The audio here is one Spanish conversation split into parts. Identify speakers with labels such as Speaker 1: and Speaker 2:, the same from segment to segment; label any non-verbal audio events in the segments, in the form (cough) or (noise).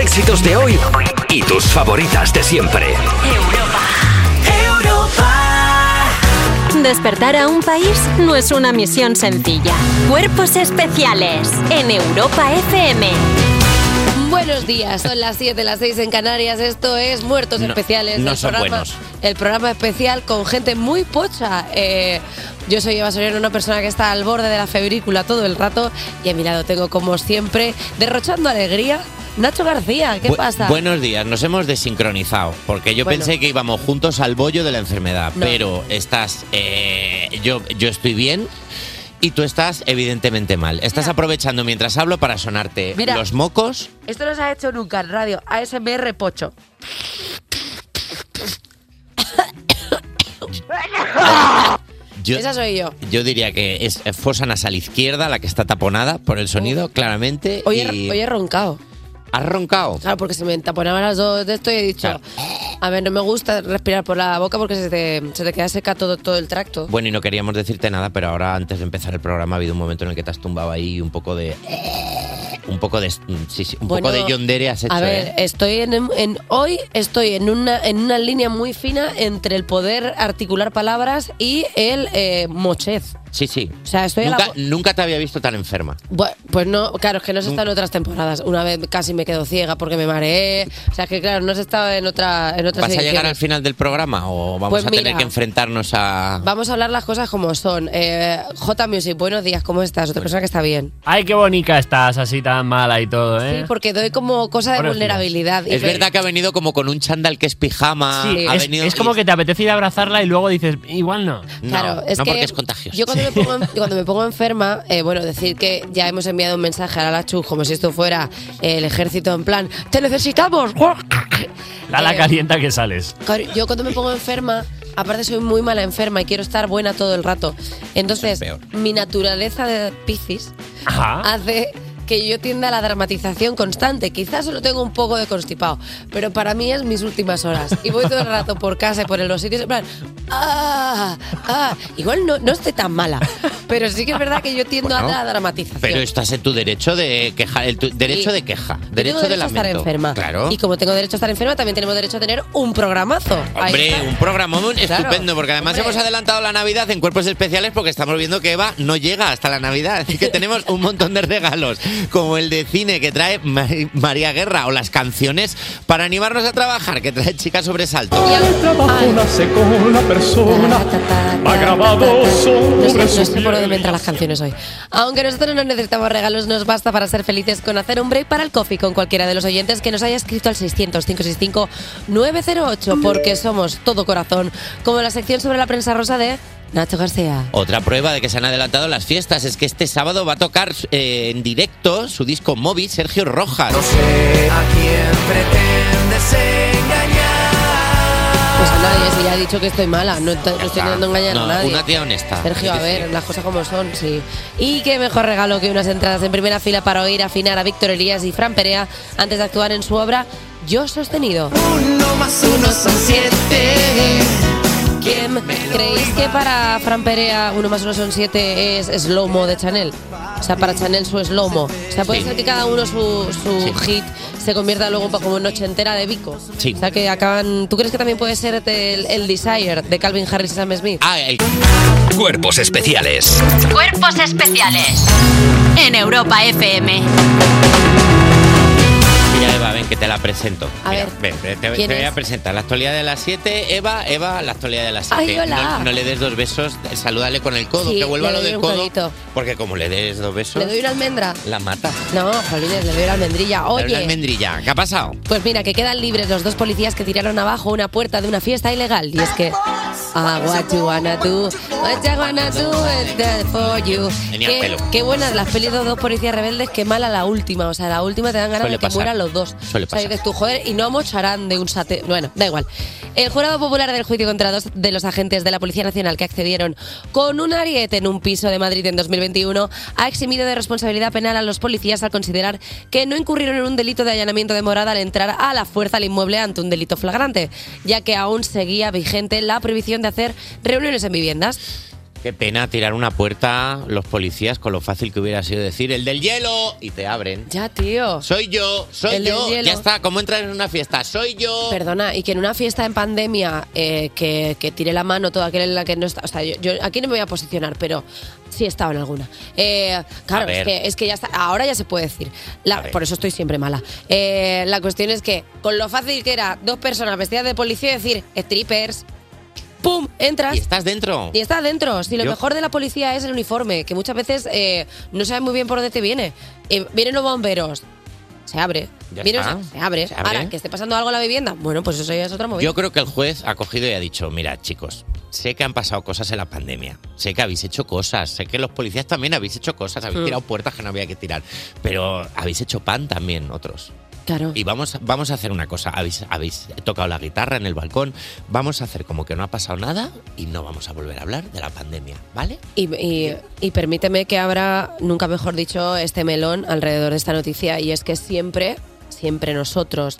Speaker 1: éxitos de hoy y tus favoritas de siempre.
Speaker 2: Despertar a un país no es una misión sencilla. Cuerpos especiales en Europa FM.
Speaker 3: Buenos días, son las 7, las 6 en Canarias. Esto es Muertos
Speaker 4: No,
Speaker 3: Especiales.
Speaker 4: no
Speaker 3: el
Speaker 4: son
Speaker 3: programa,
Speaker 4: buenos.
Speaker 3: El programa especial con gente muy pocha. Eh, yo soy Eva Soriano, una persona que está al borde de la febrícula todo el rato. Y a mi lado tengo, como siempre, derrochando alegría, Nacho García. ¿Qué
Speaker 4: Bu-
Speaker 3: pasa?
Speaker 4: Buenos días, nos hemos desincronizado, porque yo
Speaker 3: Bueno.
Speaker 4: pensé que íbamos juntos al bollo de la enfermedad, pero estás, eh, yo, yo estoy bien y tú estás evidentemente mal. Estás aprovechando mientras hablo para sonarte
Speaker 3: Mira.
Speaker 4: los mocos.
Speaker 3: Esto no se ha hecho nunca en radio. ASMR Pocho.
Speaker 4: Yo,
Speaker 3: Esa soy yo.
Speaker 4: yo diría que es fosa nasal izquierda la que está taponada por el sonido, claramente.
Speaker 3: Hoy, he-
Speaker 4: y
Speaker 3: hoy he roncado.
Speaker 4: ¿Has roncado?
Speaker 3: Claro, porque se me taponaban las dos de esto y he dicho, a ver, no me gusta respirar por la boca porque se te, se te queda seca todo, todo el tracto.
Speaker 4: Bueno, y no queríamos decirte nada, pero ahora antes de empezar el programa ha habido un momento en el que te has tumbado ahí un poco de... Un poco de... Sí, sí, un
Speaker 3: Bueno,
Speaker 4: poco de yondere has hecho,
Speaker 3: a ver,
Speaker 4: ¿eh?
Speaker 3: estoy en, en- hoy estoy en una, en una línea muy fina entre el poder articular palabras y el eh, mochez.
Speaker 4: Sí, sí.
Speaker 3: O sea, estoy a la
Speaker 4: nunca,
Speaker 3: bo-
Speaker 4: nunca te había visto tan enferma.
Speaker 3: Bueno, pues no, claro, es que no has estado en otras temporadas. Una vez casi me quedo ciega porque me mareé. O sea, que claro, no has estado en, otra, en otras
Speaker 4: ¿Vas a llegar
Speaker 3: ediciones.
Speaker 4: al final del programa o vamos
Speaker 3: Pues
Speaker 4: a tener
Speaker 3: mira.
Speaker 4: que enfrentarnos a...
Speaker 3: Vamos a hablar las cosas como son. Eh, J Music, buenos días, ¿cómo estás? Otra persona que está bien.
Speaker 5: Ay, qué bonita estás, así tan mala y todo, ¿eh?
Speaker 3: Sí, porque doy como cosa de
Speaker 5: Buenos días.
Speaker 3: vulnerabilidad. y
Speaker 4: Es
Speaker 3: que-
Speaker 4: verdad que ha venido como con un chándal que es pijama.
Speaker 3: Sí.
Speaker 4: ha
Speaker 5: es,
Speaker 4: venido
Speaker 5: es como
Speaker 4: y-
Speaker 5: que te apetece ir a abrazarla y luego dices, igual no.
Speaker 3: Claro, es
Speaker 4: no,
Speaker 3: que
Speaker 4: porque es contagioso.
Speaker 3: Yo cuando, me
Speaker 4: (laughs)
Speaker 3: pongo, en- cuando me pongo enferma, eh, bueno, decir que ya hemos enviado un mensaje a la Chu como si esto fuera el ejército en plan, ¡te necesitamos!
Speaker 5: Da la
Speaker 3: Eh,
Speaker 5: calienta que sales.
Speaker 3: Claro, yo cuando me pongo enferma, aparte soy muy mala enferma y quiero estar buena todo el rato. Entonces, mi naturaleza de piscis
Speaker 5: Ajá.
Speaker 3: hace que yo tienda a la dramatización constante. Quizás solo tengo un poco de constipado, pero para mí es mis últimas horas. Y voy todo el rato por casa y por los sitios en plan, ¡ah! ah". Igual no, no estoy tan mala, pero sí que es verdad que yo tiendo a
Speaker 4: Bueno,
Speaker 3: la dramatización.
Speaker 4: Pero estás en tu derecho de queja, el tu- derecho
Speaker 3: Sí.
Speaker 4: de queja,
Speaker 3: Yo
Speaker 4: derecho,
Speaker 3: tengo
Speaker 4: de
Speaker 3: derecho a
Speaker 4: lamento.
Speaker 3: estar enferma.
Speaker 4: Claro.
Speaker 3: Y como tengo derecho a estar enferma, también tenemos derecho a tener un programazo. Ahí
Speaker 4: Hombre,
Speaker 3: está.
Speaker 4: un programa
Speaker 3: Claro.
Speaker 4: estupendo, porque además
Speaker 3: Hombre.
Speaker 4: hemos adelantado la Navidad en cuerpos especiales porque estamos viendo que Eva no llega hasta la Navidad. Así que tenemos un montón de regalos, como el de cine que trae Ma- María Guerra o las canciones para animarnos a trabajar que trae Chica Sobresalto.
Speaker 3: El
Speaker 6: trabajo nace con la persona. Va grabado
Speaker 3: No sé,
Speaker 6: sobre
Speaker 3: no
Speaker 6: su
Speaker 3: sé por dónde me
Speaker 6: piel.
Speaker 3: entran las canciones hoy. Aunque nosotros no necesitamos regalos, nos basta para ser felices con hacer un break para el coffee con cualquiera de los oyentes que nos haya escrito al 600-565-908, porque somos todo corazón, como la sección sobre la prensa rosa de Nacho García.
Speaker 4: Otra prueba de que se han adelantado las fiestas es que este sábado va a tocar eh, en directo su disco móvil Sergio Rojas.
Speaker 7: ¿A quién pretendes engañar?
Speaker 3: Pues anda, yo sí ya he dicho que estoy mala, no ent- no estoy intentando engañar
Speaker 4: No,
Speaker 3: a nadie.
Speaker 4: una tía honesta.
Speaker 3: Sergio, a ver, las cosas como son, sí. Y qué mejor regalo que unas entradas en primera fila para oír afinar a Víctor Elías y Fran Perea antes de actuar en su obra Yo Sostenido.
Speaker 7: Uno más uno son siete.
Speaker 3: ¿Quién creéis que para Fran Perea uno más uno son siete es slow-mo de Chanel? O sea, para Chanel su slow-mo. O sea, puede
Speaker 4: Sí.
Speaker 3: ser que cada uno su, su
Speaker 4: Sí.
Speaker 3: hit se convierta luego pa- como en noche entera de Vico.
Speaker 4: Sí.
Speaker 3: O sea, que acaban... ¿Tú crees que también puede ser el, el Desire de Calvin Harris y Sam Smith?
Speaker 4: Ah, el-
Speaker 1: Cuerpos especiales
Speaker 2: Cuerpos especiales en Europa FM.
Speaker 4: Mira, Eva, ven que te la presento.
Speaker 3: A
Speaker 4: Mira,
Speaker 3: ver,
Speaker 4: ven, ven, te,
Speaker 3: ¿quién
Speaker 4: te voy
Speaker 3: es?
Speaker 4: a presentar. La actualidad de las 7, Eva, Eva, la actualidad de las 7.
Speaker 3: Ay, hola.
Speaker 4: No, no le des dos besos, salúdale con el codo,
Speaker 3: Sí,
Speaker 4: que vuelva
Speaker 3: le
Speaker 4: lo
Speaker 3: doy
Speaker 4: del
Speaker 3: un
Speaker 4: codo.
Speaker 3: codito.
Speaker 4: Porque como le des dos besos,
Speaker 3: ¿Le doy una almendra?
Speaker 4: la mata.
Speaker 3: No, jolines, le doy la almendrilla.
Speaker 4: Le doy Una
Speaker 3: Oye,
Speaker 4: almendrilla. ¿Qué ha pasado?
Speaker 3: pues mira, que quedan libres los dos policías que tiraron abajo una puerta de una fiesta ilegal. Y es que... Ah, what you wanna do, what you wanna do is that for you.
Speaker 4: Tenía
Speaker 3: Qué,
Speaker 4: pelo.
Speaker 3: qué buenas las pelis de los dos policías rebeldes, qué mala la última. O sea, la última te dan ganas
Speaker 4: Suele
Speaker 3: de que
Speaker 4: pasar.
Speaker 3: mueran los dos.
Speaker 4: Suele
Speaker 3: o sea,
Speaker 4: pasar.
Speaker 3: dices tú, joder, y no mocharán de un sate... Bueno, da igual. El jurado popular del juicio contra dos de los agentes de la Policía Nacional que accedieron con un ariete en un piso de Madrid en 2021 ha eximido de responsabilidad penal a los policías al considerar que no incurrieron en un delito de allanamiento de morada al entrar a la fuerza al inmueble ante un delito flagrante, ya que aún seguía vigente la prohibición de hacer reuniones en viviendas.
Speaker 4: Qué pena tirar una puerta los policías con lo fácil que hubiera sido decir el del hielo y te abren.
Speaker 3: Ya, tío.
Speaker 4: Soy yo, soy
Speaker 3: El del
Speaker 4: yo.
Speaker 3: hielo.
Speaker 4: Ya está, ¿cómo entras en una fiesta? Soy yo.
Speaker 3: Perdona, y que en una fiesta en pandemia eh, que, que tiré la mano todo aquel en la que no está. O sea, yo, yo aquí no me voy a posicionar, pero sí he estado en alguna. Eh,
Speaker 8: A
Speaker 3: claro, es
Speaker 8: ver.
Speaker 3: que, es que ya está, ahora ya se puede decir. La-
Speaker 8: A ver.
Speaker 3: por eso estoy siempre mala. Eh, la cuestión es que, con lo fácil que era dos personas vestidas de policía decir strippers, ¡pum! Entras.
Speaker 4: Y estás dentro.
Speaker 3: Y está adentro. Si lo
Speaker 4: Yo-
Speaker 3: mejor de la policía es el uniforme, que muchas veces eh, no sabes muy bien por dónde te viene. Eh, vienen los bomberos. Se abre.
Speaker 4: Ya
Speaker 3: Vienen-
Speaker 4: está.
Speaker 3: se, abre.
Speaker 4: Se abre.
Speaker 3: Ahora, que esté pasando algo en la vivienda. Bueno, pues eso ya es otra movida.
Speaker 4: Yo creo que el juez ha cogido y ha dicho, mira chicos, sé que han pasado cosas en la pandemia, sé que habéis hecho cosas, sé que los policías también habéis hecho cosas, habéis
Speaker 3: Mm.
Speaker 4: tirado puertas que no había que tirar, pero habéis hecho pan también otros.
Speaker 3: Claro.
Speaker 4: Y vamos, vamos a hacer una cosa, habéis, habéis tocado la guitarra en el balcón, vamos a hacer como que no ha pasado nada y no vamos a volver a hablar de la pandemia, ¿vale?
Speaker 3: Y, y- y permíteme que abra, nunca mejor dicho, este melón alrededor de esta noticia. Y es que siempre, siempre nosotros,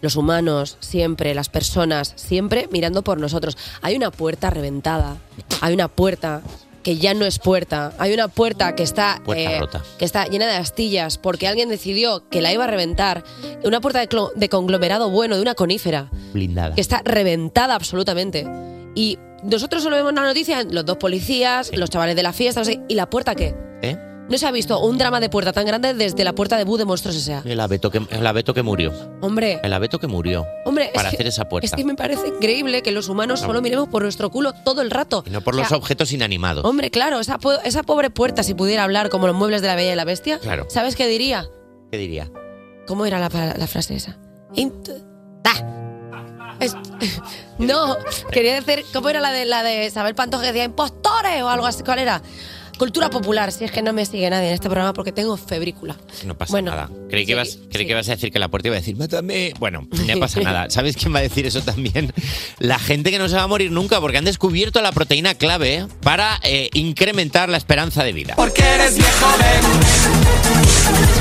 Speaker 3: los humanos, siempre las personas, siempre mirando por nosotros. Hay una puerta reventada, hay una puerta que ya no es puerta, hay una puerta que está, eh,
Speaker 4: Puerta rota.
Speaker 3: que está llena de astillas porque alguien decidió que la iba a reventar, una puerta de, clo- de conglomerado bueno, de una conífera
Speaker 4: Blindada.
Speaker 3: que está reventada absolutamente. Y nosotros solo vemos la noticia, los dos policías, los chavales de la fiesta, no sé, y la puerta qué.
Speaker 4: ¿Eh?
Speaker 3: No se ha visto un drama de puerta tan grande desde la puerta de Bu de Monstruos S.A.
Speaker 4: El abeto que, el abeto que murió.
Speaker 3: Hombre,
Speaker 4: El abeto que murió.
Speaker 3: hombre,
Speaker 4: para
Speaker 3: es,
Speaker 4: hacer
Speaker 3: que,
Speaker 4: esa puerta.
Speaker 3: es que me parece increíble que los humanos
Speaker 4: No.
Speaker 3: solo miremos por nuestro culo todo el rato.
Speaker 4: Y no por
Speaker 3: O sea,
Speaker 4: los objetos inanimados.
Speaker 3: Hombre, claro, esa, po- esa pobre puerta, si pudiera hablar como los muebles de la Bella y la Bestia,
Speaker 4: Claro.
Speaker 3: ¿sabes qué diría?
Speaker 4: ¿Qué diría?
Speaker 3: ¿Cómo era la, pa- la frase esa? Int- ¡Ah! Es- (laughs) no, quería decir, ¿cómo era la de la de Isabel Pantoja que decía impostores o algo así? ¿Cuál era? Cultura popular, si es que no me sigue nadie en este programa porque tengo febrícula.
Speaker 4: No pasa
Speaker 3: Bueno,
Speaker 4: nada. Creí, que, ibas, creí que ibas a decir que la puerta iba a decir, mátame. Bueno, no pasa nada. ¿Sabes quién va a decir eso también? La gente que no se va a morir nunca porque han descubierto la proteína clave para eh, incrementar la esperanza de vida.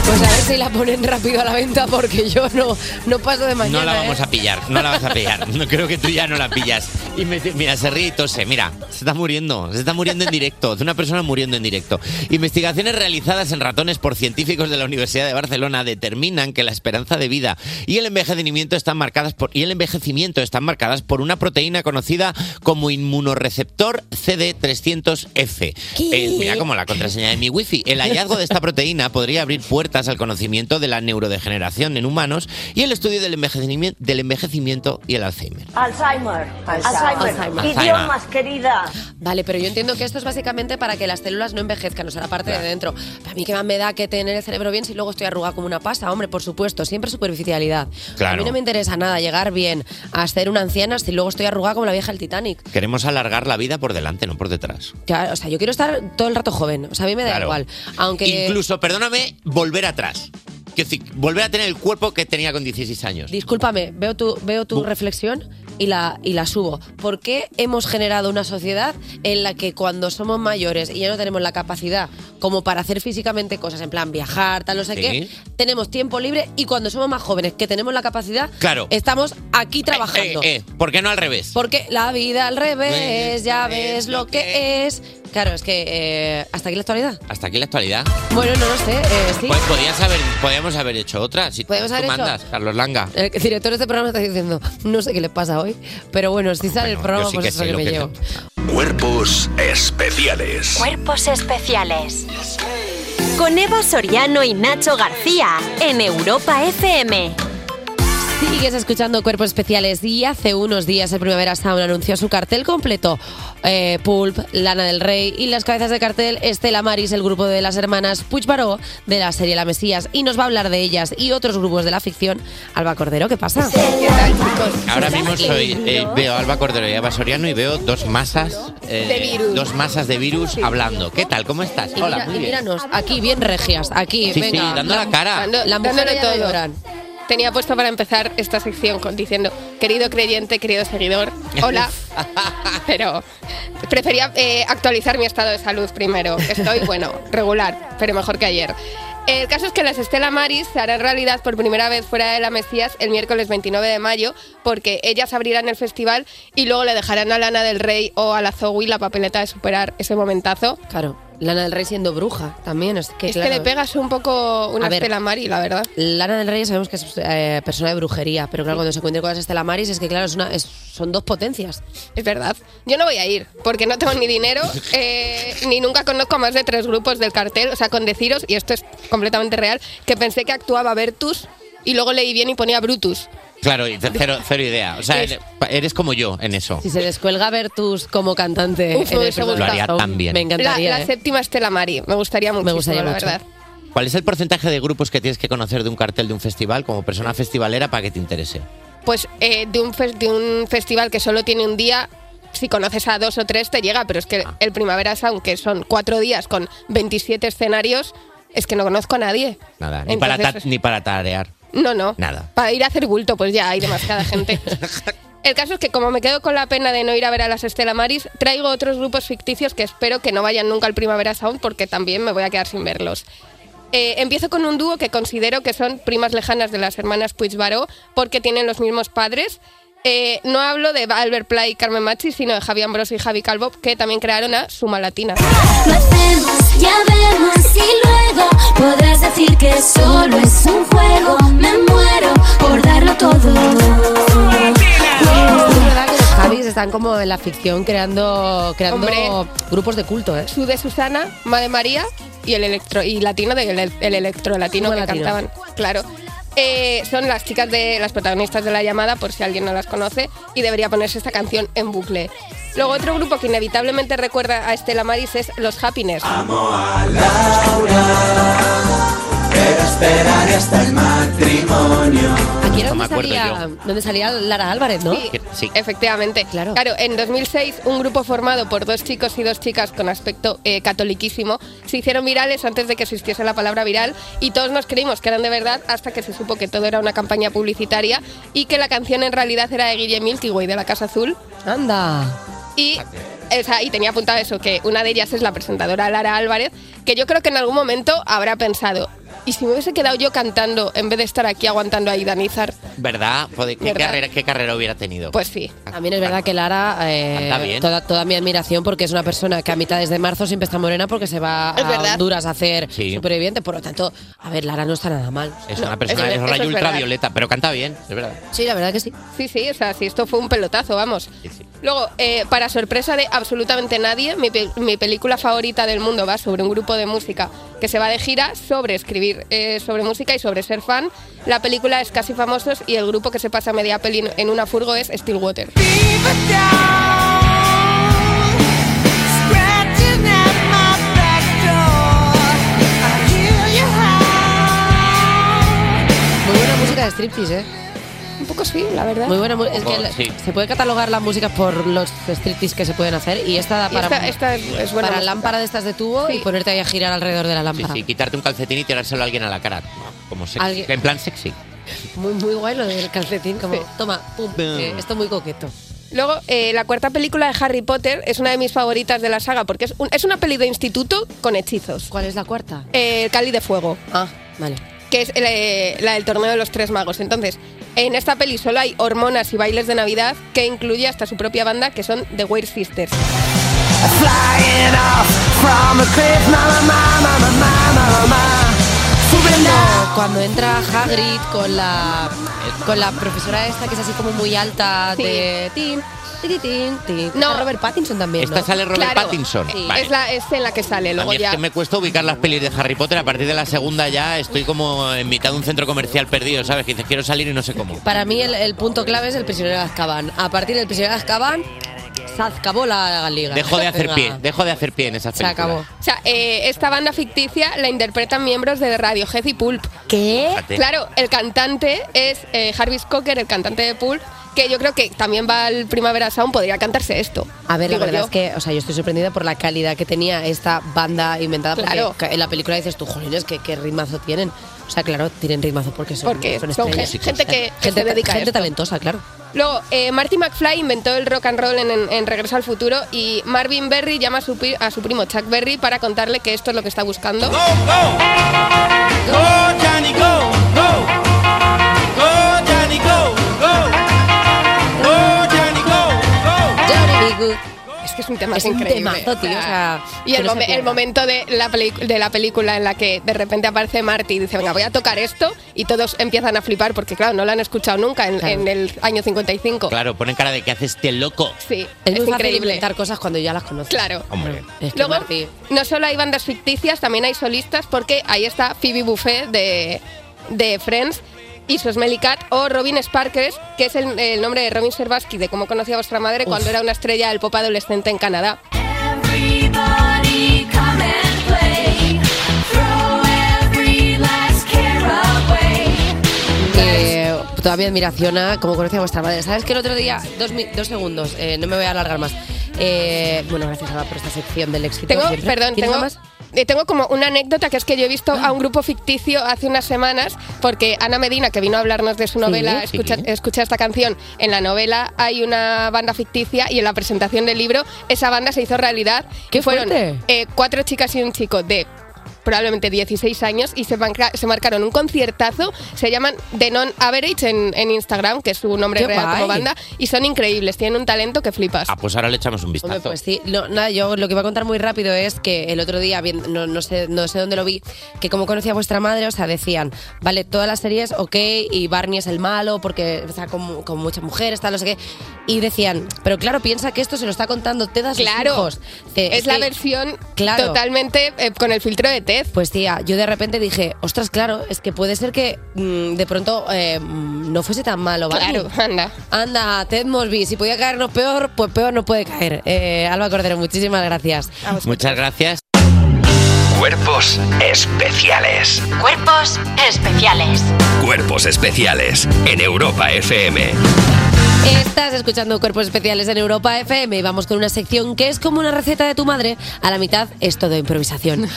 Speaker 3: Pues a ver si la ponen rápido a la venta porque yo no, no paso de mañana.
Speaker 4: No la
Speaker 3: ¿eh?
Speaker 4: vamos a pillar, no la vas a pillar. (laughs) No creo que tú ya no la pillas. Y me- mira, se ríe y tose. Mira, se está muriendo, se está muriendo en directo, de una persona muriendo en directo. Investigaciones realizadas en ratones por científicos de la Universidad de Barcelona determinan que la esperanza de vida y el envejecimiento están marcadas por y el envejecimiento están marcadas por una proteína conocida como inmunoreceptor CD300F. Eh, mira como la contraseña de mi wifi. El hallazgo de esta proteína podría abrir puertas al conocimiento de la neurodegeneración en humanos y el estudio del envejecimiento, del envejecimiento y el Alzheimer.
Speaker 3: Alzheimer.
Speaker 4: Alzheimer. Alzheimer. Idiomas,
Speaker 3: querida. Vale, pero yo entiendo que esto es básicamente para que las células no envejezcan, o sea, la parte de dentro. A mí qué más me da que tener el cerebro bien si luego estoy arrugada como una pasa, hombre, por supuesto, siempre superficialidad.
Speaker 4: Claro.
Speaker 3: A mí no me interesa nada llegar bien a ser una anciana si luego estoy arrugada como la vieja del Titanic.
Speaker 4: Queremos alargar la vida por delante, no por detrás.
Speaker 3: Claro, o sea, yo quiero estar todo el rato joven, o sea, a mí me da
Speaker 4: Claro.
Speaker 3: igual. Aunque
Speaker 4: Incluso, perdóname, volver atrás. Que volver a tener el cuerpo que tenía con 16 años.
Speaker 3: Discúlpame, veo tu, veo tu reflexión y la, y la subo. ¿Por qué hemos generado una sociedad en la que cuando somos mayores y ya no tenemos la capacidad como para hacer físicamente cosas, en plan viajar, tal, no sé
Speaker 4: Sí.
Speaker 3: qué, tenemos tiempo libre y cuando somos más jóvenes que tenemos la capacidad,
Speaker 4: Claro.
Speaker 3: estamos aquí
Speaker 4: Eh,
Speaker 3: trabajando?
Speaker 4: eh, ¿Por qué no al revés?
Speaker 3: Porque la vida al revés, ya ves lo que es. Claro, es que eh, hasta aquí la actualidad.
Speaker 4: Hasta aquí la actualidad.
Speaker 3: Bueno, no lo sé, eh, sí.
Speaker 4: Pues podías haber, podíamos haber hecho otra. Si
Speaker 3: Podemos
Speaker 4: tú
Speaker 3: haber hecho-
Speaker 4: mandas, Carlos Langa.
Speaker 3: El director de este programa está diciendo, no sé qué le pasa hoy, pero bueno, si sale el programa,
Speaker 9: yo sí
Speaker 3: pues
Speaker 9: que
Speaker 3: eso
Speaker 9: sé
Speaker 3: que
Speaker 9: lo
Speaker 3: me
Speaker 9: que
Speaker 3: llevo.
Speaker 9: Cuerpos especiales.
Speaker 2: Cuerpos especiales. Con Eva Soriano y Nacho García en Europa FM.
Speaker 3: Sigues escuchando Cuerpos Especiales y hace unos días el Primavera Sound anunció su cartel completo. Eh, Pulp, Lana del Rey y las cabezas de cartel Estela Maris, el grupo de las hermanas Puigbaró de la serie La Mesías. Y nos va a hablar de ellas y otros grupos de la ficción. Alba Cordero, ¿qué pasa?
Speaker 4: Ahora mismo soy, eh, veo a Alba Cordero y a Eva Soriano y veo dos masas eh,
Speaker 3: De virus.
Speaker 4: dos masas de virus hablando. ¿Qué tal? ¿Cómo estás?
Speaker 3: Y,
Speaker 4: Hola,
Speaker 3: mira-
Speaker 4: muy
Speaker 3: y
Speaker 4: bien.
Speaker 3: míranos, aquí bien regias, aquí,
Speaker 4: Sí, sí,
Speaker 3: venga.
Speaker 4: dando la cara.
Speaker 10: Dando-
Speaker 3: La mujer
Speaker 10: dándolo
Speaker 3: ya
Speaker 10: todo.
Speaker 3: lo lloran.
Speaker 10: Tenía puesto para empezar esta sección con, diciendo, querido creyente, querido seguidor,
Speaker 4: (laughs)
Speaker 10: hola. pero prefería eh, actualizar mi estado de salud primero. Estoy, bueno, regular, pero mejor que ayer. El caso es que las Estela Maris se harán realidad por primera vez fuera de la Mesías el miércoles 29 de mayo, porque ellas abrirán el festival y luego le dejarán a Lana del Rey o a la Zoe la papeleta de superar ese momentazo.
Speaker 3: Claro, Lana del Rey siendo bruja también. Es que,
Speaker 10: Es
Speaker 3: claro.
Speaker 10: que le pegas un poco una
Speaker 3: A ver.
Speaker 10: Estela Maris, la verdad.
Speaker 3: Lana del Rey ya sabemos que es eh, persona de brujería, pero claro, cuando se encuentre con las Estela Maris es que, claro, es una, es- son dos potencias.
Speaker 10: Es verdad. Yo no voy a ir, porque no tengo ni dinero, eh, ni nunca conozco a más de tres grupos del cartel. O sea, con deciros, y esto es completamente real, que pensé que actuaba Bertus y luego leí bien y ponía Brutus.
Speaker 4: Claro, y cero, cero idea. O sea, eres, eres como yo en eso.
Speaker 3: Si se descuelga Vertus como cantante
Speaker 10: Uf,
Speaker 3: en
Speaker 10: me
Speaker 3: el primer
Speaker 4: Lo haría
Speaker 3: Show,
Speaker 4: tan bien.
Speaker 3: me encantaría.
Speaker 10: la la
Speaker 3: ¿eh?
Speaker 10: séptima Estela Mari, me gustaría mucho,
Speaker 3: gustaría
Speaker 10: la
Speaker 3: mucho.
Speaker 10: verdad.
Speaker 4: ¿Cuál es el porcentaje de grupos que tienes que conocer de un cartel de un festival como persona festivalera para que te interese?
Speaker 10: Pues eh, de, un fes- de un festival que solo tiene un día, si conoces a dos o tres te llega, pero es que
Speaker 3: Ah.
Speaker 10: el Primavera Sound, que son cuatro días con 27 escenarios, es que no conozco a nadie.
Speaker 4: Nada, ni, para, ta-
Speaker 10: Entonces-
Speaker 4: ni para tarear.
Speaker 10: No, no.
Speaker 4: Nada.
Speaker 10: Para ir a hacer bulto, pues ya hay demasiada gente. El caso es que como me quedo con la pena de no ir a ver a las Estela Maris, traigo otros grupos ficticios que espero que no vayan nunca al Primavera Sound porque también me voy a quedar sin verlos. Eh, empiezo con un dúo que considero que son primas lejanas de las hermanas Puigbaró porque tienen los mismos padres. Eh, no hablo de Albert Pla y Carmen Machi, sino de Javi Ambrosio y Javi Calvo, que también crearon a Suma Latina.
Speaker 8: Ya vemos y luego podrás decir que solo es un juego. Me muero por darlo todo.
Speaker 3: Es verdad que los Javis están como en la ficción creando, creando
Speaker 10: Hombre.
Speaker 3: grupos de culto, ¿eh?
Speaker 10: Su de Susana, Ma de María y el electro y latino de el, el electro latino
Speaker 3: Suma
Speaker 10: que
Speaker 3: Latino.
Speaker 10: cantaban. Claro. Eh, son las chicas de las protagonistas de la llamada, por si alguien no las conoce, y debería ponerse esta canción en bucle. Luego otro grupo que inevitablemente recuerda a Estela Maris es Los Happiness.
Speaker 4: Ah,
Speaker 7: Pero esperaré hasta el matrimonio.
Speaker 3: Aquí era
Speaker 4: No me
Speaker 3: donde
Speaker 4: acuerdo
Speaker 3: salía, donde salía Lara Álvarez, ¿no?
Speaker 4: Que- Sí.
Speaker 10: Efectivamente. Claro. en 2006 un grupo formado por dos chicos y dos chicas con aspecto eh, catoliquísimo se hicieron virales antes de que existiese la palabra viral y todos nos creímos que eran de verdad hasta que se supo que todo era una campaña publicitaria y que la canción en realidad era de Guille Milkyway de la Casa Azul
Speaker 3: Anda.
Speaker 10: y, o sea, y tenía apuntado eso, que una de ellas es la presentadora Lara Álvarez, que yo creo que en algún momento habrá pensado, ¿y si me hubiese quedado yo cantando en vez de estar aquí aguantando a Idanizar?
Speaker 4: ¿Verdad? Joder, ¿qué,
Speaker 10: ¿Verdad?
Speaker 4: Carrera, ¿Qué carrera hubiera tenido?
Speaker 10: Pues sí.
Speaker 3: También es verdad que Lara, eh,
Speaker 4: Ah, Canta bien.
Speaker 3: toda, toda mi admiración porque es una persona que a mitades de marzo siempre está morena porque se va
Speaker 10: Es
Speaker 3: a
Speaker 10: verdad.
Speaker 3: Honduras a hacer
Speaker 4: Sí.
Speaker 3: superviviente. Por lo tanto, a ver, Lara no está nada mal.
Speaker 4: es
Speaker 10: no,
Speaker 4: una persona
Speaker 10: eso-
Speaker 4: de
Speaker 10: eso
Speaker 4: rayo
Speaker 10: es verdad.
Speaker 4: ultravioleta, pero canta bien, es verdad.
Speaker 3: Sí, la verdad que sí.
Speaker 10: Sí, sí, o sea, si esto fue un pelotazo, vamos.
Speaker 4: Sí, sí.
Speaker 10: Luego, eh, para sorpresa de absolutamente nadie, mi, pe- mi película favorita del mundo va sobre un grupo de música que se va de gira sobre escribir eh, sobre música y sobre ser fan. La película es casi famosos y el grupo que se pasa media peli en- en una furgo es Stillwater.
Speaker 3: Muy buena música de striptease, ¿eh?
Speaker 10: Un poco sí, la verdad.
Speaker 3: Muy buena mu- es que
Speaker 4: Oh,
Speaker 3: la-
Speaker 4: sí.
Speaker 3: se puede catalogar las músicas por los striptease que se pueden hacer y esta da
Speaker 10: Y
Speaker 3: para,
Speaker 10: esta, esta es, es buena.
Speaker 3: para
Speaker 10: música.
Speaker 3: lámpara de estas de tubo
Speaker 10: Sí.
Speaker 3: y ponerte ahí a girar alrededor de la
Speaker 4: Sí,
Speaker 3: lámpara.
Speaker 4: sí, quitarte un calcetín y tirárselo a alguien a la cara. Como sexy.
Speaker 3: Alguien-
Speaker 4: En plan sexy.
Speaker 3: Muy, muy guay lo del calcetín, como
Speaker 10: Sí.
Speaker 3: toma, pum, eh, esto muy coqueto.
Speaker 10: Luego, eh, la cuarta película de Harry Potter es una de mis favoritas de la saga porque es, un- es una peli de instituto con hechizos.
Speaker 3: ¿Cuál es la cuarta?
Speaker 10: Eh, Cali de Fuego.
Speaker 3: Ah, vale.
Speaker 10: que es el, eh, la del torneo de los tres magos. Entonces, en esta peli solo hay hormonas y bailes de Navidad que incluye hasta su propia banda, que son The Weird Sisters.
Speaker 7: Flying off from a cliff, mama, mama, mama, mama, mama. Subiendo.
Speaker 3: Cuando, cuando entra Hagrid con la con la profesora esta que es así como muy alta
Speaker 10: Sí.
Speaker 3: de tin, ti, ti, tin, ti.
Speaker 10: No.
Speaker 3: Está Robert Pattinson también, ¿no?
Speaker 4: Esta sale Robert
Speaker 10: Claro.
Speaker 4: Pattinson.
Speaker 3: Sí.
Speaker 4: Vale.
Speaker 10: Es, la, es en la que sale,
Speaker 4: A
Speaker 10: luego
Speaker 4: mí es
Speaker 10: ya.
Speaker 4: que me cuesta ubicar las pelis de Harry Potter. A partir de la segunda ya estoy como en mitad de un centro comercial perdido, ¿sabes? Que dices, quiero salir y no sé cómo.
Speaker 3: Para mí el, el punto clave es el prisionero de Azkaban. A partir del prisionero de Azkaban se acabó la liga.
Speaker 4: Dejo de hacer
Speaker 3: Venga.
Speaker 4: pie, dejo de hacer pie en esas
Speaker 3: Se
Speaker 4: películas.
Speaker 3: acabó.
Speaker 10: O sea, eh, esta banda ficticia la interpretan miembros de Radiohead y Pulp.
Speaker 3: ¿Qué?
Speaker 4: Fíjate.
Speaker 10: Claro, el cantante es eh, Jarvis Cocker, el cantante de Pulp, que yo creo que también va al Primavera Sound, podría cantarse esto.
Speaker 3: A ver, la
Speaker 10: Digo
Speaker 3: verdad
Speaker 10: yo.
Speaker 3: es que, o sea, yo estoy sorprendida por la calidad que tenía esta banda inventada. Porque
Speaker 10: Claro.
Speaker 3: ca- en la película dices tú, jolines, ¿qué, qué ritmazo tienen. O sea, claro, tienen ritmazo porque son,
Speaker 10: Porque
Speaker 3: son
Speaker 10: son
Speaker 3: estrellas.
Speaker 10: gen- gente que- que
Speaker 3: gente,
Speaker 10: se dedica a
Speaker 3: gente
Speaker 10: esto.
Speaker 3: talentosa, claro.
Speaker 10: Luego, eh, Marty McFly inventó el rock and roll en, en- en Regreso al Futuro y Marvin Berry llama a su, pi- a su primo Chuck Berry para contarle que esto es lo que está buscando.
Speaker 7: Go, Johnny, go, go. Go, Johnny, go, go. Go, Johnny, go, go.
Speaker 10: Es que es un tema
Speaker 3: Es un
Speaker 10: increíble.
Speaker 3: temazo, tío, o sea,
Speaker 10: y el,
Speaker 3: que no se
Speaker 10: momen- el
Speaker 3: pierda.
Speaker 10: momento de la, peli- de la película en la que de repente aparece Marty y dice, venga, voy a tocar esto y todos empiezan a flipar porque, claro, no lo han escuchado nunca en, en el año 55.
Speaker 4: Claro, ponen cara de que hace este loco.
Speaker 10: Sí,
Speaker 3: Es, muy
Speaker 10: es,
Speaker 3: fácil
Speaker 10: increíble.
Speaker 3: inventar cosas cuando ya las conoces.
Speaker 10: Claro.
Speaker 4: Hombre.
Speaker 10: Luego, no solo hay bandas ficticias, también hay solistas, porque ahí está Phoebe Buffet de, de Friends y su Smelly Cat, o Robin Sparkers, que es el, el nombre de Robin Servasky, de cómo conocía a vuestra madre
Speaker 8: Uf.
Speaker 10: cuando era una estrella del pop adolescente en Canadá.
Speaker 8: Everybody come and play. Throw every last care away.
Speaker 3: Eh, toda mi admiración a cómo conoce a vuestra madre. ¿Sabes que el otro día, dos, mi- dos segundos, eh, no me voy a alargar más. Eh, bueno, gracias Alba por esta sección del éxito.
Speaker 10: Tengo,
Speaker 3: siempre.
Speaker 10: perdón,
Speaker 3: ¿Tienes
Speaker 10: tengo,
Speaker 3: más?
Speaker 10: eh, tengo como una anécdota que es que yo he visto a un grupo ficticio hace unas semanas, porque Ana Medina, que vino a hablarnos de su novela,
Speaker 11: sí.
Speaker 10: escucha, escucha esta canción. En la novela hay una banda ficticia y en la presentación del libro esa banda se hizo realidad.
Speaker 3: ¡Qué
Speaker 10: Y fueron
Speaker 3: fuerte!
Speaker 10: eh, cuatro chicas y un chico de probablemente 16 años y se, manca- se marcaron un conciertazo, se llaman The Non Average en, en Instagram, que es su nombre
Speaker 3: ¡Qué
Speaker 10: real como
Speaker 3: guay!
Speaker 10: banda, y son increíbles, tienen un talento que flipas.
Speaker 4: Ah, pues ahora le echamos un
Speaker 3: Hombre,
Speaker 4: vistazo.
Speaker 3: pues sí. No, nada, yo lo que iba a contar muy rápido es que el otro día, viendo- no, no sé, no sé dónde lo vi, que como conocía a vuestra madre, o sea, decían, vale, todas las series, ok, y Barney es el malo porque está con, con muchas mujeres, tal, no sé qué. Y decían, pero claro, piensa que esto se lo está contando Teda sus
Speaker 10: Claro.
Speaker 3: Ah, hijos. Dice,
Speaker 10: Es la
Speaker 3: que-
Speaker 10: versión
Speaker 3: Claro.
Speaker 10: totalmente eh, con el filtro de Ted.
Speaker 3: Pues tía, yo de repente dije, ostras, claro, es que puede ser que mm, de pronto eh, mm, no fuese tan malo, ¿vale?
Speaker 10: Claro, anda.
Speaker 3: Anda, Ted Mosby, si podía caernos peor, pues peor no puede caer. Eh, Alba Cordero, muchísimas gracias.
Speaker 4: Muchas gracias.
Speaker 1: Cuerpos especiales.
Speaker 2: Cuerpos especiales.
Speaker 1: Cuerpos especiales en Europa FM.
Speaker 3: Estás escuchando Cuerpos Especiales en Europa FM y vamos con una sección que es como una receta de tu madre. A la mitad es todo (laughs) improvisación.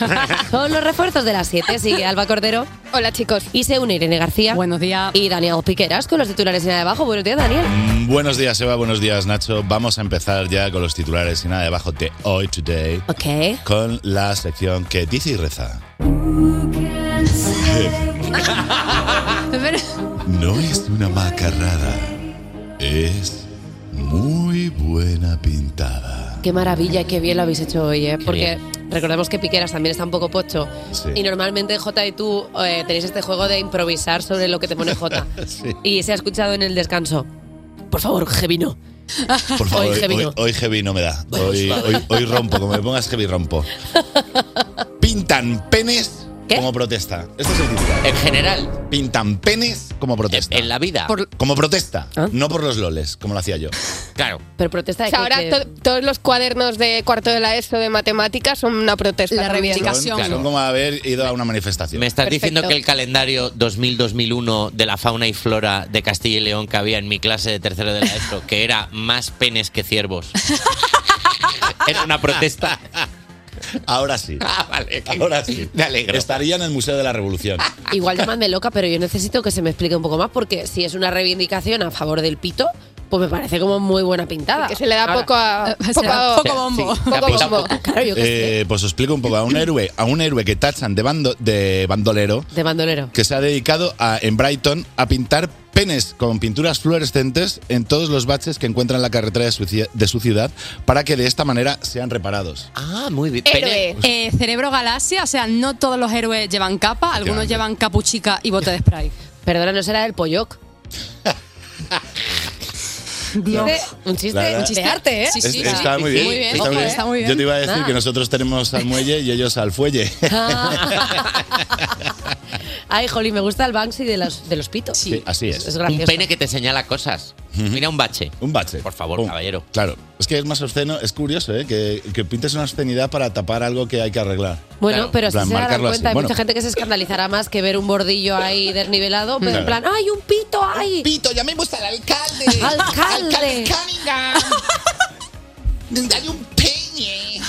Speaker 3: Son los refuerzos de las 7. Sigue Alba Cordero.
Speaker 10: Hola, chicos.
Speaker 3: Y se une Irene García. Buenos días. Y Daniel Piqueras con los titulares en la de abajo. Buenos días, Daniel.
Speaker 12: Mm, Buenos días, Eva. Buenos días, Nacho. Vamos a empezar ya con los titulares y nada debajo de hoy, today.
Speaker 3: Ok.
Speaker 12: Con la sección que dice y reza. No es una macarrada. Es muy buena pintada.
Speaker 3: Qué maravilla, qué bien lo habéis hecho hoy, ¿eh? Porque recordemos que Piqueras también está un poco pocho.
Speaker 12: Sí.
Speaker 3: Y normalmente J y tú eh, tenéis este juego de improvisar sobre lo que te pone J. Y se ha escuchado en el descanso. Por favor, Gevino.
Speaker 12: Por favor,
Speaker 3: hoy,
Speaker 12: hoy,
Speaker 3: Gevino.
Speaker 12: hoy- hoy heavy no me da. Hoy, hoy- hoy rompo. Como me pongas heavy, rompo. Pintan penes como protesta. Este es el titular.
Speaker 4: En general.
Speaker 12: Pintan penes como protesta. En
Speaker 4: la vida.
Speaker 3: Por-
Speaker 12: Como protesta. No por los loles, como lo hacía yo.
Speaker 4: Claro.
Speaker 3: Pero protesta
Speaker 10: O
Speaker 3: de
Speaker 10: sea,
Speaker 3: que-
Speaker 10: ahora
Speaker 3: que-
Speaker 10: to- todos los cuadernos de cuarto de la ESO de matemáticas son una protesta. también.
Speaker 12: Son como haber ido a una
Speaker 4: (laughs)
Speaker 12: manifestación.
Speaker 4: Me estás
Speaker 10: Perfecto.
Speaker 4: diciendo que el calendario 2000-2001 de la fauna y flora de Castilla y León que había en mi clase de tercero de la ESO, que era más penes
Speaker 3: (laughs)
Speaker 4: que ciervos. Era una protesta.
Speaker 12: Ahora sí.
Speaker 4: Ah, vale.
Speaker 12: Ahora sí. Estaría en el Museo de la Revolución.
Speaker 4: Ah,
Speaker 3: Igual llamadme loca, pero yo necesito que se me explique un poco más porque si es una reivindicación a favor del pito, pues me parece como muy buena pintada.
Speaker 10: Que se le da
Speaker 3: Ahora- eh,
Speaker 10: poco a- poco a- Poco bombo. Sí, se ha Poco pisado bombo. poco.
Speaker 3: Claro, yo qué
Speaker 12: Eh, pues os explico un poco. A un héroe, a un héroe que tachan de, bando, de bandolero,
Speaker 3: sé, de bandolero.
Speaker 12: que se ha dedicado a, en Brighton a pintar penes con pinturas fluorescentes en todos los baches que encuentran en la carretera de su, ci- de su ciudad para que de esta manera sean reparados.
Speaker 4: Ah, muy bien.
Speaker 13: Eh, Cerebro Galaxia, o sea, no todos los héroes llevan capa, algunos
Speaker 12: Efectivamente.
Speaker 13: llevan capuchica y bote de spray.
Speaker 3: (laughs) Perdona, ¿no será
Speaker 13: (laughs)
Speaker 3: el polloc?
Speaker 13: Eh,
Speaker 3: Un chiste,
Speaker 12: La-
Speaker 3: un chiste de arte, ¿eh?
Speaker 12: Es- está muy bien. está muy bien.
Speaker 4: eh.
Speaker 12: Yo te iba a decir
Speaker 4: Ah.
Speaker 12: que
Speaker 3: no
Speaker 12: nosotros tenemos al muelle y ellos al fuelle.
Speaker 3: Ay, Jolín, me gusta el Banksy de los, de los pitos.
Speaker 12: Sí, así es.
Speaker 3: Es
Speaker 4: Un
Speaker 3: gracioso.
Speaker 4: pene que te señala cosas. Mira un bache.
Speaker 12: Un bache.
Speaker 4: Por favor,
Speaker 12: Pum.
Speaker 4: caballero.
Speaker 12: Claro, es que es más obsceno, es curioso, ¿eh? Que, que pintes una obscenidad para tapar algo que hay que arreglar.
Speaker 3: Bueno, pero
Speaker 12: En
Speaker 3: si
Speaker 12: plan,
Speaker 3: se darán
Speaker 12: marcarlo así.
Speaker 3: cuenta, hay
Speaker 12: Bueno,
Speaker 3: mucha gente que se escandalizará más que ver un bordillo ahí desnivelado, pero en
Speaker 12: Claro.
Speaker 3: plan, ¡ay, un pito, ay!
Speaker 12: pito, llamemos al alcalde!
Speaker 3: ¡Alcalde!
Speaker 7: Cunningham. Hay un peñe.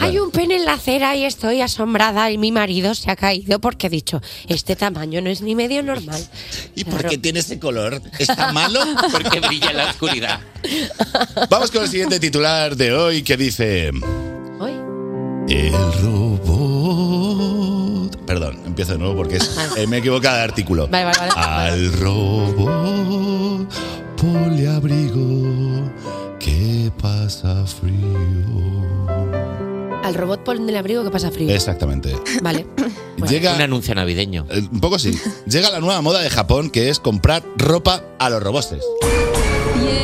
Speaker 3: Hay un pene en la acera y estoy asombrada y mi marido se ha caído porque ha dicho, este tamaño no es ni medio normal.
Speaker 11: ¿Y por qué tiene ese color? ¿Está
Speaker 4: (laughs)
Speaker 11: malo? Porque brilla en la oscuridad.
Speaker 3: (laughs)
Speaker 12: Vamos con el siguiente titular de hoy que dice...
Speaker 3: Hoy.
Speaker 12: El robot... Perdón, empiezo de nuevo porque es- eh, me he equivocado de artículo.
Speaker 7: Vale, vale, vale.
Speaker 12: Al robot poliabrigo que pasa frío.
Speaker 3: Al robot ponle el abrigo que pasa frío.
Speaker 12: Exactamente.
Speaker 13: (laughs)
Speaker 3: Vale.
Speaker 12: Llega, un
Speaker 4: anuncio navideño.
Speaker 12: un poco
Speaker 3: (laughs)
Speaker 12: sí. Llega la nueva moda de Japón que es comprar ropa a los roboses.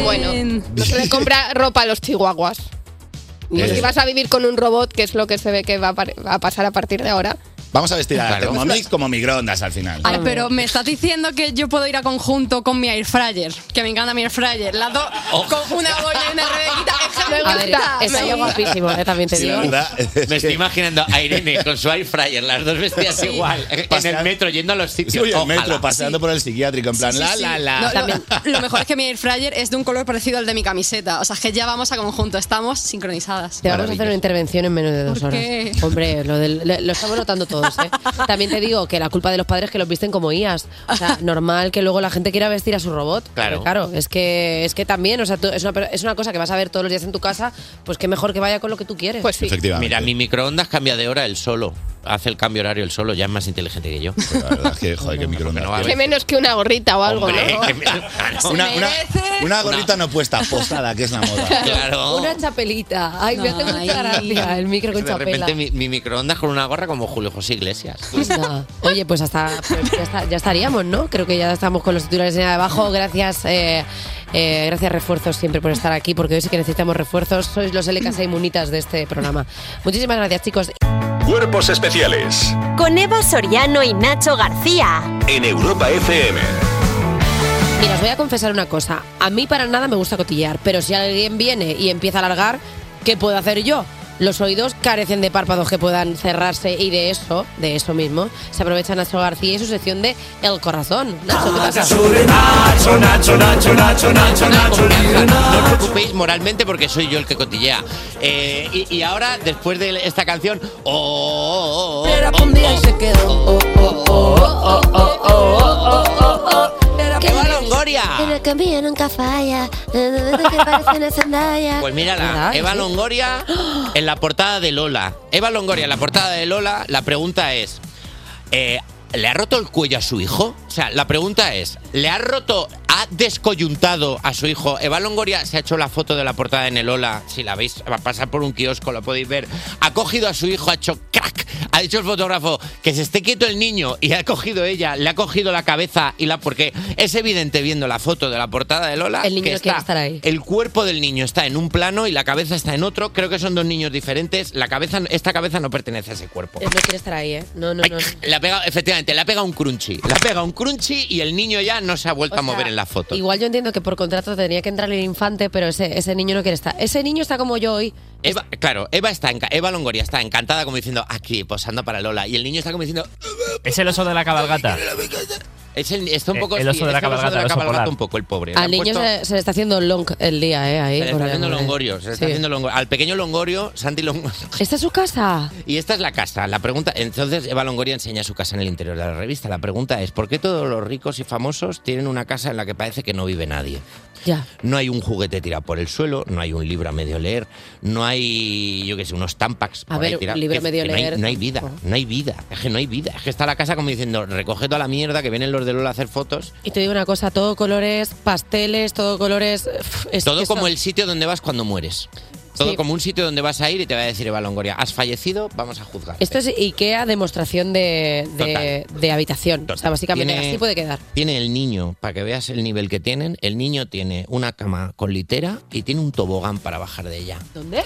Speaker 10: Bueno, no se le compra ropa a
Speaker 14: (laughs)
Speaker 10: los chihuahuas. No,
Speaker 12: Eh.
Speaker 10: si vas a vivir con un robot, que es lo que se ve que va a, par- va a pasar a partir de ahora.
Speaker 12: Vamos a vestir a
Speaker 11: Claro.
Speaker 12: Thermomix como microondas al final.
Speaker 10: Ah,
Speaker 13: Ay, pero me estás diciendo que yo puedo ir a conjunto con mi air fryer, que me encanta mi air fryer. Las dos
Speaker 12: Oh.
Speaker 13: con una boya y una rebequita.
Speaker 3: A ver, es algo guapísimo, eh, también te
Speaker 4: Sí,
Speaker 3: digo.
Speaker 4: la Me estoy imaginando a Irene con su air fryer, las dos vestidas
Speaker 12: Sí.
Speaker 4: igual, en
Speaker 12: Paseando-
Speaker 4: el metro yendo a los sitios.
Speaker 12: Sí, voy al
Speaker 4: Ojalá.
Speaker 12: metro paseando por el psiquiátrico en plan
Speaker 4: Sí, sí,
Speaker 12: la
Speaker 4: sí.
Speaker 12: la la.
Speaker 13: No, lo, lo mejor es que mi air fryer es de un color parecido al de mi camiseta. O sea, que ya vamos a conjunto, estamos sincronizadas.
Speaker 3: Te vamos a hacer una intervención en menos de dos horas.
Speaker 13: qué?
Speaker 3: (laughs) Hombre, lo, del- lo- lo estamos notando todos. ¿eh? También te digo que la culpa de los padres es que los visten como IAS. O sea, normal que luego la gente quiera vestir a su robot.
Speaker 4: Claro.
Speaker 3: Porque, Claro, es que, es que también, o sea, tú- es, una, per- es una cosa que vas a ver todos los días en tu casa, pues qué mejor que vaya con lo que tú quieres. Pues sí.
Speaker 4: Mira, mi microondas cambia de hora el solo. Hace el cambio horario el solo, ya es más inteligente que yo.
Speaker 12: Pues La verdad es que, joder, que microondas.
Speaker 10: Que menos que una gorrita o algo, ¿no?
Speaker 4: (laughs) Ah,
Speaker 12: una, una- una gorrita no puesta, posada, que es la moda.
Speaker 4: Claro.
Speaker 3: Una chapelita. Ay, me hace mucha gracia el micro con
Speaker 4: De
Speaker 3: chapela.
Speaker 4: repente mi, mi microondas con una gorra como Julio José Iglesias.
Speaker 3: Anda. Oye, pues hasta pues ya, está- ya estaríamos, ¿no? Creo que ya estamos con los titulares de abajo. Gracias, eh, eh, gracias refuerzos siempre por estar aquí, porque hoy sí que necesitamos refuerzos. Sois los LKS inmunitas de este programa. Muchísimas gracias, chicos.
Speaker 9: Cuerpos especiales
Speaker 2: Con Eva Soriano y Nacho García.
Speaker 9: en Europa FM.
Speaker 3: Mira, os voy a confesar una cosa. A mí para nada me gusta cotillear, pero si alguien viene y empieza a alargar, ¿qué puedo hacer yo? Los oídos carecen de párpados que puedan cerrarse y de eso, de eso mismo, se aprovecha Nacho García y su sección de El Corazón. Nacho, ¿qué pasa?
Speaker 7: Nacho, Nacho, Nacho, Nacho, Nacho, Nacho,
Speaker 4: No os preocupéis moralmente porque soy yo el que cotillea. Eh, y, y ahora, después de esta canción, oh, oh, oh, oh, oh, oh,
Speaker 7: oh,
Speaker 2: ¡Qué
Speaker 4: Longoria!
Speaker 2: En el cambio nunca falla. Que parece una sandalla.
Speaker 4: Pues
Speaker 7: ¿eh?
Speaker 4: mírala,
Speaker 2: ¿Verdad?
Speaker 4: Eva
Speaker 2: Sí.
Speaker 7: (gasps)
Speaker 4: Longoria (gasps) en la portada de Lola. Eva Longoria en la portada de Lola, la pregunta es, eh, ¿le ha roto el cuello a su hijo? O sea, la pregunta es, ¿le ha roto, ha descoyuntado a su hijo? Eva Longoria se ha hecho la foto de la portada en el Lola, si la veis, va a pasar por un kiosco, la podéis ver. Ha cogido a su hijo, ha hecho crack, ha dicho el fotógrafo que se esté quieto el niño y ha cogido ella, le ha cogido la cabeza y la... Porque es evidente viendo la foto de la portada de Lola
Speaker 3: El niño
Speaker 4: que
Speaker 3: no quiere
Speaker 4: está
Speaker 3: estar ahí.
Speaker 4: el cuerpo del niño está en un plano y la cabeza está en otro. Creo que son dos niños diferentes. La cabeza, esta cabeza no pertenece a ese cuerpo.
Speaker 3: Él no quiere estar ahí, ¿eh? No, no, no. no.
Speaker 4: La pega, efectivamente, la pega un crunchy. La pega un crunchy y el niño ya no se ha vuelto
Speaker 3: O
Speaker 4: a mover
Speaker 3: sea,
Speaker 4: en la foto.
Speaker 3: Igual yo entiendo que por contrato tenía que entrar el infante, pero ese, ese niño no quiere estar. Ese niño está como yo hoy.
Speaker 4: Eva, claro, Eva está enca- Eva Longoria está encantada como diciendo aquí posando para Lola y el niño está como diciendo
Speaker 5: Es el oso de la cabalgata.
Speaker 4: es el, está un
Speaker 5: Eh,
Speaker 4: poco
Speaker 5: el oso
Speaker 4: sí,
Speaker 5: de la
Speaker 4: está el oso
Speaker 5: cabalgata, el oso polar.
Speaker 4: un poco el pobre. Le
Speaker 3: Al
Speaker 4: han
Speaker 3: niño
Speaker 4: puesto-
Speaker 3: se, se le está haciendo long el día, ¿eh? Ahí,
Speaker 4: se le
Speaker 3: por
Speaker 4: está
Speaker 3: el
Speaker 4: haciendo
Speaker 3: amor de-
Speaker 4: longorio, se le está
Speaker 3: Sí.
Speaker 4: haciendo longorio. Al pequeño longorio, Santi Longorio.
Speaker 3: ¿Esta es su casa?
Speaker 4: Y esta es la casa. La pregunta, entonces Eva Longoria enseña su casa en el interior de la revista. La pregunta es, ¿por qué todos los ricos y famosos tienen una casa en la que parece que no vive nadie?
Speaker 3: Ya.
Speaker 4: No hay un juguete tirado por el suelo, no hay un libro a medio leer, no hay, yo qué sé, unos tampax.
Speaker 3: A
Speaker 4: por
Speaker 3: ver,
Speaker 4: ahí tirados.
Speaker 3: un libro
Speaker 4: Que-
Speaker 3: a medio
Speaker 4: que no hay-
Speaker 3: leer
Speaker 4: No hay, vida, no hay vida. Es que no hay vida. Es que está la casa como diciendo, recoge toda la mierda que vienen los de Lola a hacer fotos.
Speaker 3: Y te digo una cosa, todo colores, pasteles, todo colores... pf, es
Speaker 4: Todo
Speaker 3: que
Speaker 4: como
Speaker 3: eso-
Speaker 4: el sitio donde vas cuando mueres. Todo como un sitio donde vas a ir y te va a decir Eva Longoria, has fallecido, vamos a juzgar.
Speaker 3: Esto es IKEA demostración de, de, de habitación. O sea, básicamente
Speaker 4: Tiene-
Speaker 3: así puede quedar.
Speaker 4: Tiene el niño, para que veas el nivel que tienen, el niño tiene una cama con litera y tiene un tobogán para bajar de ella. ¿Ah?
Speaker 3: ¿Dónde?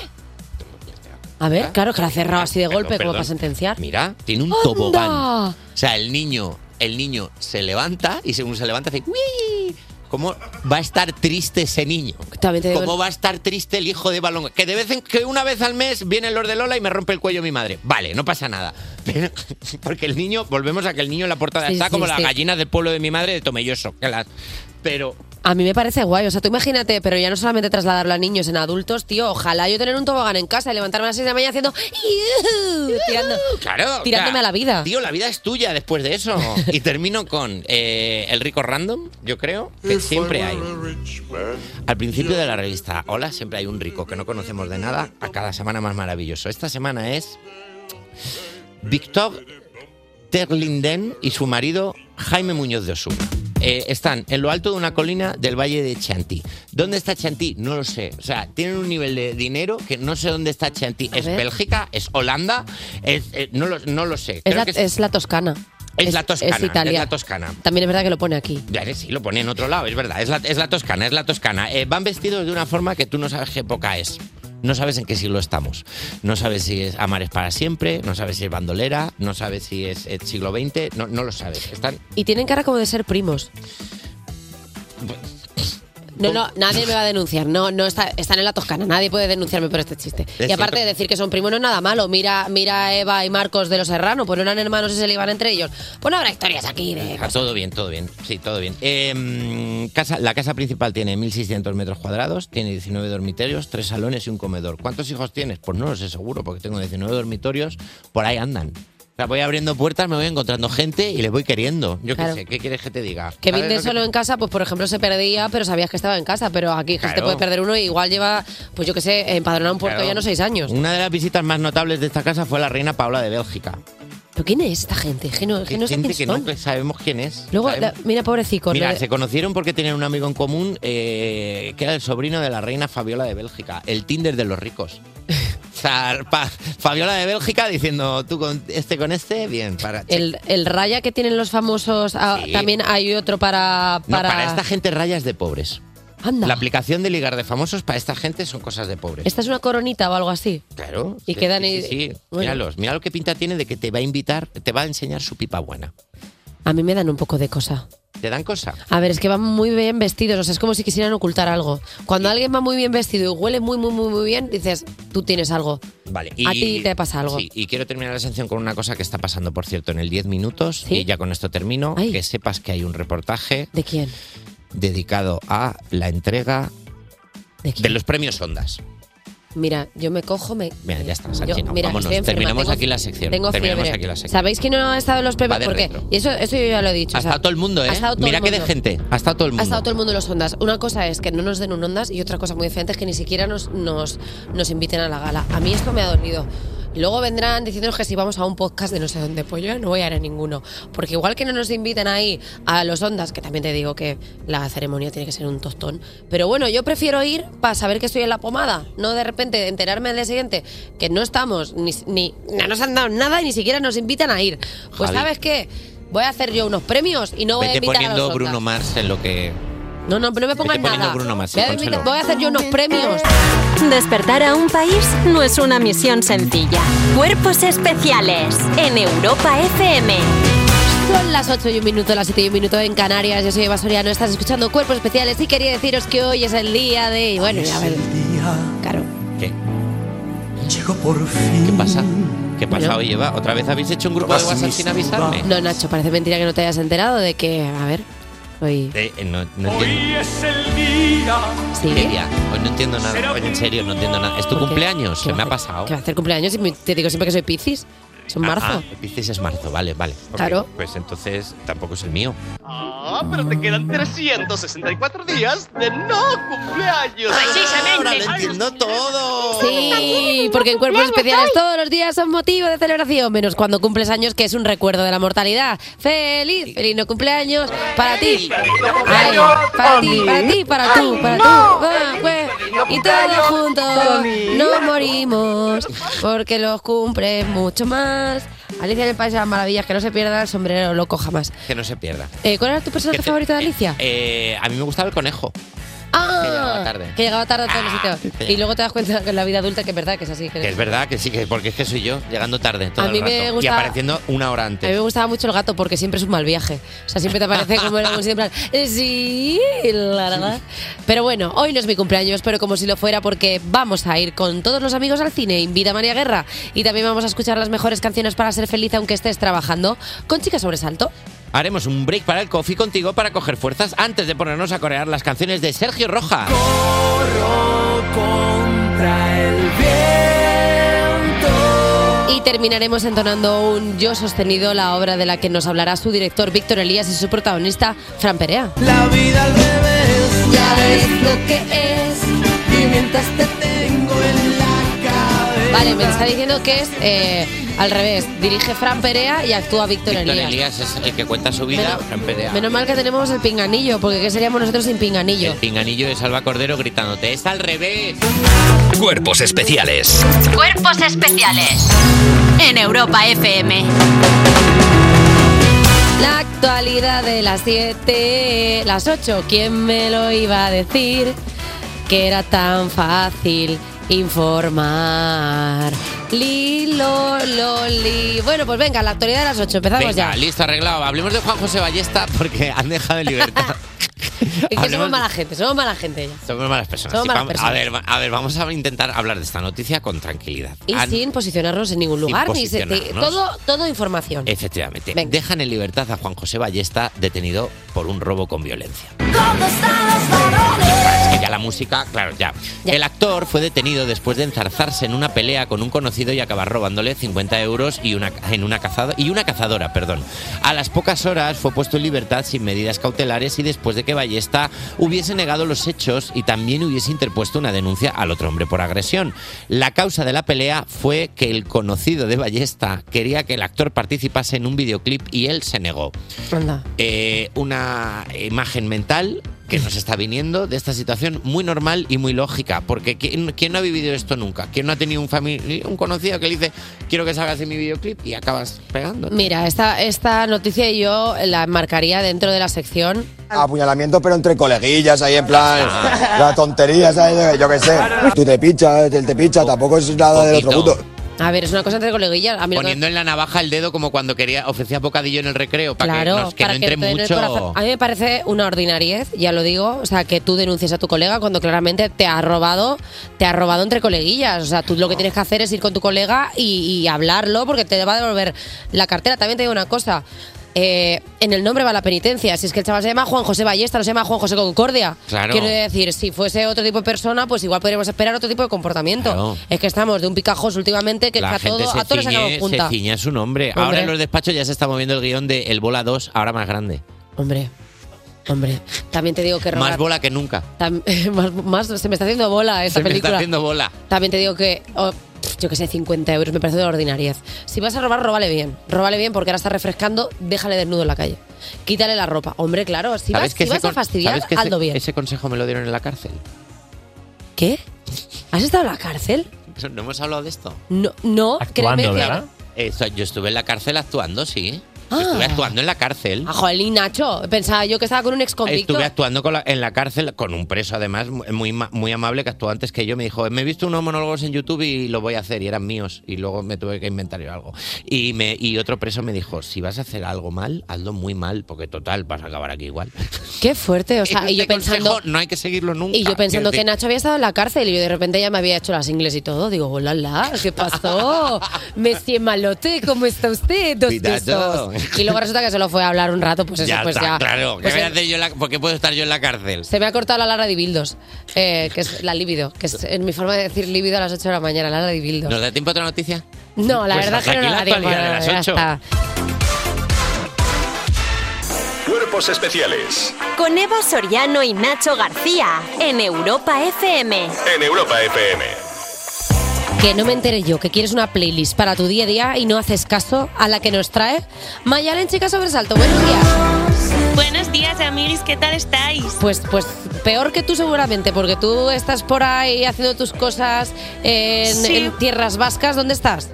Speaker 3: A ver, claro, que la ha cerrado así de
Speaker 4: Perdón,
Speaker 3: golpe, como
Speaker 4: perdón.
Speaker 3: para sentenciar.
Speaker 4: Mira, tiene un tobogán.
Speaker 3: ¡Anda!
Speaker 4: O sea, el niño, el niño se levanta y según se levanta hace "Uii". ¿Cómo va a estar triste ese niño?
Speaker 3: También te digo-
Speaker 4: ¿Cómo va a estar triste el hijo de Balón? Que de vez en que una vez al mes viene Lord de Lola y me rompe el cuello mi madre. Vale, no pasa nada. Pero-
Speaker 15: (laughs)
Speaker 4: porque el niño, volvemos a que el niño en la portada
Speaker 3: Sí,
Speaker 4: está
Speaker 3: sí,
Speaker 4: como las
Speaker 3: sí.
Speaker 4: gallinas del pueblo de mi madre de Tomelloso. que las- pero
Speaker 3: A mí me parece guay, o sea, tú imagínate, pero ya no solamente trasladarlo a niños, en adultos, tío, ojalá yo tener un tobogán en casa y levantarme a las 6 de la mañana haciendo... "Iu", tirando-
Speaker 4: Claro.
Speaker 3: tirándome
Speaker 4: ya.
Speaker 3: a la vida.
Speaker 4: Tío, la vida es tuya después
Speaker 3: (laughs)
Speaker 4: de eso. y termino con eh, el rico random, yo creo, que siempre hay. Al principio de la revista, hola, siempre hay un rico que no conocemos de nada, a cada semana más maravilloso. Esta semana es Víctor Terlinden y su marido Jaime Muñoz de Osuna. Eh, están en lo alto de una colina del valle de Chianti. ¿Dónde está Chianti? No lo sé. O sea, tienen un nivel de dinero que no sé dónde está Chianti. ¿Es Bélgica? ¿Es Holanda? Es, eh, no, lo, no lo sé.
Speaker 3: Es
Speaker 4: Creo
Speaker 3: la,
Speaker 4: que es,
Speaker 3: es la toscana.
Speaker 4: es la toscana.
Speaker 3: es Italia.
Speaker 4: Es la toscana.
Speaker 3: También es verdad que lo pone aquí.
Speaker 4: Ya, eh, sí, lo pone en otro lado, es verdad. Es la, es la toscana, es la toscana. Eh, van vestidos de una forma que tú no sabes qué época es. No sabes en qué siglo estamos. No sabes si es Amar es para siempre, no sabes si es bandolera, no sabes si es, eh, siglo XX, no, no lo sabes. Están
Speaker 3: Y tienen cara como de ser primos. No, no,
Speaker 4: Pues-
Speaker 3: nadie me va a denunciar. No, no está, están en la Toscana. Nadie puede denunciarme por este chiste. y
Speaker 4: cierto.
Speaker 3: aparte de decir que son primos no es nada malo. Mira, mira a Eva y Marcos de los Serrano, pues no eran hermanos y se le iban entre ellos. Pues no habrá historias aquí de.
Speaker 4: Ah, todo bien, todo bien. Sí, todo bien. Eh, mm, casa, la casa principal tiene 1.600 metros cuadrados, tiene 19 dormitorios, tres salones y un comedor. ¿Cuántos hijos tienes? Pues no lo sé seguro, porque tengo 19 dormitorios, por ahí andan. O sea, voy abriendo puertas, me voy encontrando gente y les voy queriendo. Yo
Speaker 3: Claro.
Speaker 4: qué sé, ¿qué quieres que te diga?
Speaker 3: Que
Speaker 4: ¿Sabes
Speaker 3: vinde
Speaker 4: lo
Speaker 3: solo en casa, pues por ejemplo se perdía, pero sabías que estaba en casa. Pero aquí es que te
Speaker 4: Claro.
Speaker 3: puede perder uno y igual lleva, pues yo qué sé, empadronado en Puerto
Speaker 4: Claro.
Speaker 3: ya no seis años.
Speaker 4: Una de las visitas más notables de esta casa fue la reina Paula de Bélgica.
Speaker 3: ¿Pero quién es esta gente? Que no, que no sé
Speaker 4: Gente
Speaker 3: quién
Speaker 4: que
Speaker 3: son.
Speaker 4: no sabemos quién es.
Speaker 3: Luego,
Speaker 4: Sabemos-
Speaker 3: la- mira, pobrecito.
Speaker 4: Mira,
Speaker 3: le-
Speaker 4: se conocieron porque tenían un amigo en común eh, que era el sobrino de la reina Fabiola de Bélgica, el Tinder de los ricos. O sea, pa- Fabiola de Bélgica diciendo tú con este con este, bien, para
Speaker 3: El, el raya que tienen los famosos, ah,
Speaker 4: Sí.
Speaker 3: también hay otro para...
Speaker 4: No, para esta gente rayas de pobres.
Speaker 3: Anda.
Speaker 4: La aplicación de ligar de famosos para esta gente son cosas de pobres.
Speaker 3: Esta es una coronita o algo así.
Speaker 4: Claro.
Speaker 3: Y
Speaker 4: sí,
Speaker 3: quedan
Speaker 4: sí,
Speaker 3: ahí-
Speaker 4: sí, sí.
Speaker 3: bueno.
Speaker 4: Míralos, mira lo que pinta tiene de que te va a invitar, te va a enseñar su pipa buena.
Speaker 3: A mí me dan un poco de cosa.
Speaker 4: ¿Te dan cosa?
Speaker 3: A ver, es que van muy bien vestidos, o sea, es como si quisieran ocultar algo. Cuando alguien va muy bien vestido y huele muy, muy, muy, muy bien, dices, tú tienes algo.
Speaker 4: Vale.
Speaker 3: A ti te pasa algo.
Speaker 4: Sí, y quiero terminar la sección con una cosa que está pasando, por cierto, en el 10 minutos. Y ya con esto termino. Que sepas que hay un reportaje.
Speaker 3: ¿De quién?
Speaker 4: Dedicado a la entrega
Speaker 3: de,
Speaker 4: los premios Ondas.
Speaker 3: Mira, yo me cojo, me...
Speaker 4: Mira, ya está,
Speaker 3: Yo-
Speaker 4: Sanchi, no,
Speaker 3: mira,
Speaker 4: vámonos.
Speaker 3: estoy enferma,
Speaker 4: terminamos
Speaker 3: tengo-
Speaker 4: aquí la sección.
Speaker 3: Tengo
Speaker 4: terminamos
Speaker 3: fiebre.
Speaker 4: aquí la sección.
Speaker 3: ¿Sabéis que no ha estado en los premios?
Speaker 4: Va de
Speaker 3: Porque,
Speaker 4: retro.
Speaker 3: y eso, eso yo ya lo he dicho.
Speaker 4: Ha
Speaker 3: o sea,
Speaker 4: estado todo el mundo, ¿eh?
Speaker 3: ha estado todo
Speaker 4: Mira
Speaker 3: el
Speaker 4: qué de
Speaker 3: mundo.
Speaker 4: gente. Ha estado todo
Speaker 3: Ha
Speaker 4: el mundo.
Speaker 3: estado todo el mundo en los ondas. Una cosa es que no nos den un ondas y otra cosa muy diferente es que ni siquiera nos, nos, nos inviten a la gala. A mí esto me ha dolido. Y Luego vendrán diciéndonos que si vamos a un podcast de no sé dónde, pues yo ya no voy a ir a ninguno. Porque igual que no nos inviten ahí a los ondas, que también te digo que la ceremonia tiene que ser un tostón. Pero bueno, yo prefiero ir para saber que estoy en la pomada, no de repente enterarme al día siguiente que no estamos, ni, ni no nos han dado nada y ni siquiera nos invitan a ir. Pues
Speaker 4: Javi.
Speaker 3: ¿sabes qué? Voy a hacer yo unos premios y no voy a
Speaker 4: Vete
Speaker 3: invitar a los
Speaker 4: poniendo
Speaker 3: ondas.
Speaker 4: Bruno Mars en lo que.
Speaker 3: No, no, pero no me pongas
Speaker 4: Vete poniendo
Speaker 3: nada.
Speaker 4: Bruno Mars,
Speaker 3: voy, a,
Speaker 4: pónselo.
Speaker 3: voy a hacer yo unos premios.
Speaker 2: Despertar a un país no es una misión sencilla. Cuerpos especiales en Europa FM.
Speaker 3: Son las 8 y un minuto, las 7 y un minuto en Canarias. Yo soy Eva Soriano, estás escuchando Cuerpos Especiales y quería deciros que hoy es el día de... y Bueno, ya ver. Claro.
Speaker 4: ¿Qué?
Speaker 7: Llegó por fin.
Speaker 4: ¿Qué pasa? ¿Qué pasa hoy, Eva? ¿Otra vez habéis hecho un grupo de WhatsApp sin avisarme?
Speaker 3: No, Nacho, parece mentira que no te hayas enterado de que... A ver, hoy...
Speaker 4: Eh, eh, no, no entiendo.
Speaker 7: es el día.
Speaker 3: Sí.
Speaker 4: ¿Qué día? Hoy no entiendo nada. Hoy en serio, no entiendo nada. ¿Es tu cumpleaños? ¿Qué me ha pasado?
Speaker 3: Que va a hacer cumpleaños y me- te digo siempre que soy Piscis. Es en marzo.
Speaker 4: Ah, dices es marzo, vale, vale. Ok,
Speaker 3: Claro.
Speaker 4: Pues entonces tampoco es el mío.
Speaker 16: Ah, pero te quedan 364 días de no cumpleaños.
Speaker 4: Ahora lo entiendo todo.
Speaker 3: Sí, porque en cuerpos especiales todos los días son motivo de celebración, menos cuando cumples años, que es un recuerdo de la mortalidad. ¡Feliz! ¡Feliz no cumpleaños! Para ti. Ay, para ti, para ti, para tú, para tú. Ah, pues, y todos juntos no morimos, porque los cumples mucho más. Alicia en el País de las Maravillas, que no se pierda el sombrero loco jamás.
Speaker 4: Que no se pierda.
Speaker 3: Eh, ¿Cuál era tu personaje favorito de Alicia?
Speaker 4: Eh, a mí me gustaba el conejo.
Speaker 3: Ah,
Speaker 4: que llegaba tarde.
Speaker 3: Que llegaba tarde a todos los
Speaker 4: que
Speaker 3: sitios. Y
Speaker 4: llegaba-
Speaker 3: luego te das cuenta que en la vida adulta que es verdad que es así. que-
Speaker 4: Que es verdad que sí, que porque es que soy yo, llegando tarde todo
Speaker 3: A mí
Speaker 4: el
Speaker 3: me
Speaker 4: rato. Y
Speaker 3: gusta-
Speaker 4: apareciendo una hora
Speaker 3: A mí me
Speaker 4: antes.
Speaker 3: gustaba mucho el gato porque siempre es un mal viaje. O sea, siempre te aparece como en algún sitio en plan, eh, sí, la, la, la. Pero bueno, hoy no es mi cumpleaños, pero como si lo fuera porque vamos a ir con todos los amigos al cine, invita a María Guerra y también vamos a escuchar las mejores canciones para ser feliz aunque estés trabajando con Chica Sobresalto.
Speaker 4: haremos un break para el coffee contigo para coger fuerzas antes de ponernos a corear las canciones de Sergio Roja.
Speaker 7: Contra el
Speaker 3: Y terminaremos entonando un Yo Sostenido, la obra de la que nos hablará su director Víctor Elías y su protagonista Fran Perea.
Speaker 7: La vida al revés
Speaker 3: Ya es
Speaker 7: lo que es Y mientras te tengo en la cabeza
Speaker 3: Vale, me está diciendo que es eh, al revés. Dirige Fran Perea y actúa Víctor
Speaker 4: Don
Speaker 3: Elías.
Speaker 4: Elías es el que cuenta su vida. Fran Perea.
Speaker 3: Menos mal que tenemos el pinganillo, porque ¿qué seríamos nosotros sin pinganillo?
Speaker 4: El pinganillo de Salva Cordero gritándote, es al revés.
Speaker 1: Cuerpos especiales.
Speaker 2: Cuerpos especiales en Europa FM.
Speaker 3: La actualidad de las 7, las 8. ¿Quién me lo iba a decir? Que era tan fácil informar. Lilo, loli. Bueno, pues venga, la actualidad de las 8. Empezamos
Speaker 4: Venga,
Speaker 3: ya.
Speaker 4: listo, arreglado. Hablemos de Juan José Ballesta porque han dejado en
Speaker 3: (laughs)
Speaker 4: libertad.
Speaker 3: Es que somos
Speaker 4: hablemos-
Speaker 3: mala gente, somos mala gente ya.
Speaker 4: Somos malas personas.
Speaker 3: Somos
Speaker 4: Sí,
Speaker 3: malas
Speaker 4: vamos-
Speaker 3: personas.
Speaker 4: A, ver, va- a ver, vamos a intentar hablar de esta noticia con tranquilidad.
Speaker 3: Y
Speaker 4: Han-
Speaker 3: sin posicionarnos en ningún
Speaker 4: Ah, Sin
Speaker 3: lugar, ni se-
Speaker 4: posicionarnos. Eh.
Speaker 3: todo, todo información.
Speaker 4: Efectivamente.
Speaker 3: Venga.
Speaker 4: Dejan en libertad a Juan José Ballesta detenido por un robo con violencia. Es que ya la música, claro, ya. El actor fue detenido después de enzarzarse en una pelea con un conocido y acabar robándole 50 euros y una, en una, cazado- y una cazadora. Perdón. A las pocas horas fue puesto en libertad sin medidas cautelares y después de que Ballesta hubiese negado los hechos y también hubiese interpuesto una denuncia al otro hombre por agresión. La causa de la pelea fue que el conocido de Ballesta quería que el actor participase en un videoclip y él se negó.
Speaker 3: Anda.
Speaker 4: Eh, una imagen mental que nos está viniendo de esta situación muy normal y muy lógica. Porque ¿quién, quién no ha vivido esto nunca? ¿Quién no ha tenido un, famili- un conocido que le dice quiero que salgas en mi videoclip y acabas pegando?
Speaker 3: Mira, esta, esta noticia yo la marcaría dentro de la sección.
Speaker 17: Apuñalamiento, pero entre coleguillas, ahí en plan. La tontería, ¿sabes? Yo qué sé. Tú te pichas, él te picha, tampoco es nada del otro mundo.
Speaker 3: A ver, es una cosa entre coleguillas. A mí lo que-
Speaker 4: Poniendo en la navaja el dedo como cuando quería ofrecía bocadillo en el recreo para que,
Speaker 3: Claro,
Speaker 4: nos, que no entre
Speaker 3: te den el
Speaker 4: mucho.
Speaker 3: corazón. A mí me parece una ordinariez, ya lo digo, o sea, que tú denuncies a tu colega cuando claramente te ha robado, te ha robado entre coleguillas, o sea, tú lo que tienes que hacer es ir con tu colega y, y hablarlo porque te va a devolver la cartera. También te digo una cosa, eh, en el nombre va la penitencia, si es que el chaval se llama Juan José Ballesta, no se llama Juan José Concordia.
Speaker 4: Claro.
Speaker 3: Quiero decir, si fuese otro tipo de persona, pues igual podríamos esperar otro tipo de comportamiento.
Speaker 4: Claro.
Speaker 3: Es que estamos de un picajos últimamente que
Speaker 4: La
Speaker 3: está
Speaker 4: gente
Speaker 3: todo, a
Speaker 4: se
Speaker 3: todos nos acabamos
Speaker 4: ciñe, se
Speaker 3: junta.
Speaker 4: ciñe a su nombre.
Speaker 3: Hombre.
Speaker 4: Ahora en los despachos ya se está moviendo el guión de El Bola 2, ahora más grande.
Speaker 3: Hombre, hombre, también te digo que
Speaker 4: Más
Speaker 3: rogar-
Speaker 4: bola que nunca.
Speaker 3: Tam- (laughs) más, más- se me está haciendo bola esta
Speaker 4: Se me
Speaker 3: película.
Speaker 4: está haciendo bola.
Speaker 3: También te digo que, oh, pff, yo que sé, 50 euros me parece de ordinariez. Si vas a robar, róbale bien. Róbale bien porque ahora está refrescando, déjale desnudo en la calle. Quítale la ropa. Hombre, claro, si vas,
Speaker 4: ¿Sabes que
Speaker 3: si
Speaker 4: ese
Speaker 3: vas a
Speaker 4: con-
Speaker 3: fastidiar,
Speaker 4: sabes que ese-
Speaker 3: hazlo bien.
Speaker 4: Ese consejo me lo dieron en la cárcel.
Speaker 3: ¿Qué? ¿Has estado en la cárcel?
Speaker 4: ¿No hemos hablado de esto?
Speaker 3: No, no créeme que...
Speaker 4: Eso, yo estuve en la cárcel actuando, sí.
Speaker 3: Ah.
Speaker 4: Estuve actuando en la cárcel.
Speaker 3: Ah, jolín, Nacho, pensaba yo que estaba con un ex convicto.
Speaker 4: Estuve actuando con la- en la cárcel con un preso, además, mu- muy, ma- muy amable, que actuó antes que yo. Me dijo, me he visto unos monólogos en YouTube y los voy a hacer, y eran míos. Y luego me tuve que inventar yo algo. Y, me, y otro preso me dijo, si vas a hacer algo mal, hazlo muy mal, porque total, vas a acabar aquí igual.
Speaker 3: Qué fuerte, o sea,
Speaker 4: (laughs) Este
Speaker 3: y yo pensando...
Speaker 4: consejo no hay que seguirlo nunca.
Speaker 3: Y yo pensando que
Speaker 4: Ah, Quiero decir,
Speaker 3: Nacho había estado en la cárcel y yo de repente ya me había hecho las ingles y todo. Digo, hola, hola, ¿qué pasó? Messi Malote, ¿cómo está usted? Dos
Speaker 4: Cuidado.
Speaker 3: besos. Y luego resulta que se lo fue a hablar un rato, pues eso,
Speaker 4: ya
Speaker 3: pues
Speaker 4: está,
Speaker 3: ya.
Speaker 4: claro. ¿Qué
Speaker 3: Pues
Speaker 4: voy a
Speaker 3: el-
Speaker 4: hacer yo en la- ¿Por qué puedo estar yo en la cárcel?
Speaker 3: se me ha cortado la Lara de Bildos, eh, que es la libido, que es en mi forma de decir libido a las 8 de la mañana, Lara de Bildos.
Speaker 4: ¿Nos da tiempo a otra noticia?
Speaker 3: No, la
Speaker 4: Pues
Speaker 3: verdad es que
Speaker 4: hasta
Speaker 3: no nos
Speaker 4: aquí la
Speaker 3: da tiempo,
Speaker 4: actualidad de
Speaker 3: no,
Speaker 4: las
Speaker 3: ya
Speaker 4: ocho.
Speaker 3: está.
Speaker 9: Cuerpos especiales
Speaker 2: Con Eva Soriano y Nacho García en Europa FM.
Speaker 9: en Europa FM.
Speaker 3: Que no me entere yo que quieres una playlist para tu día a día y no haces caso a la que nos trae Mayalen Chica Sobresalto. Buenos días.
Speaker 14: Buenos días, amiguis, ¿qué tal estáis?
Speaker 3: Pues, pues peor que tú seguramente, porque tú estás por ahí haciendo tus cosas en,
Speaker 14: Sí.
Speaker 3: en tierras vascas. ¿Dónde estás?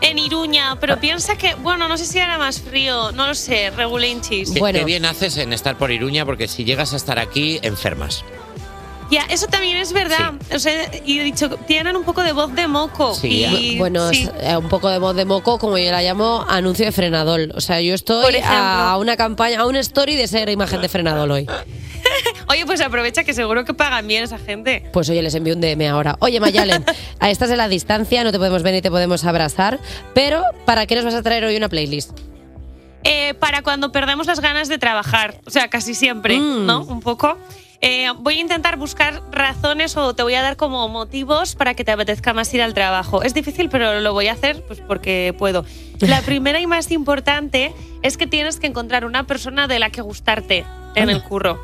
Speaker 14: En Iruña, pero piensa que, bueno, no sé si hará más frío, no lo sé, regulinchis.
Speaker 4: ¿Qué, qué bien haces en estar por Iruña, porque si llegas a estar aquí, enfermas.
Speaker 14: Ya, eso también es verdad. O sea, y he dicho, tienen un poco de voz de moco. y,
Speaker 3: Bu- Bueno,
Speaker 14: sí.
Speaker 3: es, eh, un poco de voz de moco, como yo la llamo, anuncio de frenadol. O sea, yo estoy a una campaña, a una story de ser imagen de frenadol hoy.
Speaker 14: Oye, pues aprovecha que seguro que pagan bien esa gente.
Speaker 3: Pues oye, les envío un DM ahora.
Speaker 14: (laughs)
Speaker 3: Oye, Mayalen, a estás en la distancia, no te podemos ver ni te podemos abrazar, pero ¿para qué nos vas a traer hoy una playlist?
Speaker 14: eh, para cuando perdemos las ganas de trabajar. O sea, casi siempre,
Speaker 18: Mm.
Speaker 14: ¿no? Un poco. Eh, voy a intentar buscar razones o te voy a dar como motivos para que te apetezca más ir al trabajo. Es difícil, pero lo voy a hacer pues, porque puedo.
Speaker 3: (laughs)
Speaker 14: La primera y más importante es que tienes que encontrar una persona de la que gustarte (laughs) en el curro.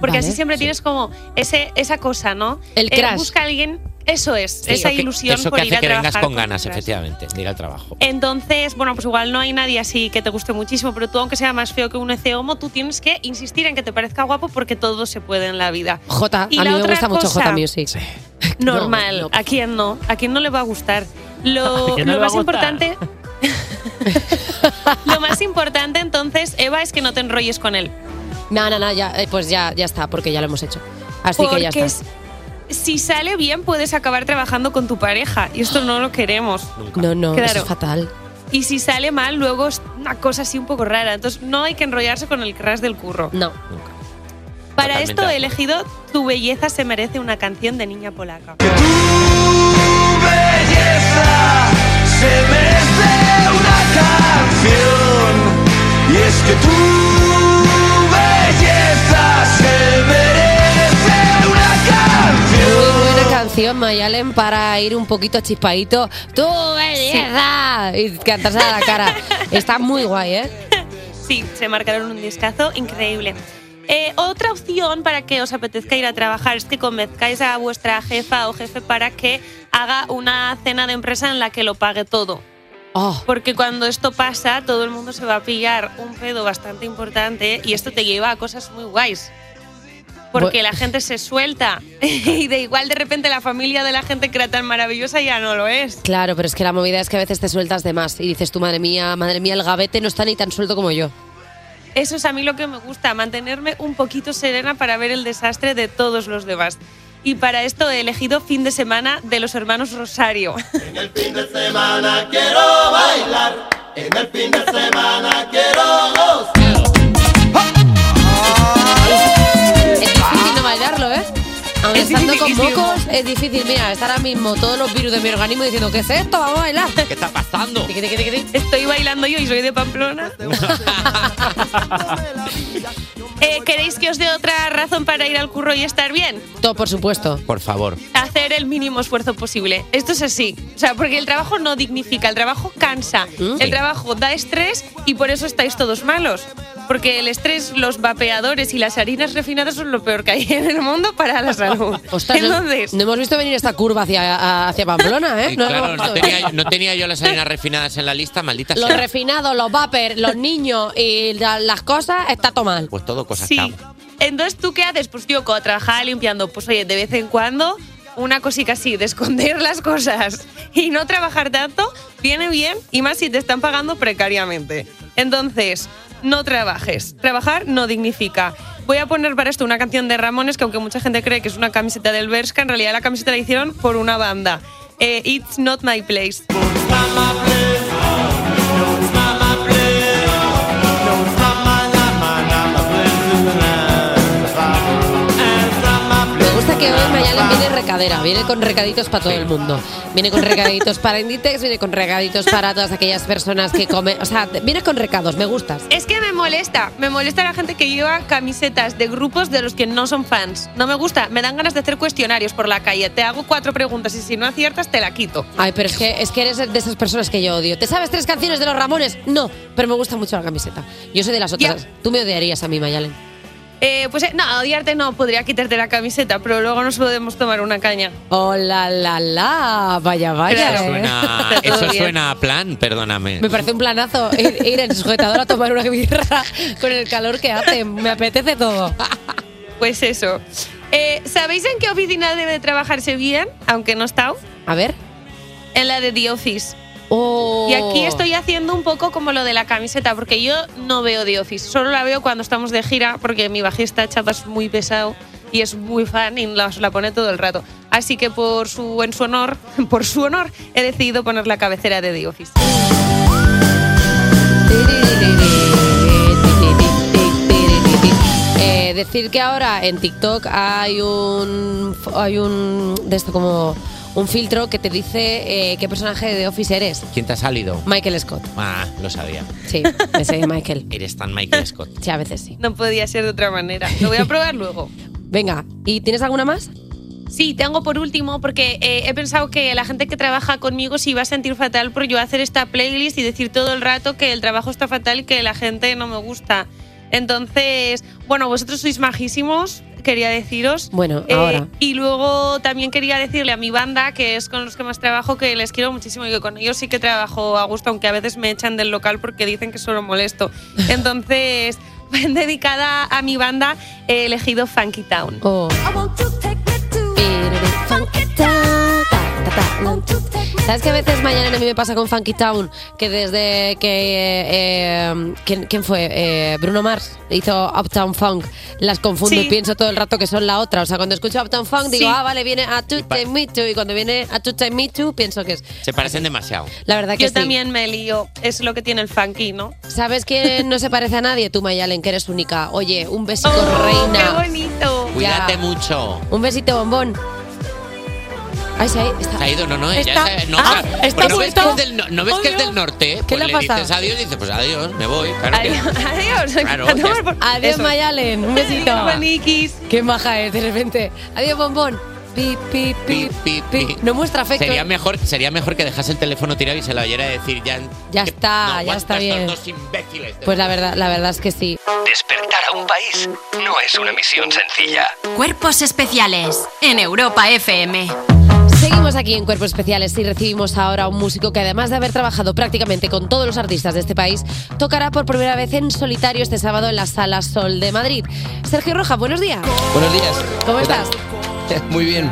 Speaker 14: Porque
Speaker 3: Vale,
Speaker 14: así siempre tienes como ese, esa cosa, ¿no?
Speaker 3: El
Speaker 14: Eh,
Speaker 3: crush.
Speaker 14: busca a alguien, eso es,
Speaker 4: Sí,
Speaker 14: esa
Speaker 4: eso que-
Speaker 14: ilusión
Speaker 4: Eso
Speaker 14: por
Speaker 4: que
Speaker 14: ir
Speaker 4: hace
Speaker 14: a
Speaker 4: que
Speaker 14: trabajar.
Speaker 4: vengas con
Speaker 14: un
Speaker 4: ganas,
Speaker 14: crush.
Speaker 4: efectivamente, de ir al
Speaker 3: (laughs)
Speaker 4: trabajo.
Speaker 14: Entonces, bueno, pues igual no hay nadie así que te guste muchísimo, pero tú, aunque sea más feo que un E ece homo, tú tienes que insistir en que te parezca guapo porque todo se puede en la vida.
Speaker 3: J, a mí
Speaker 14: Y la
Speaker 3: me
Speaker 14: otra
Speaker 3: gusta mucho J
Speaker 14: cosa
Speaker 3: (laughs) Music.
Speaker 14: Normal, ¿a quién no? ¿A quién no le va a gustar? Lo,
Speaker 3: (laughs) ¿A quién no
Speaker 14: lo
Speaker 3: le va a
Speaker 14: más
Speaker 3: gustar? (laughs)
Speaker 14: importante. lo más importante entonces, Eva, es que no te enrolles con él.
Speaker 3: No, no, no, ya, eh, pues ya, ya está, porque ya lo hemos hecho. Así que ya
Speaker 14: Porque
Speaker 3: está.
Speaker 14: es- Si sale bien, puedes acabar trabajando con tu pareja. Y esto no lo queremos.
Speaker 3: No, no, eso
Speaker 14: Claro.
Speaker 3: es fatal.
Speaker 14: Y si sale mal, luego es una cosa así un poco rara. Entonces, no hay que enrollarse con el crash del curro.
Speaker 3: No.
Speaker 14: Para
Speaker 3: Totalmente
Speaker 14: esto
Speaker 3: de
Speaker 14: he elegido Tu belleza se merece una canción de niña polaca.
Speaker 7: Se merece una canción y es que tu belleza se merece una canción.
Speaker 3: Muy buena canción, Mayalen, para ir un poquito chispadito. ¡Tú, belleza! Y cantarse a la
Speaker 14: (laughs)
Speaker 3: cara. Está muy guay, ¿eh?
Speaker 14: Sí, se marcaron un discazo increíble. Eh, otra opción para que os apetezca ir a trabajar es que convenzcáis a vuestra jefa o jefe para que haga una cena de empresa en la que lo pague todo.
Speaker 3: Oh,
Speaker 14: Porque cuando esto pasa, todo el mundo se va a pillar un pedo bastante importante y esto te lleva a cosas muy guays. Porque
Speaker 3: Bu-
Speaker 14: la gente se suelta (laughs) y de igual de repente la familia de la gente que era tan maravillosa ya no lo es.
Speaker 3: Claro, pero es que la movida es que a veces te sueltas de más y dices, tu madre mía, madre mía, el gavete no está ni tan suelto como yo.
Speaker 14: Eso es a mí lo que me gusta, mantenerme un poquito serena para ver el desastre de todos los demás. Y para esto he elegido fin de semana de los hermanos Rosario. (laughs)
Speaker 7: Semana quiero bailar, en el fin de semana quiero gozar.
Speaker 3: Es difícil no bailarlo, ¿eh? Aún
Speaker 14: Es
Speaker 3: estando con
Speaker 14: dificilísimo.
Speaker 3: mocos, es difícil. Mira, estar ahora mismo todos los virus de mi organismo diciendo, ¿qué es esto? Vamos a bailar.
Speaker 4: ¿Qué está pasando?
Speaker 14: Estoy bailando yo y soy de Pamplona. (laughs) Eh, ¿Queréis que os dé otra razón para ir al curro y estar bien?
Speaker 3: Todo, por supuesto.
Speaker 4: Por favor.
Speaker 14: Hacer el mínimo esfuerzo posible. Esto es así. O sea, porque el trabajo no dignifica, el trabajo cansa,
Speaker 3: Mm.
Speaker 14: el trabajo da estrés y por eso estáis todos malos. Porque el estrés, los vapeadores y las harinas refinadas son lo peor que hay (laughs) en el mundo para la salud.
Speaker 3: (laughs) Ostras, no,
Speaker 14: Entonces,
Speaker 3: no hemos visto venir esta curva hacia, hacia Pamplona, ¿eh?
Speaker 4: Y
Speaker 3: No lo
Speaker 4: claro,
Speaker 3: hemos
Speaker 4: no
Speaker 3: visto
Speaker 4: tenía, no tenía yo las harinas refinadas en la lista, maldita
Speaker 3: Los
Speaker 4: sea.
Speaker 3: refinados, los vapers, los niños y la- las cosas, está todo mal.
Speaker 4: Pues todo cosas
Speaker 14: Sí.
Speaker 4: tabú.
Speaker 14: Entonces, ¿tú qué haces? Pues tío, cuando trabajaba limpiando, pues oye, de vez en cuando, una cosica así, de esconder (laughs) las cosas y no trabajar tanto, viene bien y más si te están pagando precariamente. Entonces, no trabajes. Trabajar no dignifica. Voy a poner para esto una canción de Ramones que aunque mucha gente cree que es una camiseta del Bershka, en realidad la camiseta la hicieron por una banda. Eh, It's Not My Place.
Speaker 3: Me gusta que hoy Mayalen viene recadera, viene con recaditos para todo el mundo. Viene con recaditos para Inditex, viene con recaditos para todas aquellas personas que comen. O sea, te- viene con recados, me gustas.
Speaker 14: Es que me molesta, me molesta la gente que lleva camisetas de grupos de los que no son fans. No me gusta, me dan ganas de hacer cuestionarios por la calle. Te hago cuatro preguntas y si no aciertas te la quito.
Speaker 3: Ay, pero es que, es que eres de esas personas que yo odio. ¿Te sabes tres canciones de los Ramones? No, pero me gusta mucho la camiseta. Yo soy de las otras. Tú me odiarías a mí, Mayalen.
Speaker 14: Eh, pues eh, no, odiarte no, podría quitarte la camiseta, pero luego nos podemos tomar una caña.
Speaker 3: Hola, Oh, la, la. Ah, Vaya, vaya.
Speaker 4: Eso
Speaker 3: ¿eh?
Speaker 4: suena,
Speaker 3: Está todo
Speaker 4: eso
Speaker 3: bien.
Speaker 4: suena a plan, perdóname.
Speaker 3: Me parece un planazo ir, ir en sujetador a tomar una birra con el calor que hace. Me apetece todo.
Speaker 14: Pues eso. Eh, ¿Sabéis en qué oficina debe trabajarse bien, aunque no está?
Speaker 3: A ver.
Speaker 14: En la de The Office.
Speaker 3: Oh.
Speaker 14: Y aquí estoy haciendo un poco como lo de la camiseta, porque yo no veo The Office, solo la veo cuando estamos de gira, porque mi bajista Chapa es muy pesado y es muy fan y nos la pone todo el rato. Así que por su, en su honor, (laughs) por su honor, he decidido poner la cabecera de The Office.
Speaker 3: Eh, decir que ahora en TikTok hay un hay un de esto como un filtro que te dice eh, qué personaje de Office eres.
Speaker 4: ¿Quién te ha salido?
Speaker 3: Michael Scott.
Speaker 4: Ah, lo sabía.
Speaker 3: Sí, ese es Michael.
Speaker 4: Eres tan Michael Scott.
Speaker 3: Sí, a veces sí.
Speaker 14: No podía ser de otra manera. Lo voy a probar luego.
Speaker 3: (laughs) Venga, ¿y tienes alguna más?
Speaker 14: Sí, tengo por último, porque eh, he pensado que la gente que trabaja conmigo se iba a sentir fatal por yo hacer esta playlist y decir todo el rato que el trabajo está fatal y que la gente no me gusta. Entonces, bueno, vosotros sois majísimos, quería deciros.
Speaker 3: Bueno,
Speaker 14: Eh,
Speaker 3: ahora.
Speaker 14: Y luego también quería decirle a mi banda, que es con los que más trabajo, que les quiero muchísimo y que con ellos sí que trabajo a gusto, aunque a veces me echan del local porque dicen que solo
Speaker 3: (laughs)
Speaker 14: molesto. Entonces, (laughs) dedicada a mi banda, he elegido Funky Town.
Speaker 3: Oh. ¿Sabes que a veces mañana a mí me pasa con Funky Town? Que desde que. eh, eh, ¿quién, quién fue? Eh, Bruno Mars hizo Uptown Funk. Las confundo
Speaker 14: Sí.
Speaker 3: y pienso todo el rato que son la otra. O sea, cuando escucho Uptown Funk
Speaker 14: Sí.
Speaker 3: digo, ah, vale, viene a Two Time Me Too. Y cuando viene a Two Time Me Too pienso que es.
Speaker 4: Se parecen demasiado.
Speaker 3: La verdad que
Speaker 14: Yo
Speaker 3: sí.
Speaker 14: también me lío, es lo que tiene el funky, ¿no? (laughs)
Speaker 3: ¿Sabes que no se parece a nadie? Tú, Mayalen, que eres única. Oye, un besito, reina.
Speaker 14: Oh, ¡Qué bonito!
Speaker 4: Cuídate mucho.
Speaker 3: Un besito, bombón. Ay, se ha- está.
Speaker 4: Se ha ido, no, no,
Speaker 3: Está-
Speaker 4: ella se- no,
Speaker 3: ah,
Speaker 4: claro,
Speaker 3: está
Speaker 4: pero ¿no ves, que
Speaker 3: vuelto.
Speaker 4: es del, no, no ves que es del norte?
Speaker 3: ¿Qué
Speaker 4: Pues
Speaker 3: le ha
Speaker 4: le, dices
Speaker 3: pasado?
Speaker 4: adiós y dice, pues adiós, me voy. Claro
Speaker 3: (laughs)
Speaker 4: que-
Speaker 14: Adiós.
Speaker 4: Claro, ya está.
Speaker 3: Adiós,
Speaker 4: Eso.
Speaker 3: Mayalen. Un besito.
Speaker 14: Maniquis.
Speaker 3: Qué maja es, de repente. Adiós, bombón. Pi, pi, pi,
Speaker 4: pi, pi.
Speaker 3: No muestra afecto.
Speaker 4: Sería mejor, sería mejor que dejase el teléfono tirado y se lo oyera decir ya.
Speaker 3: Ya está, ya está bien.
Speaker 4: imbéciles.
Speaker 3: Pues la verdad, la verdad es que sí.
Speaker 1: Despertar a un país no es una misión sencilla.
Speaker 2: Cuerpos especiales en Europa FM.
Speaker 3: Seguimos aquí en Cuerpos Especiales y recibimos ahora a un músico que además de haber trabajado prácticamente con todos los artistas de este país, tocará por primera vez en solitario este sábado en la Sala Sol de Madrid. Sergio Roja, buenos días.
Speaker 18: Buenos días. (laughs)
Speaker 3: ¿Cómo
Speaker 18: ¿Qué tal?
Speaker 3: estás?
Speaker 18: Muy bien.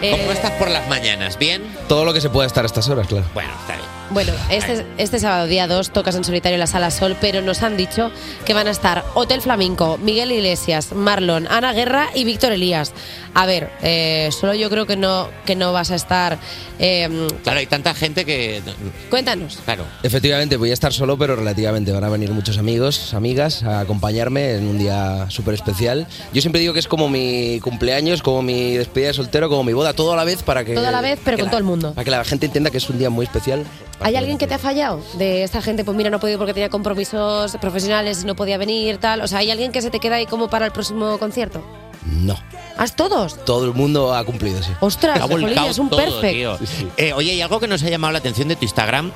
Speaker 3: Eh,
Speaker 4: Por las mañanas, ¿bien?
Speaker 18: Todo lo que se pueda estar a estas horas, claro.
Speaker 4: Bueno, está bien.
Speaker 3: Bueno, este, este sábado día 2 tocas en solitario en la Sala Sol, pero nos han dicho que van a estar Hotel Flamenco, Miguel Iglesias, Marlon, Ana Guerra y Víctor Elías. A ver, eh, solo yo creo que no, que no vas a estar... eh,
Speaker 4: Claro, hay tanta gente que.
Speaker 3: cuéntanos.
Speaker 4: Claro.
Speaker 18: Efectivamente, voy a estar solo, pero relativamente. Van a venir muchos amigos, amigas, a acompañarme en un día súper especial. Yo siempre digo que es como mi cumpleaños, como mi despedida de soltero, como mi boda, todo a la vez para que.
Speaker 3: Todo a la vez, pero
Speaker 18: Eh, que
Speaker 3: con
Speaker 18: la-
Speaker 3: todo el mundo.
Speaker 18: Para que la gente entienda que es un día muy especial.
Speaker 3: ¿Hay alguien que te ha fallado? De esta gente, pues mira, no ha podido porque tenía compromisos profesionales, no podía venir, tal. O sea, ¿hay alguien que se te queda ahí como para el próximo concierto?
Speaker 18: No.
Speaker 3: ¿Haz todos?
Speaker 18: Todo el mundo ha cumplido, sí.
Speaker 3: ¡Ostras!
Speaker 4: Ha volcado
Speaker 3: Jolín, es un
Speaker 4: todo,
Speaker 3: perfect.
Speaker 4: tío. Eh, oye, hay algo que nos ha llamado la atención de tu Instagram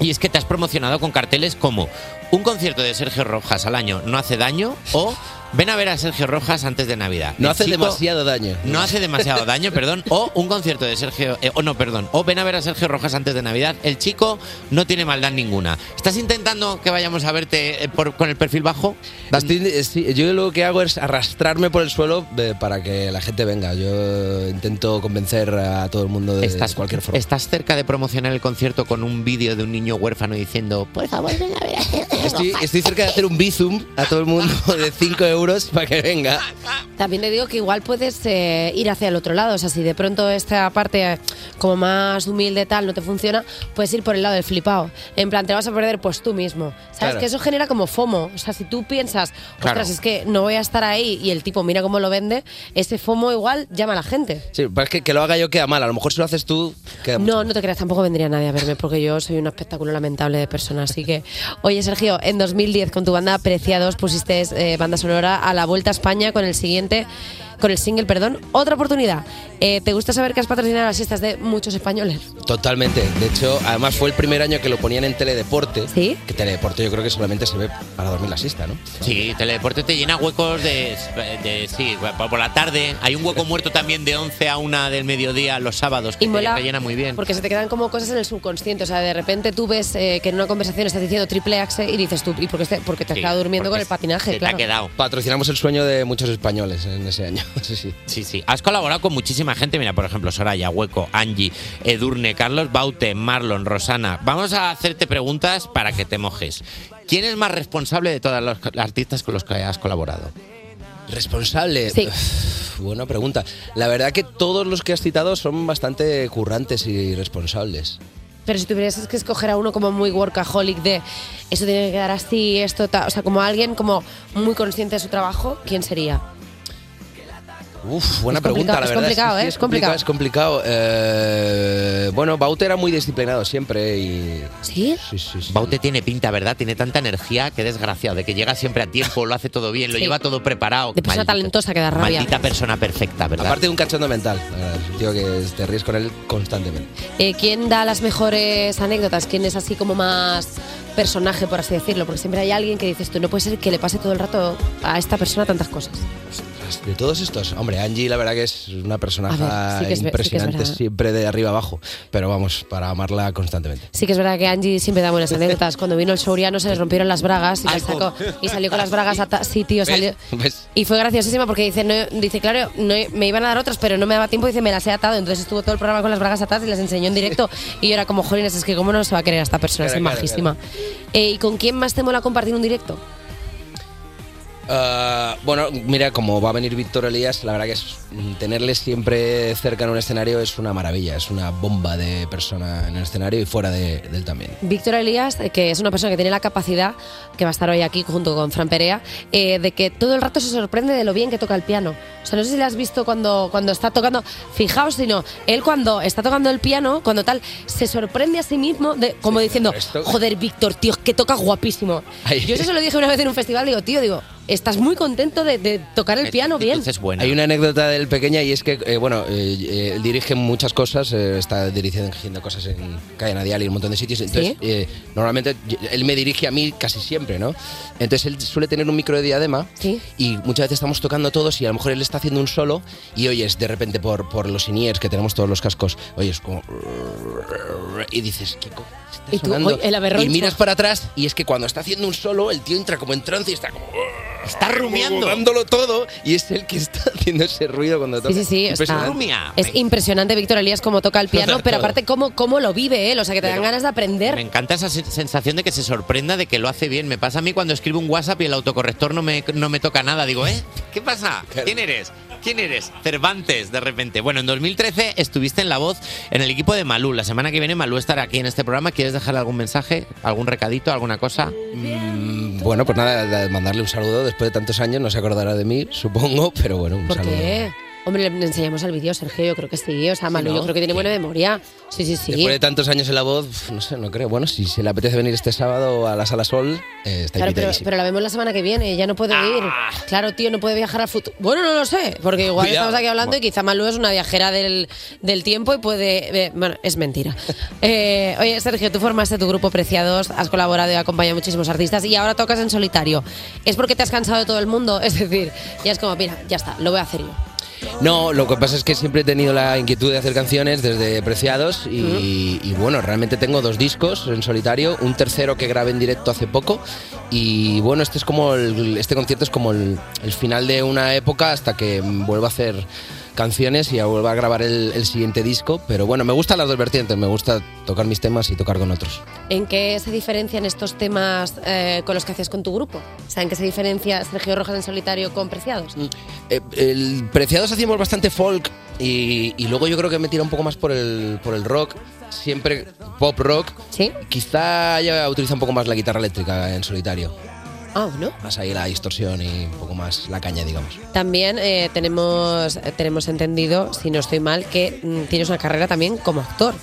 Speaker 4: y es que te has promocionado con carteles como un concierto de Sergio Rojas al año no hace daño o ven a ver a Sergio Rojas antes de Navidad.
Speaker 18: No
Speaker 4: El
Speaker 18: hace
Speaker 4: chico-
Speaker 18: demasiado daño.
Speaker 4: No hace
Speaker 18: (laughs)
Speaker 4: demasiado daño, perdón. O un concierto de Sergio. eh, o no, perdón. O ven a ver a Sergio Rojas antes de Navidad. El chico no tiene maldad ninguna. ¿Estás intentando que vayamos a verte eh, por- con el perfil bajo?
Speaker 18: Estoy- eh, sí, yo lo que hago es arrastrarme por el suelo eh, para que la gente venga. Yo intento convencer a todo el mundo de,
Speaker 4: Estás-
Speaker 18: de cualquier forma.
Speaker 4: ¿Estás cerca de promocionar el concierto con un vídeo de un niño huérfano diciendo, por favor, ven a ver a Sergio
Speaker 18: Estoy, estoy cerca de hacer un bizum a todo el mundo (laughs) de 5 euros para que venga.
Speaker 3: También te digo que igual puedes eh, ir hacia el otro lado. O sea, si de pronto esta parte eh, como más humilde tal no te funciona, puedes ir por el lado del flipado. En plan, te vas a perder pues tú mismo. ¿Sabes?
Speaker 18: Claro.
Speaker 3: Que eso genera como FOMO. O sea, si tú piensas, ostras,
Speaker 18: Claro.
Speaker 3: es que no voy a estar ahí y el tipo mira cómo lo vende, ese FOMO igual llama a la gente.
Speaker 18: Sí, pero es que, que lo haga yo queda mal. A lo mejor si lo haces tú, queda mal.
Speaker 3: No, no te creas, tampoco vendría nadie a verme porque yo soy un espectáculo lamentable de persona. Así que, oye Sergio, en 2010 con tu banda Preciados pusiste eh, banda sonora a la Vuelta a España con el siguiente, con el single, perdón, otra oportunidad. Eh, ¿Te gusta saber que has patrocinado las fiestas de muchos españoles?
Speaker 18: Totalmente. De hecho, además fue el primer año que lo ponían en Teledeporte.
Speaker 3: Sí.
Speaker 18: Que Teledeporte yo creo que solamente se ve para dormir la siesta, ¿no?
Speaker 4: Sí, Teledeporte te llena huecos de, de- sí, por por la tarde. Hay un hueco muerto también de 11 a 1 del mediodía los sábados que
Speaker 3: Y
Speaker 4: te
Speaker 3: mola,
Speaker 4: rellena muy bien.
Speaker 3: Porque se te quedan como cosas en el subconsciente. O sea, de repente tú ves eh, que en una conversación estás diciendo triple axe y dices tú, ¿y por qué este- porque te has quedado durmiendo con el patinaje? claro.
Speaker 4: quedado.
Speaker 18: Patrocinamos el sueño de muchos españoles ¿eh? en ese año. (laughs) Sí, sí.
Speaker 4: Sí, sí. Has colaborado con muchísima gente. Mira, por ejemplo, Soraya, Hueco, Angie, Edurne, Carlos Baute, Marlon, Rosana. Vamos a hacerte preguntas para que te mojes. ¿Quién es más responsable de todos los artistas con los que has colaborado?
Speaker 18: Responsable. Uf, Buena pregunta. La verdad que todos los que has citado son bastante currantes y responsables.
Speaker 3: Pero si tuvieras que escoger a uno como muy workaholic de eso tiene que quedar así, esto, tal, o sea, como alguien como muy consciente de su trabajo, ¿quién sería?
Speaker 18: Uf, buena
Speaker 3: Es
Speaker 18: pregunta,
Speaker 3: complicado,
Speaker 18: la
Speaker 3: es
Speaker 18: verdad.
Speaker 3: complicado,
Speaker 18: que
Speaker 3: ¿eh?
Speaker 18: es complicado. Es complicado. Eh, bueno, Baute era muy disciplinado siempre y.
Speaker 3: ¿Sí?
Speaker 18: Sí, sí, sí.
Speaker 4: Baute tiene pinta, ¿verdad? Tiene tanta energía que desgraciado, de que llega siempre a tiempo, lo hace todo bien, lo
Speaker 3: Sí.
Speaker 4: lleva todo preparado.
Speaker 3: De persona
Speaker 4: Maldita-
Speaker 3: talentosa que da rabia.
Speaker 4: Maldita persona perfecta, ¿verdad?
Speaker 18: Aparte de un cachondo mental. la verdad, es un Tío, que te ríes con él constantemente.
Speaker 3: Eh, ¿Quién da las mejores anécdotas? ¿Quién es así como más personaje, por así decirlo? Porque siempre hay alguien que dices tú, no puede ser que le pase todo el rato a esta persona tantas cosas.
Speaker 18: De todos estos, hombre, Angie la verdad que es una
Speaker 3: A ver, sí
Speaker 18: personaje
Speaker 3: que es ver- sí que es
Speaker 18: impresionante,
Speaker 3: verdad.
Speaker 18: siempre de arriba abajo, pero vamos, para amarla constantemente.
Speaker 3: Sí que es verdad que Angie siempre da buenas anécdotas. Cuando vino el Souriano se les rompieron las bragas y, las
Speaker 18: Algo.
Speaker 3: sacó, y salió con las bragas a ta- sí, tío, Pues salió.
Speaker 18: ¿Ves?
Speaker 3: Y fue graciosísima porque dice, no, dice claro, no, me iban a dar otras, pero no me daba tiempo. Dice, me las he atado. Entonces estuvo todo el programa con las bragas atadas y las enseñó en directo. Y yo era como, jolines, es que cómo no se va a querer a esta persona,
Speaker 18: Claro,
Speaker 3: es
Speaker 18: claro,
Speaker 3: majísima. Eh, ¿Y con quién más te mola compartir un directo?
Speaker 18: Ah, bueno, mira, como va a venir Víctor Elías, la verdad que es, mm, tenerle siempre cerca en un escenario es una maravilla, es una bomba de persona en el escenario y fuera de, de él también.
Speaker 3: Víctor Elías, eh, que es una persona que tiene la capacidad, que va a estar hoy aquí junto con Fran Perea, eh, de que todo el rato se sorprende de lo bien que toca el piano. O sea, no sé si le has visto cuando, cuando está tocando, fijaos si no, él cuando está tocando el piano, cuando tal, se sorprende a sí mismo, de, como diciendo,
Speaker 18: esto-
Speaker 3: joder, Víctor, tío, es que toca guapísimo.
Speaker 18: Ay.
Speaker 3: Yo eso se lo dije una vez en un festival, digo, tío, digo, estás muy contento de, de tocar el piano bien.
Speaker 18: Hay una anécdota del pequeña y es que, eh, bueno, eh, eh, él dirige muchas cosas, eh, está dirigiendo cosas en Cadena Dial y un montón de sitios. Entonces,
Speaker 3: ¿Sí?
Speaker 18: eh, normalmente yo- él me dirige a mí casi siempre, ¿no? Entonces él suele tener un micro de diadema y muchas veces estamos tocando todos y a lo mejor él está haciendo un solo y oyes de repente por, por los iniers que tenemos todos los cascos, oyes como... Y dices, ¿qué co- está
Speaker 3: Y tú,
Speaker 18: sonando?".
Speaker 3: oye, el aberroncho.
Speaker 18: y miras para atrás y es que cuando está haciendo un solo, el tío entra como en trance y está como... Está rumiando. Dándolo todo y es el que está (laughs) haciendo ese ruido cuando toca.
Speaker 3: Sí, sí, sí. está-
Speaker 18: Impresionante.
Speaker 3: es impresionante Víctor Elías cómo toca el piano, pero aparte cómo, cómo lo vive él, o sea, que te dan ganas de aprender.
Speaker 4: Me encanta esa sen- sensación de que se sorprenda de que lo hace bien. Me pasa a mí cuando escribo un WhatsApp y el autocorrector no me, no me toca nada. Digo, ¿eh? ¿Qué pasa? ¿Quién eres? ¿Quién eres? Cervantes, de repente. Bueno, en 2013 estuviste en La Voz en el equipo de Malú. La semana que viene Malú estará aquí en este programa. ¿Quieres dejarle algún mensaje? ¿Algún recadito? ¿Alguna cosa?
Speaker 18: Mm, Bueno, pues nada, da- mandarle un saludo después de tantos años, no se acordará de mí, supongo, pero bueno, un
Speaker 3: ¿Por
Speaker 18: saludo.
Speaker 3: qué? Hombre, le enseñamos el vídeo, Sergio, yo creo que sí. O sea, Manu,
Speaker 18: ¿no?
Speaker 3: yo creo que tiene buena memoria. Sí, sí, sí.
Speaker 18: Después de tantos años en la voz, pf, no sé, no creo. Bueno, si se le apetece venir este sábado a la Sala Sol, eh, está
Speaker 3: Claro, pero,
Speaker 18: invitadísimo.
Speaker 3: pero la vemos la semana que viene, ya no puede
Speaker 18: Ah.
Speaker 3: ir. Claro, tío, no puede viajar al futuro. Bueno, no lo sé, porque igual
Speaker 18: Cuidado.
Speaker 3: estamos aquí hablando y quizá Malú es una viajera del, del tiempo y puede... eh, bueno, es
Speaker 18: (laughs)
Speaker 3: mentira. Eh, oye, Sergio, tú formaste tu grupo Preciados, has colaborado y acompañado a muchísimos artistas y ahora tocas en solitario. ¿Es porque te has cansado de todo el mundo? (laughs) Es decir, ya es como, mira, ya está, lo voy a hacer yo.
Speaker 18: No, lo que pasa es que siempre he tenido la inquietud de hacer canciones desde Preciados y, y bueno, realmente tengo dos discos en solitario, un tercero que grabé en directo hace poco y bueno, este es como el- este concierto es como el, el final de una época hasta que vuelva a hacer canciones y vuelva a grabar el, el siguiente disco, pero bueno, me gustan las dos vertientes, me gusta tocar mis temas y tocar con otros.
Speaker 3: ¿En qué se diferencian estos temas eh, con los que hacías con tu grupo? O sea, ¿en qué se diferencia Sergio Rojas en solitario con Preciados?
Speaker 18: Eh, el Preciados hacíamos bastante folk y, y luego yo creo que me tira un poco más por el, por el rock, siempre pop rock.
Speaker 3: Sí.
Speaker 18: Quizá ya utiliza un poco más la guitarra eléctrica en solitario.
Speaker 3: Ah, ¿no?
Speaker 18: Más ahí la distorsión y un poco más la caña, digamos.
Speaker 3: También eh, tenemos, eh, tenemos entendido, si no estoy mal, que mm, tienes una carrera también como actor.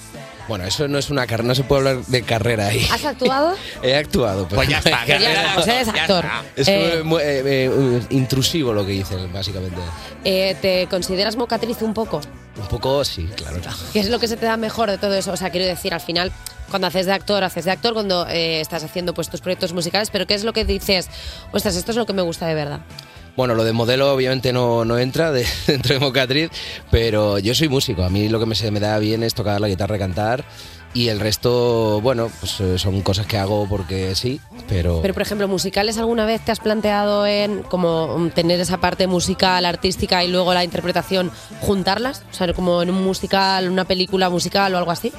Speaker 18: Bueno, eso no es una carrera, no se puede hablar de carrera ahí. (laughs)
Speaker 3: ¿Has actuado?
Speaker 18: He actuado, pero
Speaker 4: Pues
Speaker 18: (laughs)
Speaker 4: ya está,
Speaker 3: ya está, pues eres actor.
Speaker 18: Es
Speaker 3: Eh,
Speaker 18: muy- eh, eh, intrusivo lo que dicen, básicamente.
Speaker 3: (laughs) eh, ¿Te consideras mocatriz un poco?
Speaker 18: Un poco, sí, claro.
Speaker 3: ¿Qué es lo que se te da mejor de todo eso? O sea, quiero decir, al final, cuando haces de actor, haces de actor, cuando eh, estás haciendo pues tus proyectos musicales, pero ¿qué es lo que dices? Ostras, esto es lo que me gusta de verdad.
Speaker 18: Bueno, lo de modelo obviamente no, no entra de- (laughs) dentro de Mocatriz, pero yo soy músico. A mí lo que me, se me da bien es tocar la guitarra, cantar y el resto, bueno, pues eh, son cosas que hago porque sí, pero...
Speaker 3: Pero, por ejemplo, musicales, ¿alguna vez te has planteado en como mm, tener esa parte musical, artística y luego la interpretación, juntarlas? O sea, como en un musical, una película musical o algo así.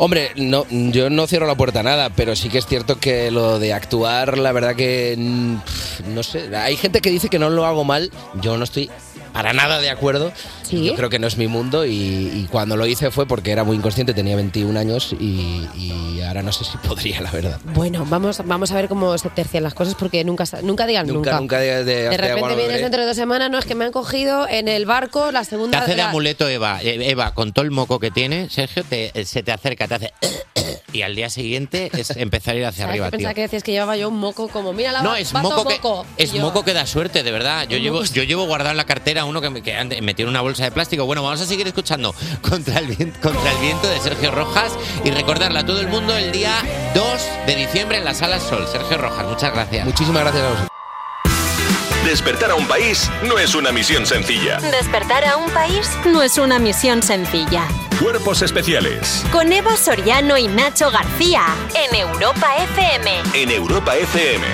Speaker 18: Hombre, no, yo no cierro la puerta a nada, pero sí que es cierto que lo de actuar, la verdad que mm, pf, no sé. Hay gente que dice que no lo hago mal, yo no estoy para nada de acuerdo. Yo creo que no es mi mundo y, y cuando lo hice fue porque era muy inconsciente, tenía 21 años y, y ahora no sé si podría, la verdad.
Speaker 3: Bueno, vamos, vamos a ver cómo se tercian las cosas porque nunca, sa- nunca digan nunca.
Speaker 18: Nunca, nunca de, de,
Speaker 3: De
Speaker 18: hasta
Speaker 3: repente
Speaker 18: cuando
Speaker 3: vienes
Speaker 18: veré.
Speaker 3: dentro de dos semanas, no, es que me han cogido en el barco la
Speaker 4: ¿eh? Te
Speaker 3: segunda...
Speaker 4: hace de
Speaker 3: la-
Speaker 4: amuleto Eva. Eh, Eva, con todo el moco que tiene, Sergio te- se te acerca, te hace... (coughs) Y al día siguiente es empezar a ir hacia
Speaker 3: ¿sabes?
Speaker 4: arriba,
Speaker 3: Yo
Speaker 4: tío.
Speaker 3: pensaba que decías que llevaba yo un moco como, mira la
Speaker 4: No,
Speaker 3: Ah, va-
Speaker 4: es
Speaker 3: vato
Speaker 4: moco que-
Speaker 3: Y
Speaker 4: Es
Speaker 3: yo,
Speaker 4: moco que da suerte, de verdad. Yo llevo, yo llevo guardado en la cartera uno que, me, que antes metí en una bolsa de plástico. Bueno, vamos a seguir escuchando Contra el, Vien- Contra el Viento de Sergio Rojas y recordarle a todo el mundo el día 2 de diciembre en la Sala Sol. Sergio Rojas, muchas gracias.
Speaker 18: Muchísimas gracias a vosotros.
Speaker 9: Despertar a un país no es una misión sencilla.
Speaker 2: Despertar a un país no es una misión sencilla.
Speaker 9: Cuerpos especiales
Speaker 2: Con Eva Soriano y Nacho García en Europa FM.
Speaker 9: en Europa FM.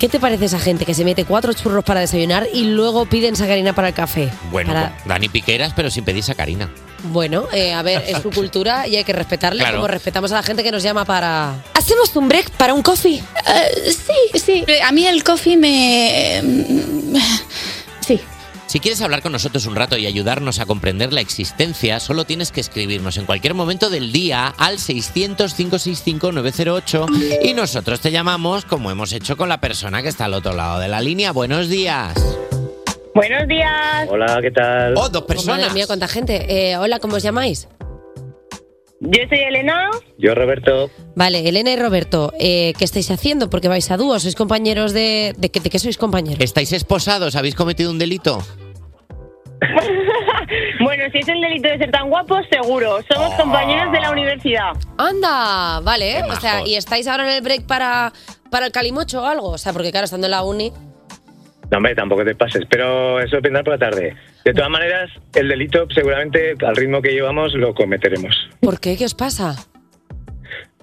Speaker 3: ¿Qué te parece esa gente que se mete cuatro churros para desayunar y luego piden sacarina para el café?
Speaker 4: Bueno,
Speaker 3: Para-
Speaker 4: Dani Piqueras, pero sin pedir sacarina.
Speaker 3: Bueno, eh, a ver,
Speaker 4: (laughs)
Speaker 3: es su cultura y hay que respetarla
Speaker 4: Claro.
Speaker 3: como respetamos a la gente que nos llama para... Eh, ¿Hacemos un break para un coffee?
Speaker 19: sí, sí. A mí el coffee me... Sí.
Speaker 4: Si quieres hablar con nosotros un rato y ayudarnos a comprender la existencia, solo tienes que escribirnos en cualquier momento del día al 600-565-908 y nosotros te llamamos como hemos hecho con la persona que está al otro lado de la línea. Buenos días.
Speaker 20: Buenos días.
Speaker 21: Hola, ¿qué tal?
Speaker 4: Oh, dos
Speaker 3: personas. Madre mía, cuánta gente. Eh, hola, ¿cómo os llamáis?
Speaker 20: Yo soy Elena.
Speaker 21: Yo, Roberto.
Speaker 3: Vale, Elena y Roberto, eh, ¿qué estáis haciendo? Porque vais a dúo, sois compañeros de... ¿De, qué- de qué sois compañeros?
Speaker 4: ¿Estáis esposados? ¿Habéis cometido un delito?
Speaker 20: (laughs) Bueno, si es el delito de ser tan guapos, seguro. Somos compañeros de la universidad.
Speaker 3: ¡Anda! Vale,
Speaker 20: Qué
Speaker 3: o sea,
Speaker 20: majos.
Speaker 3: ¿y estáis ahora en el break para, para el calimocho o algo? O sea, porque claro, estando en la uni...
Speaker 21: No, hombre, tampoco te pases, pero eso vendrá por la tarde. De todas maneras, el delito seguramente al ritmo que llevamos lo cometeremos,
Speaker 3: ¿Por qué? ¿Qué os pasa?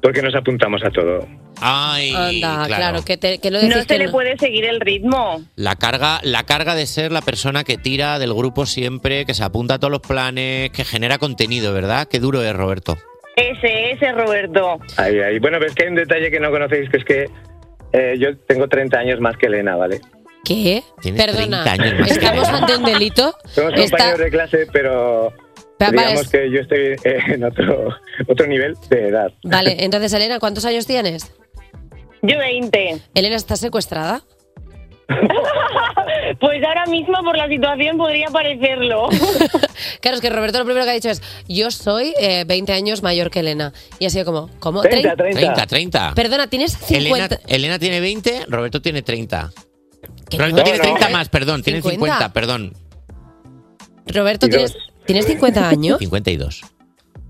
Speaker 21: porque nos apuntamos a todo.
Speaker 4: Ay,
Speaker 3: Anda, claro, que, te- que lo decís
Speaker 20: No se
Speaker 3: que
Speaker 20: le puede seguir el ritmo.
Speaker 4: La carga, la carga de ser la persona que tira del grupo siempre, que se apunta a todos los planes, que genera contenido, ¿verdad? Qué duro es, Roberto.
Speaker 20: Ese, ese, Roberto.
Speaker 21: Ahí, ahí. Bueno, pero es que hay un detalle que no conocéis, que es que eh, yo tengo 30 años más que Elena, ¿vale?
Speaker 3: ¿Qué?
Speaker 21: Tienes
Speaker 3: Perdona,
Speaker 21: 30 años más que
Speaker 3: ¿estamos
Speaker 21: yo.
Speaker 3: ante un delito?
Speaker 21: Somos
Speaker 3: Está-
Speaker 21: compañeros de clase, pero...
Speaker 3: Pero, vale,
Speaker 21: Digamos
Speaker 3: es-
Speaker 21: que yo estoy eh, en otro, otro nivel de edad.
Speaker 3: Vale, entonces Elena, ¿cuántos años tienes?
Speaker 20: Yo 20.
Speaker 3: Elena, ¿estás secuestrada?
Speaker 20: (laughs) Pues ahora mismo por la situación podría parecerlo.
Speaker 3: (laughs)
Speaker 20: (laughs)
Speaker 3: Claro, es que Roberto lo primero que ha dicho es, yo soy eh, 20 años mayor que Elena. Y ha sido como, ¿cómo?
Speaker 4: 30,
Speaker 3: Trein-
Speaker 4: 30. 30.
Speaker 3: Perdona, tienes 50...
Speaker 4: Elena, Elena tiene 20, Roberto tiene 30.
Speaker 3: ¿Qué
Speaker 4: Roberto
Speaker 3: no?
Speaker 4: tiene
Speaker 3: No, no.
Speaker 4: 30 más, perdón, tiene
Speaker 3: 50.
Speaker 4: 50, perdón.
Speaker 3: Roberto, ¿tienes, ¿tienes 50 años?
Speaker 4: (laughs) 52.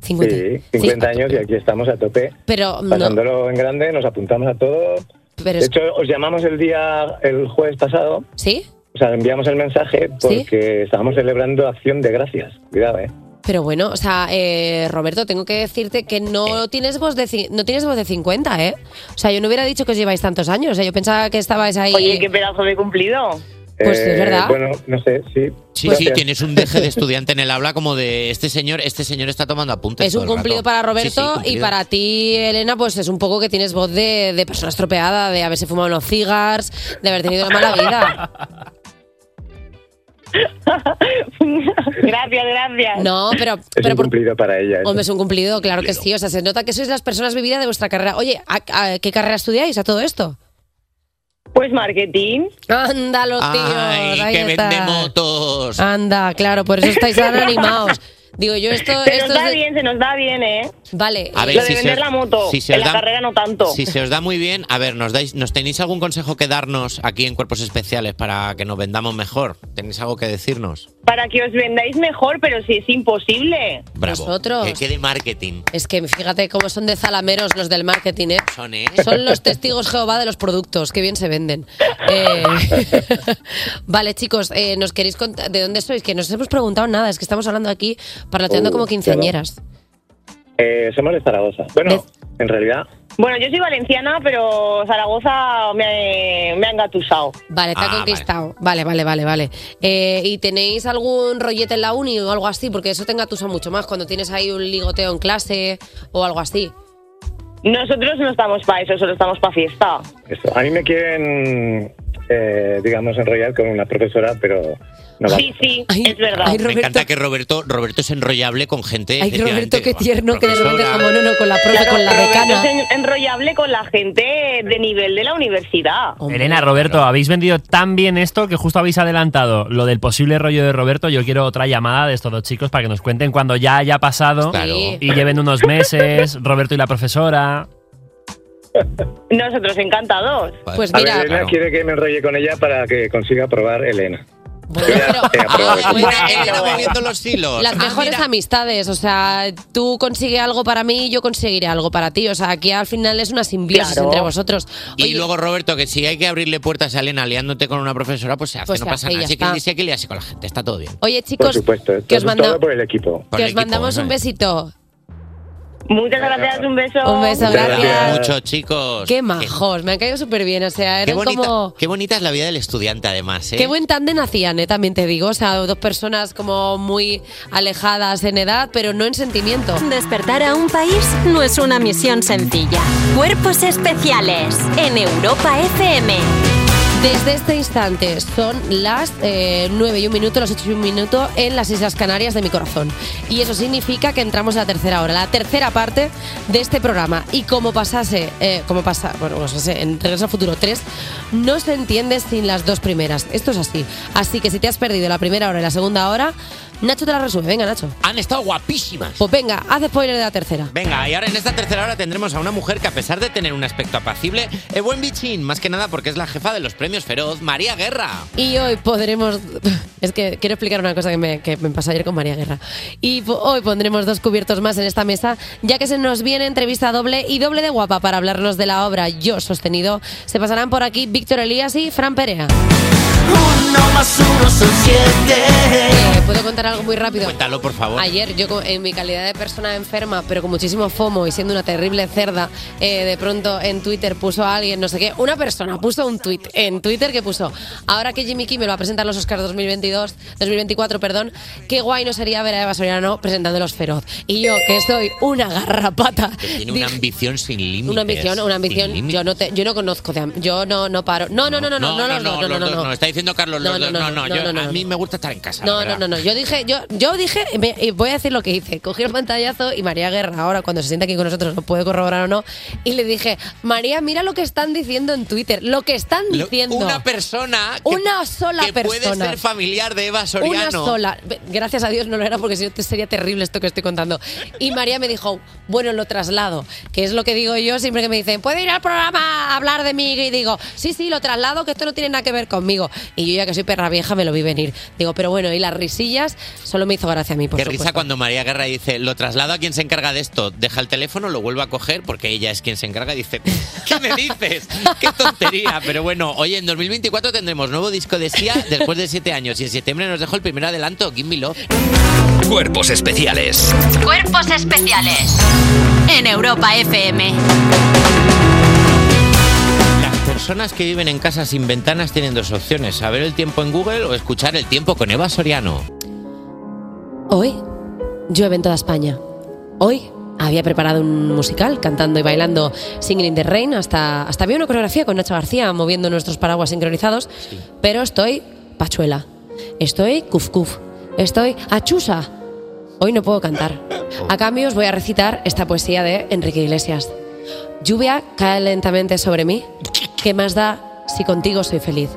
Speaker 3: 50.
Speaker 21: Sí, 50 años y aquí estamos a tope.
Speaker 3: Pero no,
Speaker 21: Pasándolo en grande, nos apuntamos a todo.
Speaker 3: Pero
Speaker 21: de
Speaker 3: es-
Speaker 21: hecho, os llamamos el día, el jueves pasado.
Speaker 3: ¿Sí?
Speaker 21: O sea, enviamos el mensaje porque estábamos celebrando acción de gracias. Cuidado, ¿eh?
Speaker 3: pero bueno, o sea, eh, Roberto, tengo que decirte que
Speaker 20: Eh.
Speaker 3: no tienes voz de ci- no tienes voz de 50, ¿eh? O sea, yo no hubiera dicho que os lleváis tantos años, o sea, yo pensaba que estabais ahí.
Speaker 20: Oye, qué pedazo de cumplido.
Speaker 3: eh. Pues
Speaker 4: Eh,
Speaker 3: es verdad.
Speaker 21: Bueno, no sé, sí.
Speaker 4: Sí,
Speaker 21: Gracias.
Speaker 4: sí, tienes un deje de estudiante en el habla como de este señor, este señor está tomando apuntes.
Speaker 3: es un cumplido para Roberto y para ti, Elena, pues es un poco que tienes voz de, de persona estropeada, de haberse fumado unos cigars, de haber tenido una mala vida.
Speaker 20: (laughs) gracias, gracias.
Speaker 3: No, pero,
Speaker 21: Es un cumplido para ella. eso.
Speaker 3: hombre, es un cumplido, claro que sí. O sea, se nota que sois las personas vividas de vuestra carrera. Oye, ¿a, a qué carrera estudiáis a todo esto?
Speaker 20: Pues marketing.
Speaker 3: Ándalo, tío.
Speaker 4: Ay,
Speaker 3: ahí
Speaker 4: que
Speaker 3: está.
Speaker 4: vende motos.
Speaker 3: Anda, claro, por eso estáis tan animados. Digo, yo esto...
Speaker 20: Se
Speaker 3: esto
Speaker 20: nos da
Speaker 3: es de-
Speaker 20: bien, se nos da bien, ¿eh?
Speaker 3: Vale.
Speaker 4: A ver,
Speaker 20: Lo
Speaker 4: si
Speaker 20: de
Speaker 4: se
Speaker 20: vender
Speaker 4: os-
Speaker 20: la moto.
Speaker 4: si se
Speaker 20: en
Speaker 4: os
Speaker 20: la
Speaker 4: da-
Speaker 20: carrera no tanto.
Speaker 4: Si se os da muy bien, a ver, ¿nos, dais, ¿nos tenéis algún consejo que darnos aquí en Cuerpos Especiales para que nos vendamos mejor? ¿Tenéis algo que decirnos?
Speaker 20: Para que os vendáis mejor, pero si es imposible.
Speaker 4: Bravo. Eh.
Speaker 3: Nosotros.
Speaker 4: Que quede marketing.
Speaker 3: Es que fíjate cómo son de zalameros los del marketing, ¿eh?
Speaker 4: Son, ¿eh?
Speaker 3: Son los testigos Jehová de los productos, que bien se venden.
Speaker 4: (laughs)
Speaker 3: Eh, vale, chicos, eh, ¿nos queréis contar de dónde sois? Que no os hemos preguntado nada, es que estamos hablando aquí parlateando
Speaker 21: Uh,
Speaker 3: como quinceañeras.
Speaker 21: Eh, somos de Zaragoza. Bueno, en realidad,
Speaker 20: Bueno, yo soy valenciana, pero Zaragoza me, me ha engatusado.
Speaker 3: Vale, te ha
Speaker 20: Ah,
Speaker 3: conquistado. Vale, vale, vale, vale. Eh, ¿Y tenéis algún rollete en la uni o algo así? Porque eso te engatusa mucho más cuando tienes ahí un ligoteo en clase o algo así.
Speaker 20: Nosotros no estamos para eso, solo estamos para fiesta.
Speaker 21: eso. A mí me quieren eh, digamos, enrollar con una profesora, pero no va.
Speaker 20: Sí, sí, es verdad.
Speaker 4: Me encanta que Roberto, Roberto es enrollable con gente.
Speaker 3: Ay, Roberto,
Speaker 4: efectivamente,
Speaker 3: qué tierno, que de repente
Speaker 4: profesora.
Speaker 3: como no, no, con la profe,
Speaker 20: Claro,
Speaker 3: con la
Speaker 20: pero
Speaker 3: decana.
Speaker 20: es en- enrollable con la gente de nivel de la universidad.
Speaker 5: (laughs) Elena, Roberto, habéis vendido tan bien esto que justo habéis adelantado lo del posible rollo de Roberto. Yo quiero otra llamada de estos dos chicos para que nos cuenten cuando ya haya pasado
Speaker 20: Claro.
Speaker 5: y lleven unos meses, Roberto y la profesora.
Speaker 20: Nosotros encantados.
Speaker 3: Pues
Speaker 21: A ver, Elena quiere que me enrolle con ella para que consiga aprobar Elena. Yo ya he aprobado.
Speaker 4: Pues los hilos.
Speaker 3: eh, Las mejores amistades, o sea, tú consigue algo para mí y yo conseguiré algo para ti. O sea, aquí al final es una simbiosis
Speaker 4: Claro.
Speaker 3: entre vosotros.
Speaker 4: Y luego, Roberto, que si hay que abrirle puertas a Elena liándote con una profesora, pues se hace,
Speaker 3: Pues
Speaker 4: no
Speaker 3: se
Speaker 4: pasa
Speaker 3: hace y
Speaker 4: nada.
Speaker 3: ya
Speaker 4: Así que
Speaker 3: está.
Speaker 4: dice que le hace con la gente, está todo bien.
Speaker 3: Oye, chicos,
Speaker 21: supuesto,
Speaker 3: que os manda-
Speaker 21: todo por el equipo.
Speaker 3: que os mandamos un besito.
Speaker 20: Muchas gracias, un beso.
Speaker 3: Un beso, gracias.
Speaker 4: Mucho, chicos.
Speaker 3: Qué majos, me han caído súper bien. O sea,
Speaker 4: Qué
Speaker 3: eran
Speaker 4: bonita,
Speaker 3: como.
Speaker 4: qué bonita es la vida del estudiante, además. ¿eh?
Speaker 3: Qué buen tándem hacían, eh, también te digo. O sea, dos personas como muy alejadas en edad, pero no en sentimiento.
Speaker 2: Despertar a un país no es una misión sencilla. Cuerpos especiales en Europa FM.
Speaker 3: Desde este instante son las 9 y un minuto, las 8 y un minuto en las Islas Canarias de mi corazón. Y eso significa que entramos a la tercera hora, la tercera parte de este programa. Y como pasase, eh, como pasa, bueno, como pasase en Regreso al Futuro 3, no se entiende sin las dos primeras. Esto es así. Así que si te has perdido la primera hora y la segunda hora, Nacho te la resume. Venga, Nacho.
Speaker 4: Han estado guapísimas.
Speaker 3: Pues venga, haz spoiler de la tercera.
Speaker 4: Venga, y ahora en esta tercera hora tendremos a una mujer que a pesar de tener un aspecto apacible, es buen bichín, más que nada porque es la jefa de los premios Feroz, María Guerra.
Speaker 3: Y hoy podremos. Es que quiero explicar una cosa que me, que me pasó ayer con María Guerra. Y po- hoy pondremos dos cubiertos más en esta mesa, ya que se nos viene entrevista doble y doble de guapa para hablarnos de la obra Yo Sostenido. Se pasarán por aquí Víctor Elías y Fran Perea.
Speaker 7: Uno más uno son siete.
Speaker 3: Eh, ¿Puedo contar algo muy rápido?
Speaker 4: Cuéntalo, por favor.
Speaker 3: Ayer yo co- en mi calidad de persona enferma, pero con muchísimo fomo y siendo una terrible cerda, eh, de pronto en Twitter puso a alguien, no sé qué, una persona puso un tweet en Twitter que puso, ahora que Jimmy Kimmel va a presentar los Oscars 2022, 2024, perdón, qué guay no sería ver a Eva Soriano presentando Los Feroz. Y yo, que soy una garrapata,
Speaker 4: Tiene una ambición sin límites.
Speaker 3: una ambición, una
Speaker 4: Sin
Speaker 3: ambición,
Speaker 4: límites.
Speaker 3: yo no, te- yo no conozco, de am- yo no, no paro. No, no, no, no, no, no, no, no, no,
Speaker 4: los dos
Speaker 3: no,
Speaker 4: Está diciendo Carlos,
Speaker 3: No,
Speaker 4: los dos
Speaker 3: no,
Speaker 4: no,
Speaker 3: no,
Speaker 4: no,
Speaker 3: no,
Speaker 4: yo-
Speaker 3: no, no,
Speaker 4: a
Speaker 3: no.
Speaker 4: mí me gusta estar en casa.
Speaker 3: No,
Speaker 4: la
Speaker 3: no,
Speaker 4: verdad.
Speaker 3: no, no. Yo dije, yo, yo dije, y me- y voy a decir lo que hice. Cogí el pantallazo y María Guerra, ahora cuando se sienta aquí con nosotros, no puede corroborar o no, y le dije, María, mira lo que están diciendo en Twitter, lo que están
Speaker 4: Lo-
Speaker 3: diciendo.
Speaker 4: Una persona que,
Speaker 3: Una sola
Speaker 4: que puede
Speaker 3: persona.
Speaker 4: ser familiar de Eva Soriano.
Speaker 3: Una sola. Ve- Gracias a Dios no lo era porque si no te- sería terrible esto que estoy contando. Y María me dijo, bueno, lo traslado, que es lo que digo yo siempre que me dicen, puede ir al programa a hablar de mí. Y digo, sí, sí, lo traslado, que esto no tiene nada que ver conmigo. Y yo ya que soy perra vieja me lo vi venir. Digo, pero bueno, y las risillas solo me hizo gracia a mí, por
Speaker 4: Qué
Speaker 3: supuesto.
Speaker 4: risa cuando María Guerra dice, lo traslado a quien se encarga de esto, deja el teléfono, lo vuelvo a coger, porque ella es quien se encarga y dice, ¿qué me dices? ¡Qué tontería! Pero bueno, oye, en 2024 tendremos nuevo disco de Sia después de siete años y en septiembre nos dejó el primer adelanto, Gimme Love.
Speaker 1: Cuerpos especiales.
Speaker 2: Cuerpos especiales en Europa FM.
Speaker 4: Las personas que viven en casas sin ventanas tienen dos opciones, saber el tiempo en Google o escuchar el tiempo con Eva Soriano.
Speaker 3: Hoy llueve en toda España. Hoy había preparado un musical cantando y bailando Singing in the Rain. Hasta, hasta había una coreografía con Nacho García moviendo nuestros paraguas sincronizados. Pero estoy pachuela. Estoy cuf cuf. Estoy achusa. Hoy no puedo cantar. A cambio os voy a recitar esta poesía de Enrique Iglesias. Lluvia cae lentamente sobre mí. ¿Qué más da si contigo soy feliz?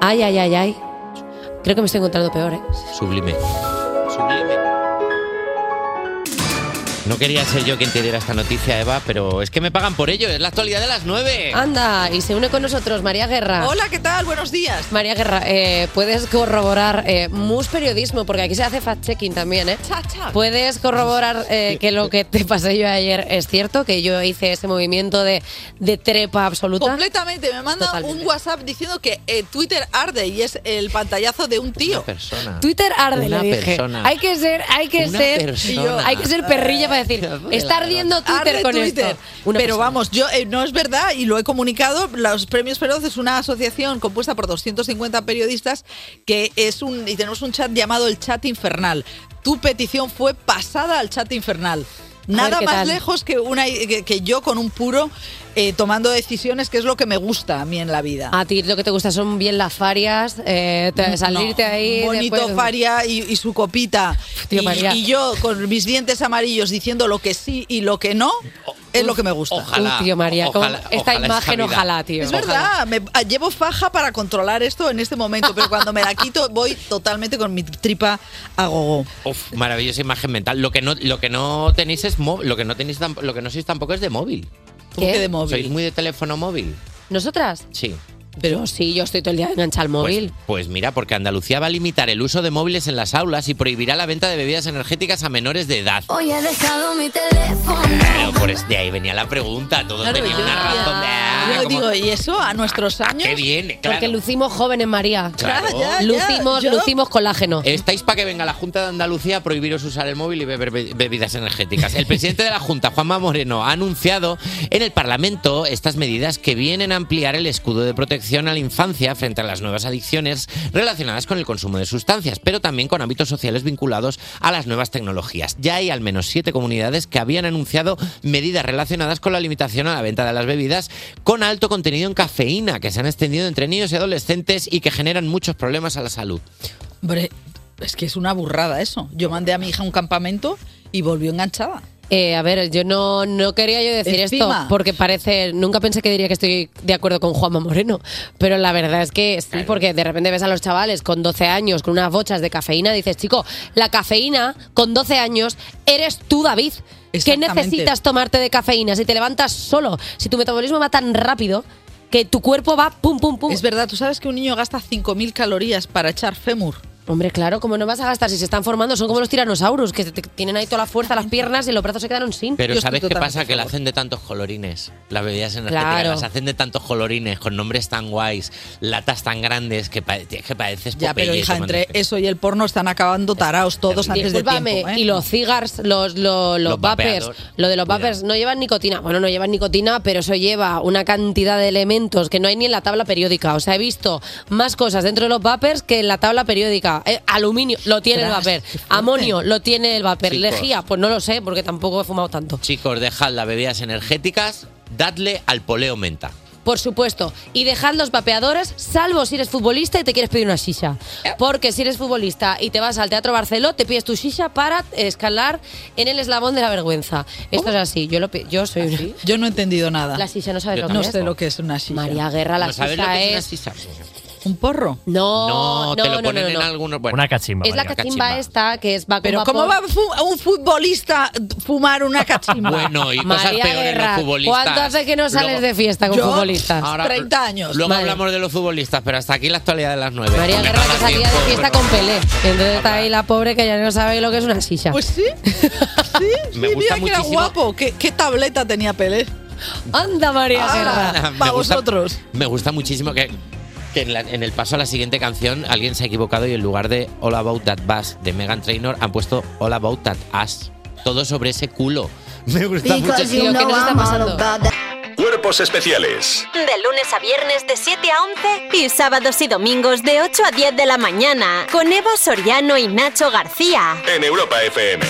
Speaker 3: Ay, ay, ay, ay. Creo que me estoy encontrando peor, ¿eh?
Speaker 4: Sublime. Sublime. No quería ser yo quien te diera esta noticia, Eva, pero es que me pagan por ello, es la actualidad de las nueve.
Speaker 3: Anda, y se une con nosotros María Guerra.
Speaker 22: Hola, ¿qué tal? Buenos días.
Speaker 3: María Guerra, eh, puedes corroborar eh, mus periodismo, porque aquí se hace fact-checking también, ¿eh? Puedes corroborar eh, que lo que te pasé yo ayer es cierto, que yo hice ese movimiento de, de trepa absoluta.
Speaker 22: Completamente, me manda un WhatsApp diciendo que eh, Twitter arde y es el pantallazo de un tío.
Speaker 4: persona.
Speaker 3: Twitter arde,
Speaker 4: Una
Speaker 3: le dije.
Speaker 4: persona.
Speaker 3: Hay que ser, hay que
Speaker 22: Una
Speaker 3: ser,
Speaker 22: persona.
Speaker 3: Y yo, hay que ser perrilla para decir, está ardiendo Twitter
Speaker 22: Arde
Speaker 3: con
Speaker 22: Twitter.
Speaker 3: esto.
Speaker 22: Pero vamos, yo eh, no es verdad y lo he comunicado. Los Premios Feroz es una asociación compuesta por 250 periodistas que es un y tenemos un chat llamado el chat infernal. Tu petición fue pasada al chat infernal. Nada
Speaker 3: qué
Speaker 22: más
Speaker 3: tal.
Speaker 22: lejos que, una, que, que yo con un puro eh, tomando decisiones, que es lo que me gusta a mí en la vida.
Speaker 3: A ti lo que te gusta son bien las farias, eh, te- salirte
Speaker 22: Mm, No,
Speaker 3: ahí.
Speaker 22: Bonito
Speaker 3: después-
Speaker 22: Faria y, y su copita.
Speaker 3: tío,
Speaker 22: y,
Speaker 3: María.
Speaker 22: y yo con mis dientes amarillos diciendo lo que sí y lo que no. Es lo que me gusta.
Speaker 3: Ojalá, Uy, tío, María, cómo- ojalá, esta ojalá esa imagen, vida. ojalá, tío.
Speaker 22: Es
Speaker 3: Ojalá.
Speaker 22: verdad, me, ah, llevo faja para controlar esto en este momento, pero cuando
Speaker 3: (laughs)
Speaker 22: me la quito voy totalmente con mi tripa a gogo.
Speaker 4: Uf, maravillosa imagen mental. Lo que no, lo que no tenéis es mó- lo que no tenéis tam- lo que no sois tampoco es de móvil.
Speaker 3: ¿Qué? ¿Qué de móvil?
Speaker 4: Sois muy de teléfono móvil.
Speaker 3: ¿Nosotras?
Speaker 4: Sí.
Speaker 3: Pero sí, yo estoy todo el día enganchada al móvil.
Speaker 4: Pues mira, porque Andalucía va a limitar el uso de móviles en las aulas y prohibirá la venta de bebidas energéticas a menores de edad.
Speaker 8: Hoy he dejado mi teléfono.
Speaker 4: Claro, por es- de ahí venía la pregunta. Todo
Speaker 3: Claro,
Speaker 4: tenía
Speaker 3: yo
Speaker 4: una
Speaker 3: decía-
Speaker 4: razón. Ah,
Speaker 3: yo
Speaker 4: como-
Speaker 3: digo,
Speaker 22: ¿y eso a nuestros años?
Speaker 4: qué viene? Claro.
Speaker 3: Porque lucimos jóvenes, María.
Speaker 4: Claro. Ya, ya,
Speaker 3: lucimos,
Speaker 4: yo-
Speaker 3: lucimos colágeno.
Speaker 4: Estáis para que venga la Junta de Andalucía a prohibiros usar el móvil y beber be- bebidas energéticas. El presidente de la Junta, Juanma Moreno, ha anunciado en el Parlamento estas medidas que vienen a ampliar el escudo de protección a la infancia frente a las nuevas adicciones relacionadas con el consumo de sustancias, pero también con ámbitos sociales vinculados a las nuevas tecnologías. Ya hay al menos siete comunidades que habían anunciado medidas relacionadas con la limitación a la venta de las bebidas con alto contenido en cafeína que se han extendido entre niños y adolescentes y que generan muchos problemas a la salud.
Speaker 22: Hombre, es que es una burrada eso. Yo mandé a mi hija a un campamento y volvió enganchada.
Speaker 3: Eh, a ver, yo no, no quería yo decir
Speaker 22: Encima.
Speaker 3: esto porque parece, nunca pensé que diría que estoy de acuerdo con Juanma Moreno, pero la verdad es que sí, porque de repente ves a los chavales con 12 años con unas bochas de cafeína, dices, chico, la cafeína con 12 años eres tú, David. ¿Qué
Speaker 6: Exactamente.
Speaker 3: necesitas tomarte de cafeína si te levantas solo? Si tu metabolismo va tan rápido que tu cuerpo va pum, pum, pum.
Speaker 22: Es verdad, tú sabes que un niño gasta 5.000 calorías para echar fémur.
Speaker 3: Hombre, claro, como no vas a gastar si se están formando, son como los tiranosaurus, que te- tienen ahí toda la fuerza, las piernas y los brazos se quedaron sin.
Speaker 4: Pero ¿sabes qué pasa? Que la hacen de tantos colorines. Las bebidas energéticas
Speaker 3: Claro.
Speaker 4: las hacen de tantos colorines, con nombres tan guays, latas tan grandes que, pa- que padeces
Speaker 22: Ya, pero
Speaker 4: Popeye
Speaker 22: hija,
Speaker 4: tomando
Speaker 22: entre eso y el porno están acabando taraos todos antes de tiempo. ¿eh?
Speaker 3: Discúlpame, y los cigars, los, los, los
Speaker 22: Los
Speaker 3: vapers,
Speaker 22: vapeadores.
Speaker 3: lo de los vapers, no llevan nicotina. Bueno, no llevan nicotina, pero eso lleva una cantidad de elementos que no hay ni en la tabla periódica. O sea, he visto más cosas dentro de los vapers que en la tabla periódica. Eh, aluminio, lo tiene
Speaker 4: Ostras,
Speaker 3: el vaper. Amonio, lo tiene el vaper.
Speaker 4: Chicos.
Speaker 3: Lejía, pues no lo sé, porque tampoco he fumado tanto.
Speaker 4: Chicos, dejad las bebidas energéticas, dadle al poleo menta.
Speaker 3: Por supuesto. Y dejad los vapeadores, salvo si eres futbolista y te quieres pedir una shisha. Porque si eres futbolista y te vas al Teatro Barceló, te pides tu shisha para escalar en el eslabón de la vergüenza. Esto es así. Yo, lo, pi- yo soy una- (laughs)
Speaker 22: Yo no he entendido nada.
Speaker 3: La shisha no sabes
Speaker 22: Yo
Speaker 3: lo que
Speaker 22: No
Speaker 3: es.
Speaker 22: sé lo que es una shisha.
Speaker 3: María Guerra, la
Speaker 22: ¿No
Speaker 3: shisha
Speaker 22: sabes lo que es una
Speaker 3: es...
Speaker 22: ¿Un porro?
Speaker 3: No,
Speaker 4: No, te
Speaker 3: no,
Speaker 4: lo
Speaker 3: no,
Speaker 4: ponen
Speaker 3: no,
Speaker 4: en
Speaker 3: no.
Speaker 4: algunos. bueno,
Speaker 5: Una cachimba.
Speaker 3: Es la
Speaker 5: María.
Speaker 3: cachimba esta que es va con
Speaker 22: Pero ¿cómo va
Speaker 3: vapor.
Speaker 22: a fu- a un futbolista fumar una cachimba?
Speaker 4: Bueno, y cosas
Speaker 3: María
Speaker 4: peores
Speaker 3: Guerra,
Speaker 4: los futbolistas.
Speaker 3: ¿cuánto hace que no sales
Speaker 4: Luego-
Speaker 3: de fiesta con
Speaker 4: Yo,
Speaker 3: futbolistas?
Speaker 4: ahora- Luego hablamos de los futbolistas, pero hasta aquí la actualidad de las nueve.
Speaker 3: María
Speaker 4: Porque
Speaker 3: Guerra
Speaker 4: no da
Speaker 3: que salía de
Speaker 4: tiempo,
Speaker 3: fiesta
Speaker 4: pero
Speaker 3: con Pelé. Entonces está ahí la pobre que ya no sabe lo que es una silla. Pues
Speaker 22: sí.
Speaker 4: Me
Speaker 22: Sí,
Speaker 4: gusta
Speaker 22: mira que era
Speaker 4: muchísimo.
Speaker 22: guapo. ¿Qué, qué tableta tenía Pelé?
Speaker 3: Anda, María
Speaker 4: Ah,
Speaker 22: Guerra.
Speaker 4: me
Speaker 22: Para
Speaker 4: gusta-
Speaker 22: vosotros.
Speaker 4: Me gusta muchísimo que, que en, la- en el paso a la siguiente canción alguien se ha equivocado y en lugar de All About That Bass de Megan Trainor han puesto All About That Ass. Todo sobre ese culo. (laughs) Me gusta mucho.
Speaker 2: Because you know I'm all about that.
Speaker 9: Cuerpos especiales
Speaker 2: De lunes a viernes de 7 a 11 y sábados y domingos de 8 a 10 de la mañana con Eva Soriano y Nacho García.
Speaker 9: en Europa FM.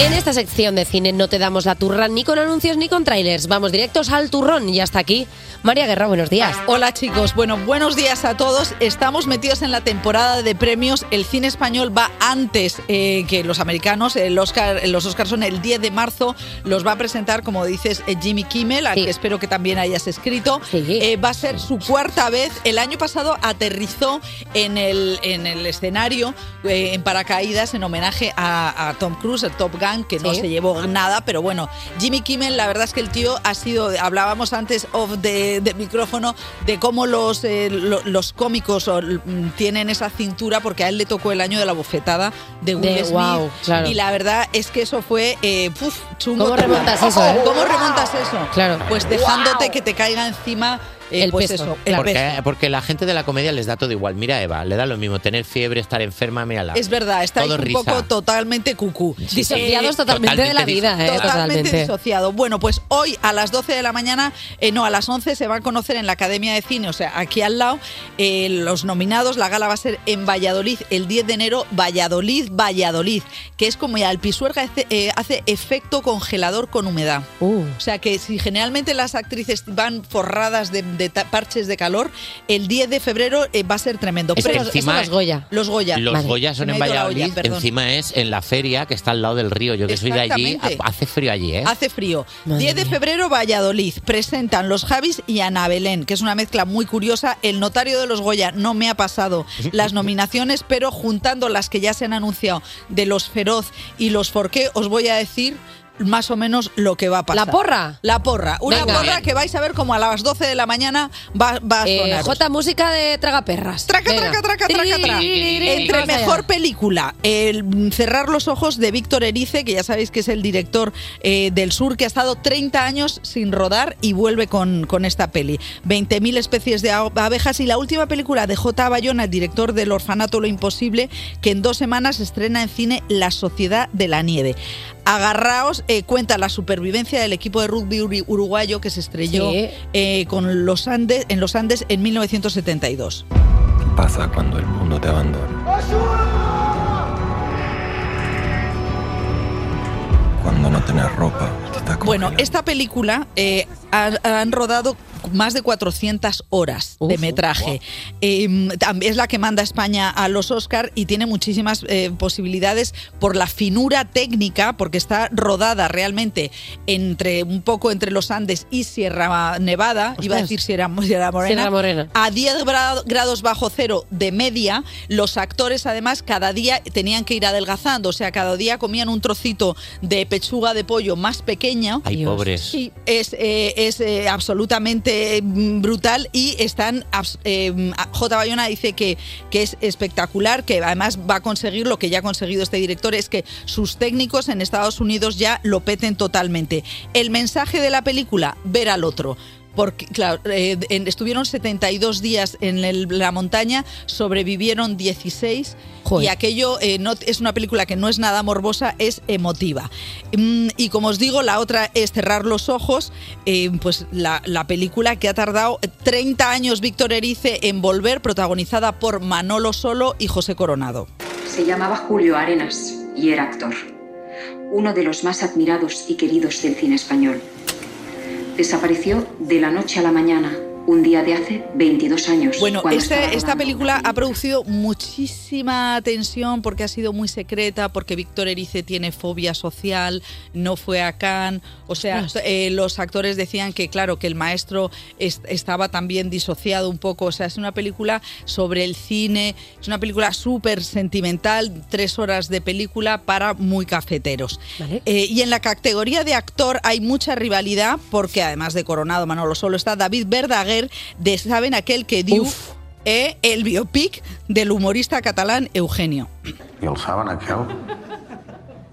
Speaker 3: En esta sección de cine no te damos la turra ni con anuncios ni con trailers. Vamos directos al turrón y hasta aquí. María Guerra, buenos días.
Speaker 22: Hola chicos, bueno, buenos días a todos. Estamos metidos en la temporada de premios. El cine español va antes eh, que los americanos. El Oscar, los Oscars son el 10 de marzo. Los va a presentar, como dices, eh, Jimmy Kimmel, al que espero que también hayas escrito. Eh, va a ser su cuarta vez. El año pasado aterrizó en el, en el escenario eh, en paracaídas en homenaje a, a Tom Cruise, el Top Gun, que no
Speaker 6: Sí.
Speaker 22: se llevó nada, pero bueno, Jimmy Kimmel, la verdad es que el tío ha sido, hablábamos antes off de, del micrófono, de cómo los, eh, lo- los cómicos o, mm, tienen esa cintura, porque a él le tocó el año de la bofetada de Will
Speaker 3: De-
Speaker 22: Smith.
Speaker 3: wow, claro.
Speaker 22: Y la verdad es que eso fue eh, puf, chungo.
Speaker 3: ¿Cómo
Speaker 22: total.
Speaker 3: remontas eso, eh?
Speaker 22: ¿Cómo remontas eso?
Speaker 3: Claro.
Speaker 22: Pues dejándote que te caiga encima eh,
Speaker 3: El
Speaker 22: pues
Speaker 3: peso,
Speaker 22: eso, el
Speaker 4: porque,
Speaker 22: peso.
Speaker 4: porque la gente de la comedia les da todo igual. Mira, a Eva, le da lo mismo tener fiebre, estar enferma, mírala.
Speaker 22: Es verdad, está ahí
Speaker 4: Todo
Speaker 22: un
Speaker 4: risa.
Speaker 22: poco totalmente cucú.
Speaker 3: Disociados totalmente de la vida, eh,
Speaker 22: Totalmente,
Speaker 3: totalmente.
Speaker 22: disociado. Bueno, pues hoy a las 12 de la mañana, eh, no, a las 11 se va a conocer en la Academia de Cine, o sea, aquí al lado, eh, los nominados. La gala va a ser en Valladolid el 10 de enero, Valladolid, Valladolid, que es como ya el pisuerga hace, eh, hace efecto congelador con humedad.
Speaker 3: Uh.
Speaker 22: O sea, que si generalmente las actrices van forradas de, de ta- parches de calor, el 10ez de febrero eh, va a ser tremendo.
Speaker 4: Es que encima-
Speaker 22: Los Goya.
Speaker 4: Los
Speaker 22: Vale.
Speaker 4: Goya
Speaker 22: Se
Speaker 4: son
Speaker 22: me
Speaker 4: en
Speaker 22: ha ido la olla,
Speaker 4: Valladolid,
Speaker 22: perdón.
Speaker 4: encima es en la feria que está al lado del río. Yo que soy de allí,
Speaker 22: Exactamente.
Speaker 4: ha- hace frío allí, ¿eh?
Speaker 22: Hace frío.
Speaker 4: Madre
Speaker 22: 10 de
Speaker 4: mía.
Speaker 22: febrero, Valladolid. Presentan los Javis y Ana Belén, que es una mezcla muy curiosa. El notario de los Goya no me ha
Speaker 4: (laughs)
Speaker 22: pasado las nominaciones, pero juntando las que ya se han anunciado de los Feroz y los Forqué, os voy a decir más o menos lo que va a pasar.
Speaker 3: ¿La porra?
Speaker 22: La porra. Una
Speaker 3: Venga.
Speaker 22: porra que vais a ver como a las 12 de la mañana va, va a
Speaker 3: Eh,
Speaker 22: sonar.
Speaker 3: J, música de tragaperras.
Speaker 22: Traca, traca, traca, traca, traca. Entre mejor película, el mm, Cerrar los ojos de Víctor Erice, que ya sabéis que es el director eh, del sur, que ha estado 30 años sin rodar y vuelve con, con esta peli. 20.000 especies de a- abejas y la última película de J. Bayona, el director del Orfanato Lo Imposible, que en dos semanas estrena en cine La Sociedad de la Nieve. Agarraos, eh, cuenta la supervivencia del equipo de rugby uri- uruguayo que se estrelló
Speaker 6: Sí.
Speaker 22: eh, con los Andes, en los Andes en 1972.
Speaker 6: Pasa cuando el mundo te abandona. Cuando no tenés ropa.
Speaker 22: Bueno, esta película eh, ha- han rodado más de 400 horas de metraje. Eh, tam- es la que manda a España a los Oscar y tiene muchísimas eh, posibilidades por la finura técnica, porque está rodada realmente entre un poco entre los Andes y Sierra Nevada. Iba a decir Sierra, Sierra Morena.
Speaker 3: Sierra Morena.
Speaker 22: A 10 gra- grados bajo cero de media, los actores además cada día tenían que ir adelgazando, o sea, cada día comían un trocito de pechuga de pollo más pequeña.
Speaker 4: Ay, Dios. pobres.
Speaker 22: Sí, es, eh, es, eh, absolutamente mm, brutal y están... abs- eh, J. Bayona dice que, que es espectacular, que además va a conseguir lo que ya ha conseguido este director, es que sus técnicos en Estados Unidos ya lo peten totalmente. El mensaje de la película, ver al otro porque claro, eh, en- estuvieron 72 días en el- la montaña, sobrevivieron 16
Speaker 3: Joder.
Speaker 22: y aquello eh, no, es una película que no es nada morbosa, es emotiva. Mm, y como os digo, la otra es Cerrar los ojos, eh, pues la, la película que ha tardado 30 años Víctor Erice en volver, protagonizada por Manolo Solo y José Coronado.
Speaker 23: Se llamaba Julio Arenas y era actor, uno de los más admirados y queridos del cine español. Desapareció de la noche a la mañana, un día de hace 22 años.
Speaker 22: Bueno,
Speaker 23: cuando
Speaker 22: este-
Speaker 23: estaba
Speaker 22: esta película ha producido muchísima tensión porque ha sido muy secreta, porque Víctor Erice tiene fobia social, no fue a Cannes. O sea,
Speaker 24: Ostras.
Speaker 22: eh, los actores decían que, claro, que el maestro es- estaba también disociado un poco. O sea, es una película sobre el cine, es una película súper sentimental, tres horas de película para muy cafeteros. Eh, y en la categoría de actor hay mucha rivalidad porque además de Coronado Manolo Solo está David Verdaguer de Saben aquel que dio eh, el biopic del humorista catalán Eugenio.
Speaker 15: I el saben, aquel?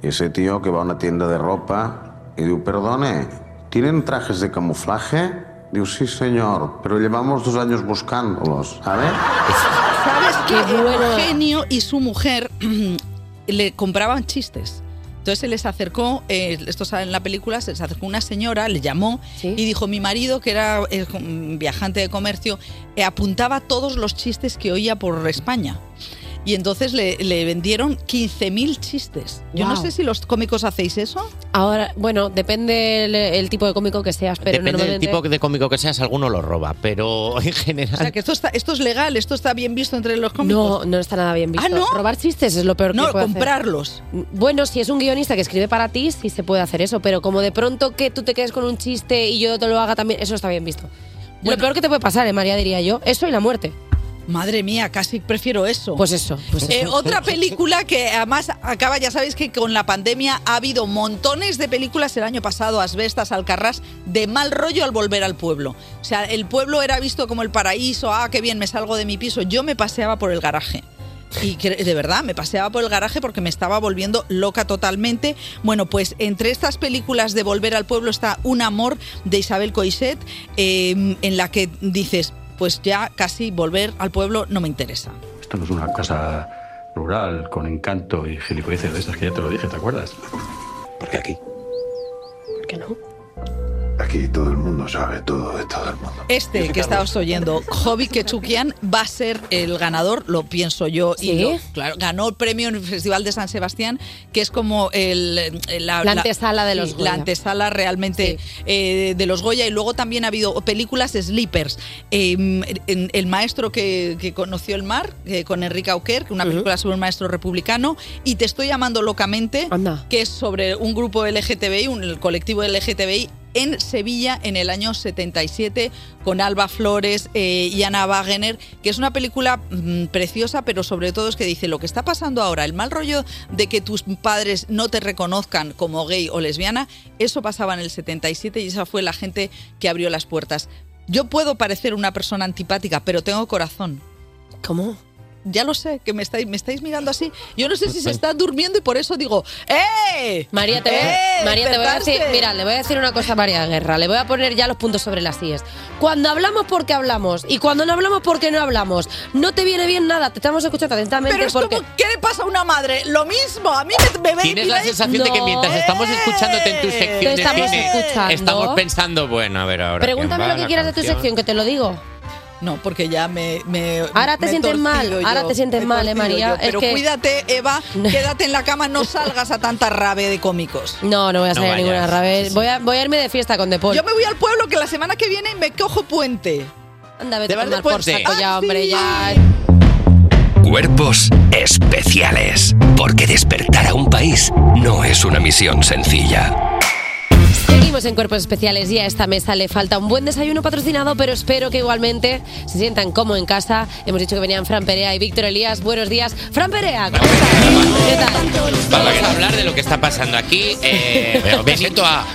Speaker 15: I ese tío que va a una tienda de ropa y diu, perdone, ¿tienen trajes de camuflaje? Diu, sí señor, pero llevamos dos años buscándolos, ¿sabes?
Speaker 22: ¿Sabes que
Speaker 23: bueno.
Speaker 22: Ah, Eugenio y su mujer (clears throat) le compraban chistes? Entonces se les acercó, eh, esto sale en la película, se les acercó una señora, le llamó y dijo, mi marido, que era eh, un viajante de comercio, eh, apuntaba todos los chistes que oía por España. Y entonces le, le vendieron 15.000 chistes. Yo no
Speaker 3: Guau. Ah,
Speaker 22: sé si los cómicos hacéis eso.
Speaker 3: Ahora, bueno, depende el, el tipo de cómico que seas, pero
Speaker 4: Depende del
Speaker 3: normalmente...
Speaker 4: tipo de cómico que seas, alguno lo roba, pero (laughs) en general.
Speaker 22: O sea, que esto, está, esto es legal, esto está bien visto entre los
Speaker 3: No, no está nada bien visto.
Speaker 22: Ah, ¿no?
Speaker 3: Robar chistes es lo peor
Speaker 22: No,
Speaker 3: que puede
Speaker 22: comprarlos.
Speaker 3: hacer. Bueno, si es un guionista que escribe para ti, sí se puede hacer eso, pero como de pronto que tú te quedes con un chiste y yo te lo haga también, eso está bien visto. lo peor que te puede pasar, eh, María, diría yo, eso y la muerte.
Speaker 22: Madre mía, casi prefiero eso.
Speaker 3: Pues eso, pues
Speaker 22: Eh,
Speaker 3: eso.
Speaker 22: otra película que además acaba, ya sabéis que con la pandemia ha habido montones de películas el año pasado, Asbestas, Alcarrás, de mal rollo al volver al pueblo. O sea, el pueblo era visto como el paraíso, ah, qué bien, me salgo de mi piso. Yo me paseaba por el garaje. Y cre- de verdad, me paseaba por el garaje porque me estaba volviendo loca totalmente. Bueno, pues entre estas películas de Volver al Pueblo está Un Amor de Isabel Coixet, eh, en la que dices, pues ya casi volver al pueblo no me interesa.
Speaker 10: (laughs) Esto no es una casa rural con encanto y gilipolleces de esas que ya te lo dije, ¿te acuerdas? ¿Por qué aquí?
Speaker 22: ¿Por qué no?
Speaker 15: Aquí todo el mundo sabe todo de todo el mundo.
Speaker 22: Este que estabas oyendo, Hobby Ketchukian, va a ser el ganador, lo pienso yo.
Speaker 3: ¿Sí?
Speaker 22: Y lo- claro, ganó el premio en el Festival de San Sebastián, que es como el, eh,
Speaker 3: La antesala de los
Speaker 22: sí,
Speaker 3: Goya.
Speaker 22: La antesala realmente eh, de los Goya. Y luego también ha habido películas Sleepers. eh, en- El maestro que, que conoció el mar, eh, con Enrique Auquer, que una película sobre un maestro republicano. Y Te estoy llamando locamente, que es sobre un grupo LGTBI, un el colectivo LGTBI en Sevilla en el año 77 con Alba Flores eh, y Ana Wagener, que es una película mm, preciosa, pero sobre todo es que dice lo que está pasando ahora, el mal rollo de que tus padres no te reconozcan como gay o lesbiana, eso pasaba en el 77 y esa fue la gente que abrió las puertas. Yo puedo parecer una persona antipática, pero tengo corazón.
Speaker 3: ¿Cómo?
Speaker 22: Ya lo sé, que me estáis, me estáis mirando así. Yo no sé si se está durmiendo y por eso digo, ¡eh!
Speaker 3: María, te voy,
Speaker 22: ¡Eh!
Speaker 3: María, te voy a decir,
Speaker 22: despertarse!
Speaker 3: mira, le voy a decir una cosa a María Guerra, le voy a poner ya los puntos sobre las sillas. Cuando hablamos porque hablamos y cuando no hablamos porque no hablamos, no te viene bien nada, te estamos escuchando atentamente
Speaker 22: Pero es
Speaker 3: porque
Speaker 22: como, ¿qué le pasa a una madre? Lo mismo, a mí me, me ven
Speaker 4: Tienes
Speaker 22: y
Speaker 4: la
Speaker 22: ven-
Speaker 4: sensación de que mientras estamos escuchándote en tu sección
Speaker 3: Te
Speaker 4: de
Speaker 3: estamos
Speaker 4: cine,
Speaker 3: escuchando.
Speaker 4: estamos pensando, bueno, a ver ahora. ¿quién
Speaker 3: pregúntame
Speaker 4: va
Speaker 3: lo
Speaker 4: a
Speaker 3: que
Speaker 4: la
Speaker 3: quieras de tu
Speaker 4: canción?
Speaker 3: sección que te lo digo.
Speaker 22: No, porque ya me. me
Speaker 3: Ahora te
Speaker 22: me he
Speaker 3: sientes mal,
Speaker 22: torcido
Speaker 3: ahora
Speaker 22: yo,
Speaker 3: te sientes
Speaker 22: me he
Speaker 3: mal, eh,
Speaker 22: torcido
Speaker 3: María.
Speaker 22: yo. Pero
Speaker 3: es que...
Speaker 22: cuídate,
Speaker 3: (laughs)
Speaker 22: Eva, quédate en la cama, no salgas a tanta rave de cómicos.
Speaker 3: No, no voy a salir a ninguna rave. Voy, a, voy a irme de fiesta con Depol.
Speaker 22: Yo me voy al pueblo que la semana que viene me cojo puente. Ah,
Speaker 3: Anda,
Speaker 22: vete
Speaker 3: a tomar por saco ya, hombre, ya.
Speaker 1: Cuerpos especiales. Porque despertar a un país no es una misión sencilla.
Speaker 3: Seguimos en Cuerpos Especiales y a esta mesa le falta un buen desayuno patrocinado, pero espero que igualmente se sientan como en casa. Hemos dicho que venían Fran Perea y Víctor Elías. Buenos días. Fran Perea, ¿cómo estás? ¿Qué tal?
Speaker 4: Vamos a hablar de lo que está pasando aquí.
Speaker 3: (laughs)
Speaker 4: Eh, Benito a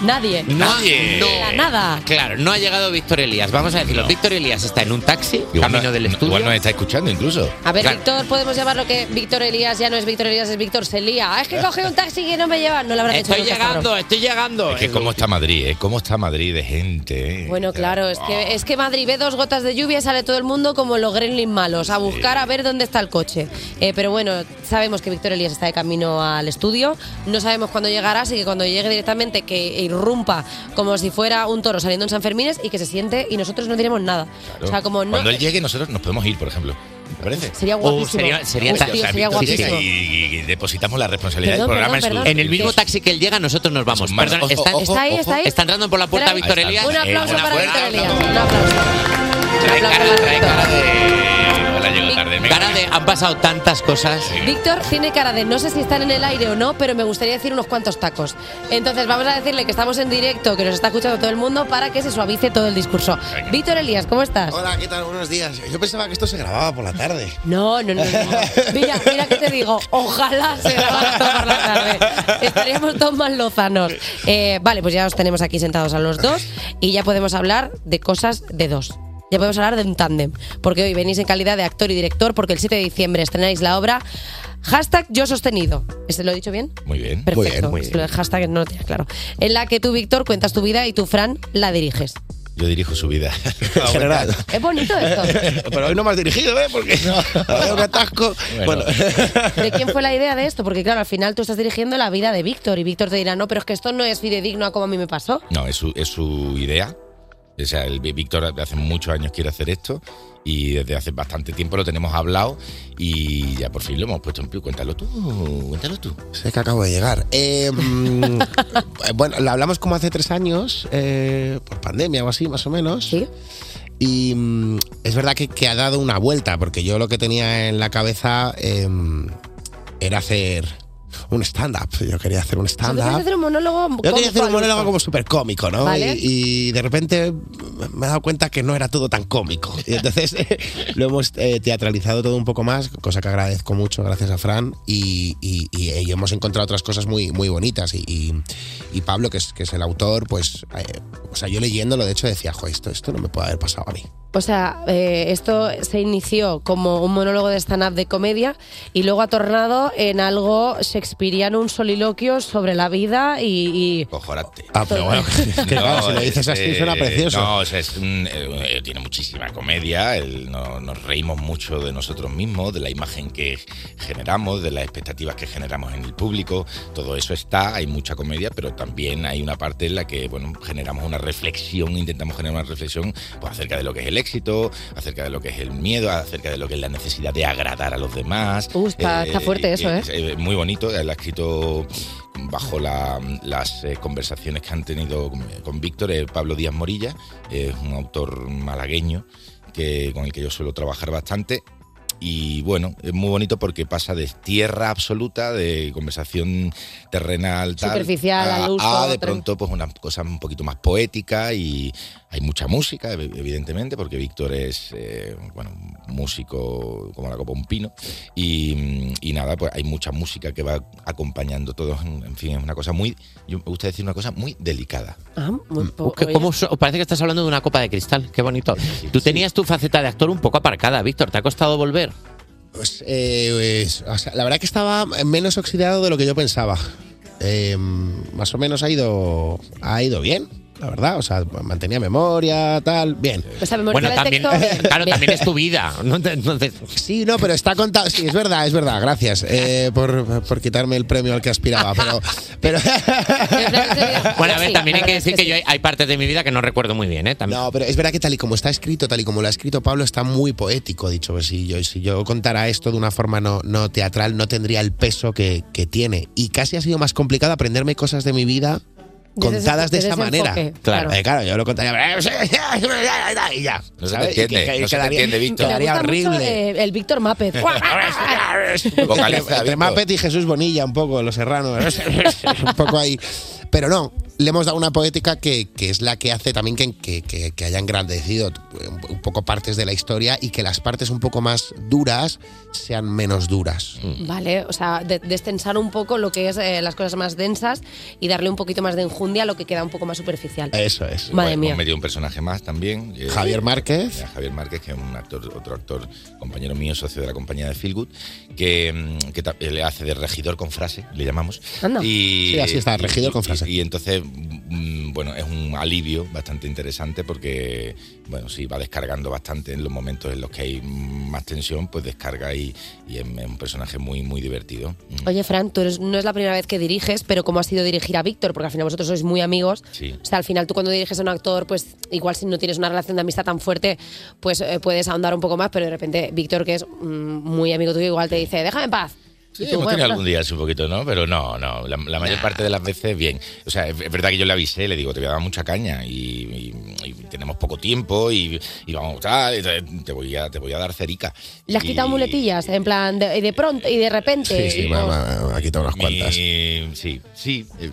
Speaker 3: Nadie.
Speaker 4: nadie.
Speaker 3: Nada, Nada.
Speaker 4: Claro, no ha llegado Víctor Elías. Vamos a decirlo. Víctor Elías está en un taxi, camino del estudio. Igual nos está escuchando incluso.
Speaker 3: A ver, Víctor, podemos llamarlo que Víctor Elías ya no es Víctor Elías, es Víctor Selía. Ah, Es que coge un taxi que no me lleva. No lo habrán hecho
Speaker 4: Estoy
Speaker 3: nunca,
Speaker 4: llegando,
Speaker 3: cabrón.
Speaker 4: estoy llegando.
Speaker 11: Es que cómo está Madrid, ¿eh? Cómo está Madrid de gente, ¿eh?
Speaker 3: Bueno, claro, es que, es que Madrid ve dos gotas de lluvia y sale todo el mundo como los gremlins malos, a buscar a ver dónde está el coche. Eh, pero bueno, sabemos que Víctor Elías está de camino al estudio, no sabemos cuándo llegará, así que cuando llegue directamente que irrumpa como si fuera un toro saliendo en San Fermines y que se siente y nosotros no diremos nada.
Speaker 11: Claro.
Speaker 3: O sea, como no...
Speaker 11: Cuando él llegue, nosotros nos podemos ir, por ejemplo. ¿Te parece?
Speaker 3: Sería guapísimo. Uh, sería- sería Uy, ta- tío, sería
Speaker 11: Víctor llega
Speaker 3: guapísimo.
Speaker 11: Y, y depositamos la responsabilidad
Speaker 3: Perdón,
Speaker 11: del programa
Speaker 3: perdón,
Speaker 11: en,
Speaker 3: perdón.
Speaker 11: su-
Speaker 3: En el mismo
Speaker 4: taxi que él llega, nosotros nos vamos. Perdón,
Speaker 11: ojo,
Speaker 4: está,
Speaker 11: ojo,
Speaker 3: Está ahí, está ahí.
Speaker 4: Está entrando por la puerta
Speaker 3: Espera,
Speaker 4: Víctor Elías.
Speaker 3: Un aplauso
Speaker 4: Eh,
Speaker 3: para
Speaker 4: buena-
Speaker 3: Víctor Elías.
Speaker 11: Trae cara, trae cara de... Hola, llego tarde. me-
Speaker 4: Cara de, han pasado tantas cosas.
Speaker 3: Víctor tiene cara de no sé si están en el aire o no, pero me gustaría decir unos cuantos tacos. Entonces vamos a decirle que estamos en directo, que nos está escuchando todo el mundo para que se suavice todo el discurso. Víctor Elías, ¿cómo estás?
Speaker 11: Hola, ¿qué tal? Buenos días. Yo pensaba que esto se grababa por la tarde.
Speaker 3: No, no,
Speaker 11: (laughs)
Speaker 3: no, no. Mira, mira que te digo, ojalá se grabara todo por la tarde. Estaríamos todos más lozanos. Eh, vale, pues ya os tenemos aquí sentados a los dos y ya podemos hablar de cosas de dos. Ya podemos hablar de un tándem, porque hoy venís en calidad de actor y director, porque el 7 de diciembre estrenáis la obra Hashtag Yo Sostenido. ¿Este lo he dicho bien?
Speaker 11: Muy bien.
Speaker 3: Perfecto. Es que El hashtag no lo tenía claro. En la que tú, Víctor, cuentas tu vida y tú, Fran, la diriges.
Speaker 11: Yo dirijo su
Speaker 3: (laughs)
Speaker 11: vida. En general.
Speaker 3: Es bonito esto.
Speaker 11: Pero hoy no me has dirigido, ¿eh? Porque
Speaker 13: (laughs)
Speaker 11: no, un atasco. Bueno.
Speaker 3: ¿De quién fue la idea de esto? Porque claro, al final tú estás dirigiendo la vida de Víctor y Víctor te dirá, no, pero es que esto no es fidedigno a como a mí me pasó.
Speaker 11: No, es su, es su idea. O sea, el Víctor hace muchos años quiere hacer esto y desde hace bastante tiempo lo tenemos hablado y ya por fin lo hemos puesto en pie. Cuéntalo tú, Uh, cuéntalo tú.
Speaker 13: Sé que acabo de llegar. Eh, mm, (laughs) eh, bueno, la hablamos como hace tres años, eh, por pandemia o así, más o menos. Y mm, es verdad que, que ha dado una vuelta, porque yo lo que tenía en la cabeza eh, era hacer un stand-up. Yo quería hacer un
Speaker 3: Tú quieres
Speaker 13: stand-up.
Speaker 3: hacer un monólogo.
Speaker 13: Yo quería hacer
Speaker 3: cómico
Speaker 13: un monólogo
Speaker 3: al
Speaker 13: como súper cómico, ¿no?
Speaker 3: Vale.
Speaker 13: Y, y de repente me he dado cuenta que no era todo tan cómico. Y entonces lo hemos eh, teatralizado todo un poco más, cosa que agradezco eh, mucho, gracias a Fran. Y, y- y- y hemos encontrado otras cosas muy, muy bonitas. Y, y- y Pablo, que es, que es el autor, pues, eh, o sea, yo leyéndolo, de hecho, decía, jo, esto, esto no me puede haber pasado a mí.
Speaker 3: O sea, eh, esto se inició como un monólogo de stand-up de comedia y luego ha tornado en algo shakespeariano, un soliloquio sobre la vida y... y-
Speaker 11: Mejorate.
Speaker 13: Ah, pero
Speaker 11: (laughs)
Speaker 13: bueno, que claro, si lo dices así
Speaker 11: este,
Speaker 13: suena precioso.
Speaker 11: No, o sea, es un- eh, tiene muchísima comedia, el- no- nos reímos mucho de nosotros mismos, de la imagen que generamos, de las expectativas que generamos en el público, todo eso está, hay mucha comedia, pero también hay una parte en la que, bueno, generamos una reflexión, intentamos generar una reflexión pues, acerca de lo que es el éxito, acerca de lo que es el miedo, acerca de lo que es la necesidad de agradar a los demás.
Speaker 3: Uh, está- está fuerte eso, ¿eh?
Speaker 11: Eh, muy bonito, él ha escrito bajo la- las eh, conversaciones que han tenido con, con Víctor, eh, Pablo Díaz Morilla, es un autor malagueño que, con el que yo suelo trabajar bastante. Y bueno, es muy bonito porque pasa de tierra absoluta, de conversación terrenal, tal,
Speaker 3: Superficial,
Speaker 11: a,
Speaker 3: al uso,
Speaker 11: a de
Speaker 3: otra-
Speaker 11: pronto pues una cosa un poquito más poética y hay mucha música, ev- evidentemente, porque Víctor es eh, bueno, un músico como la copa de un pino. Y, mm, y nada, pues hay mucha música que va acompañando todo. En en fin, es una cosa muy, yo me gusta decir una cosa muy delicada.
Speaker 3: Ah, muy po-
Speaker 4: Mm, Que
Speaker 3: oye,
Speaker 4: como so- parece que estás hablando de una copa de cristal. Qué bonito. Tú tenías tu faceta de actor un poco aparcada, Víctor. ¿Te ha
Speaker 11: (laughs)
Speaker 4: costado volver?
Speaker 13: Pues, eh, pues, o sea, la verdad que estaba menos oxidado de lo que yo pensaba. Eh, más o menos ha ido, ha ido bien, la verdad. O sea, mantenía memoria, tal, bien.
Speaker 3: Esa memoria Bueno, del también- texto,
Speaker 4: (laughs) claro, también es tu vida.
Speaker 13: Sí, no, pero está contado. Sí, es verdad, es verdad. Gracias eh, por, por quitarme el premio al que aspiraba. Pero, pero
Speaker 4: Bueno, a ver, también hay que decir que yo hay, hay partes de mi vida que no recuerdo muy bien, ¿eh? También.
Speaker 13: No, pero es verdad que tal y como está escrito, tal y como lo ha escrito Pablo, está muy poético. Dicho que si yo, si yo contara esto de una forma no, no teatral, no tendría el peso que, que tiene. Y casi ha sido más complicado aprenderme cosas de mi vida
Speaker 4: Desde
Speaker 13: contadas
Speaker 4: ese-
Speaker 13: de esa
Speaker 4: desde ese
Speaker 13: manera.
Speaker 4: enfoque, claro.
Speaker 13: Eh, claro, yo lo contaría. (laughs) Y ya.
Speaker 11: No se te
Speaker 13: ¿sabes? Y que-
Speaker 11: entiende,
Speaker 13: que-
Speaker 11: no se te
Speaker 13: quedaría-
Speaker 11: entiende, Víctor.
Speaker 3: Me
Speaker 13: Quedaría
Speaker 3: gusta mucho,
Speaker 13: horrible.
Speaker 3: eh, el Víctor Mápez. (laughs)
Speaker 11: Vocaliza,
Speaker 13: entre, entre
Speaker 11: Víctor.
Speaker 13: Muppet y Jesús Bonilla, un poco, los serranos. (laughs) un poco ahí. Pero no, le hemos dado una poética que, que es la que hace también que, que- que- que haya engrandecido un- un poco partes de la historia y que las partes un poco más duras sean menos duras.
Speaker 3: Vale, o sea, de- destensar un poco lo que es eh, las cosas más densas y darle un poquito más de enjundia a lo que queda un poco más superficial.
Speaker 13: Eso es.
Speaker 3: Madre mía.
Speaker 11: Hemos metido un personaje más también. eh,
Speaker 13: Javier Márquez.
Speaker 11: eh, Javier Márquez, que es un actor, otro actor, compañero mío, socio de la compañía de Feelgood, que, mm, que ta- le hace de regidor con frase, le llamamos.
Speaker 13: Anda.
Speaker 11: Y,
Speaker 13: Sí, así está,
Speaker 11: y-
Speaker 13: regidor con
Speaker 11: y-
Speaker 13: frase.
Speaker 11: Y, entonces, mm, bueno, es un alivio bastante interesante porque, bueno, sí, va descargando bastante en los momentos en los que hay más tensión, pues descarga y, y es, es un personaje muy, muy divertido.
Speaker 3: Oye, Fran, tú eres- no es la primera vez que diriges, pero ¿cómo ha sido dirigir a Víctor? Porque al final vosotros sois muy amigos.
Speaker 11: Sí.
Speaker 3: O sea, al final tú cuando diriges a un actor, pues igual si no tienes una relación de amistad tan fuerte, pues eh, puedes ahondar un poco más, pero de repente Víctor, que es mm, muy amigo tuyo, igual te dice, déjame en paz.
Speaker 11: Sí,
Speaker 3: Y tú,
Speaker 11: hemos
Speaker 3: bueno,
Speaker 11: tenido algún día así un poquito, ¿no? Pero no, no. La, la mayor parte de las veces, bien. O sea, es, es verdad que yo le avisé, le digo, te voy a dar mucha caña y, y- y tenemos poco tiempo y, y vamos a te voy a, te voy a dar cerica.
Speaker 3: Le has
Speaker 11: Y-
Speaker 3: quitado muletillas, en plan, de, y de pronto y de
Speaker 11: Eh,
Speaker 3: repente. y- o-
Speaker 13: ha quitado unas
Speaker 11: cuantas. Sí, sí. eh,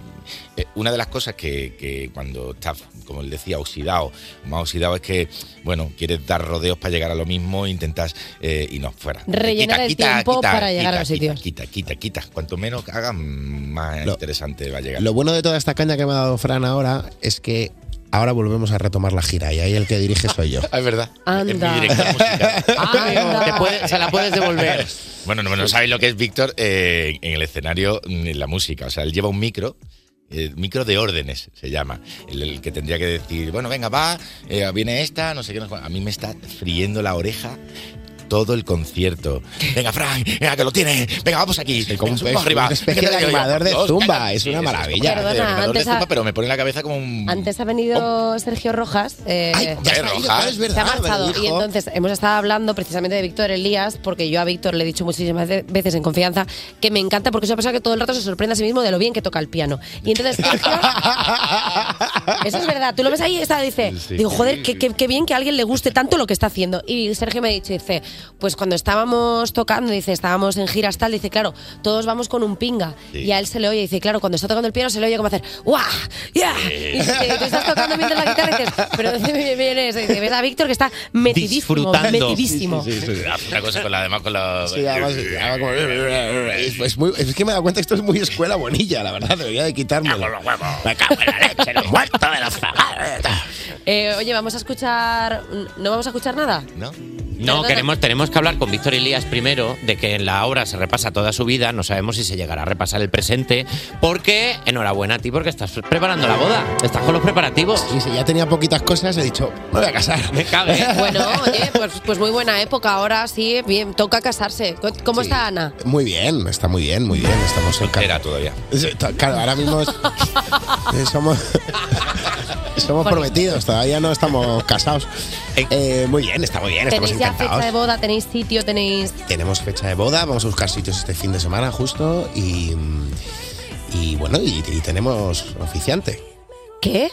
Speaker 11: eh, una de las cosas que, que cuando estás, como él decía, oxidado, más oxidado es que, bueno, quieres dar rodeos para llegar a lo mismo, intentas eh, y no fuera.
Speaker 3: Rellenar el tiempo para llegar a los
Speaker 11: quita,
Speaker 3: sitios.
Speaker 11: Quita, quita, quita. Cuanto menos hagas, más interesante va a llegar.
Speaker 13: Lo bueno de toda esta caña que me ha dado Fran ahora es que ahora volvemos a retomar la gira y ahí el que dirige soy yo.
Speaker 11: es verdad.
Speaker 4: Ah,
Speaker 3: Anda. (laughs)
Speaker 4: Te puede- se la puedes devolver.
Speaker 11: Bueno, no, no sabéis lo que es Víctor eh, en el escenario, mm, en la música. O sea, él lleva un micro. eh, micro de órdenes se llama, el, el que tendría que decir, bueno, venga, va, eh, viene esta, no sé qué. no sé cuál. a mí me está friendo la oreja todo el concierto. Venga, Frank, venga, que lo tienes, venga, vamos aquí. Venga,
Speaker 13: un-
Speaker 11: subimos
Speaker 13: es
Speaker 11: arriba.
Speaker 13: una especie
Speaker 11: Venga,
Speaker 13: de
Speaker 11: venga, venga,
Speaker 13: animador de
Speaker 11: dos,
Speaker 13: zumba,
Speaker 11: venga.
Speaker 13: es una
Speaker 11: como
Speaker 13: maravilla.
Speaker 11: animador de
Speaker 3: Perdona, antes
Speaker 11: zumba,
Speaker 3: ha-
Speaker 11: pero me pone en la cabeza como un...
Speaker 3: Antes ha venido Sergio Rojas. eh,
Speaker 11: Mm. Oh. ya se ha ido, Rojas. claro, es
Speaker 3: Se ha
Speaker 11: verdad, me lo
Speaker 3: marchado.
Speaker 11: dijo.
Speaker 3: Y entonces hemos estado hablando precisamente de Víctor Elías, porque yo a Víctor le he dicho muchísimas ve- veces en confianza que me encanta, porque es una persona que todo el rato se sorprende a sí mismo de lo bien que toca el piano. Y entonces Sergio.
Speaker 11: (laughs)
Speaker 3: eso es verdad. Tú lo ves ahí y está, dice.
Speaker 12: Sí.
Speaker 3: Digo, joder, qué, qué- qué bien que a alguien le guste tanto lo que está haciendo. Y Sergio me ha dicho, dice, pues cuando estábamos tocando, dice, estábamos en giras tal, dice, claro, todos vamos con un pinga. Y a él se le oye, dice, claro, cuando está tocando el piano se le oye como hacer, ¡guau! ¡Ya! Y dice, tú estás tocando mientras la guitarra y dices, pero ¿dónde me viene eso? Y dice, ves a Víctor que está metidísimo,
Speaker 11: Disfrutando.
Speaker 3: metidísimo.
Speaker 11: Sí, sí, sí.
Speaker 13: Ah, pues
Speaker 11: Hace Una cosa con la demás, con la.
Speaker 13: Sí, además, además Ah, como- eh, es, es pues muy- es que me he dado cuenta que esto es muy escuela bonilla, la verdad, debería de quitármelo. Me cago en la leche, los muertos de la fregada.
Speaker 3: Eh, oye, vamos a escuchar, ¿no vamos a escuchar nada?
Speaker 4: ¿No? No, queremos, tenemos que hablar con Víctor Elías primero de que en la obra se repasa toda su vida. No sabemos si se llegará a repasar el presente. Porque, enhorabuena a ti, porque estás preparando la boda. Estás con los preparativos.
Speaker 13: Y si ya tenía poquitas cosas, he dicho, me voy a casar.
Speaker 4: Me cabe. ¿eh?
Speaker 3: Bueno, oye, pues, pues muy buena época ahora, sí, bien, toca casarse. ¿Cómo- ¿Cómo está Ana?
Speaker 13: Muy bien, está muy bien, muy bien. Estamos en
Speaker 11: Soltera todavía.
Speaker 13: Claro, ahora mismo es- eh, somos, somos prometidos, todavía no estamos casados. Eh, muy bien, está muy bien, estamos
Speaker 3: ¿Tenéis ya fecha de
Speaker 13: pues encantados.
Speaker 3: boda? ¿Tenéis sitio? ¿Tenéis...?
Speaker 13: Tenemos fecha de boda, vamos a buscar sitios este fin de semana justo y, mm, y bueno, y, y tenemos oficiante.
Speaker 3: ¿Qué?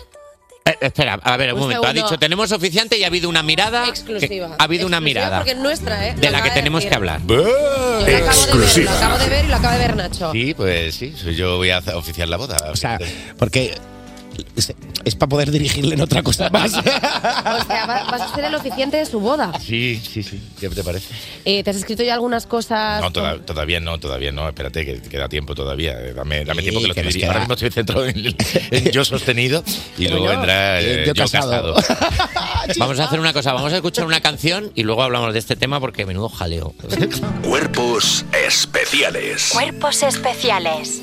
Speaker 4: Eh, espera, a ver, un,
Speaker 3: Un
Speaker 4: momento. Ha
Speaker 3: segundo.
Speaker 4: dicho, tenemos oficiante y ha habido una mirada. que-
Speaker 3: Exclusiva.
Speaker 4: ha habido una
Speaker 3: Exclusiva
Speaker 4: mirada.
Speaker 3: Porque
Speaker 4: (laughs)
Speaker 3: es nuestra, ¿eh?
Speaker 4: De
Speaker 3: Lo
Speaker 4: la que
Speaker 3: acaba de
Speaker 4: tenemos
Speaker 3: decir.
Speaker 4: que hablar.
Speaker 3: Lo acabo de ver, Lo acabo de ver y lo acaba de ver Nacho.
Speaker 11: Sí, pues sí, soy yo voy a hacer- oficiar la boda.
Speaker 13: O sea, porque es, para poder dirigirle en otra cosa
Speaker 11: (laughs)
Speaker 13: más.
Speaker 3: O sea, Eh, va- vas a ser el oficiante de su boda.
Speaker 11: Sí, sí, sí. ¿Qué te parece?
Speaker 3: Eh, ¿Te has escrito ya algunas cosas?
Speaker 13: Ah,
Speaker 11: No, toda- todavía no, todavía no. Espérate, que queda tiempo todavía. Eh, Dame, dame
Speaker 13: Sí,
Speaker 11: tiempo que lo
Speaker 13: que
Speaker 11: te
Speaker 13: nos
Speaker 11: diré.
Speaker 13: queda.
Speaker 11: Ahora mismo estoy centrado
Speaker 13: (laughs)
Speaker 11: en,
Speaker 4: Eh,
Speaker 11: en yo sostenido y luego
Speaker 4: Bueno,
Speaker 11: vendrá
Speaker 4: eh,
Speaker 11: eh,
Speaker 4: yo
Speaker 11: yo,
Speaker 4: casado.
Speaker 11: casado.
Speaker 4: Vamos a hacer una cosa, vamos a escuchar una canción y luego hablamos de este tema porque menudo jaleo.
Speaker 9: Cuerpos especiales.
Speaker 2: Cuerpos especiales.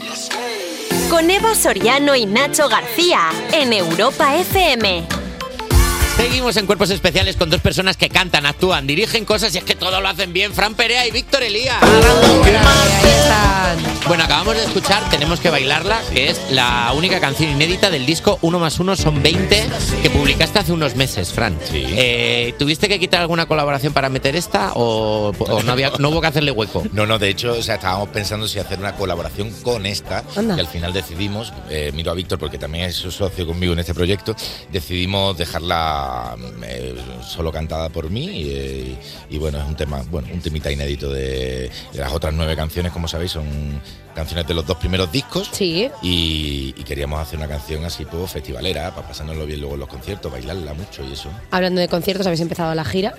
Speaker 2: Con Eva Soriano y Nacho García en Europa FM.
Speaker 4: Seguimos en Cuerpos Especiales con dos personas que cantan, actúan, dirigen cosas y es que todo lo hacen bien. Fran Perea y Víctor Elías. Bueno, acabamos de escuchar Tenemos que bailarla, que es la única canción inédita del disco Uno más Uno son 20 que publicaste hace unos meses, Fran. Eh, ¿Tuviste que quitar alguna colaboración para meter esta o, o no, había, no hubo que hacerle hueco?
Speaker 11: No, no, de hecho, o sea, estábamos pensando si hacer una colaboración con esta,
Speaker 4: Anda.
Speaker 11: y al final decidimos, eh, miro a Víctor porque también es su socio conmigo en este proyecto, decidimos dejarla eh, solo cantada por mí y, eh, y bueno, es un tema, bueno, un temita inédito de, de las otras nueve canciones, como sabéis, son canciones de los dos primeros discos.
Speaker 3: Sí.
Speaker 11: Y, y queríamos hacer una canción así, pues, festivalera, para pasárnoslo bien luego en los conciertos, bailarla mucho y eso.
Speaker 3: Hablando de conciertos, habéis empezado la gira.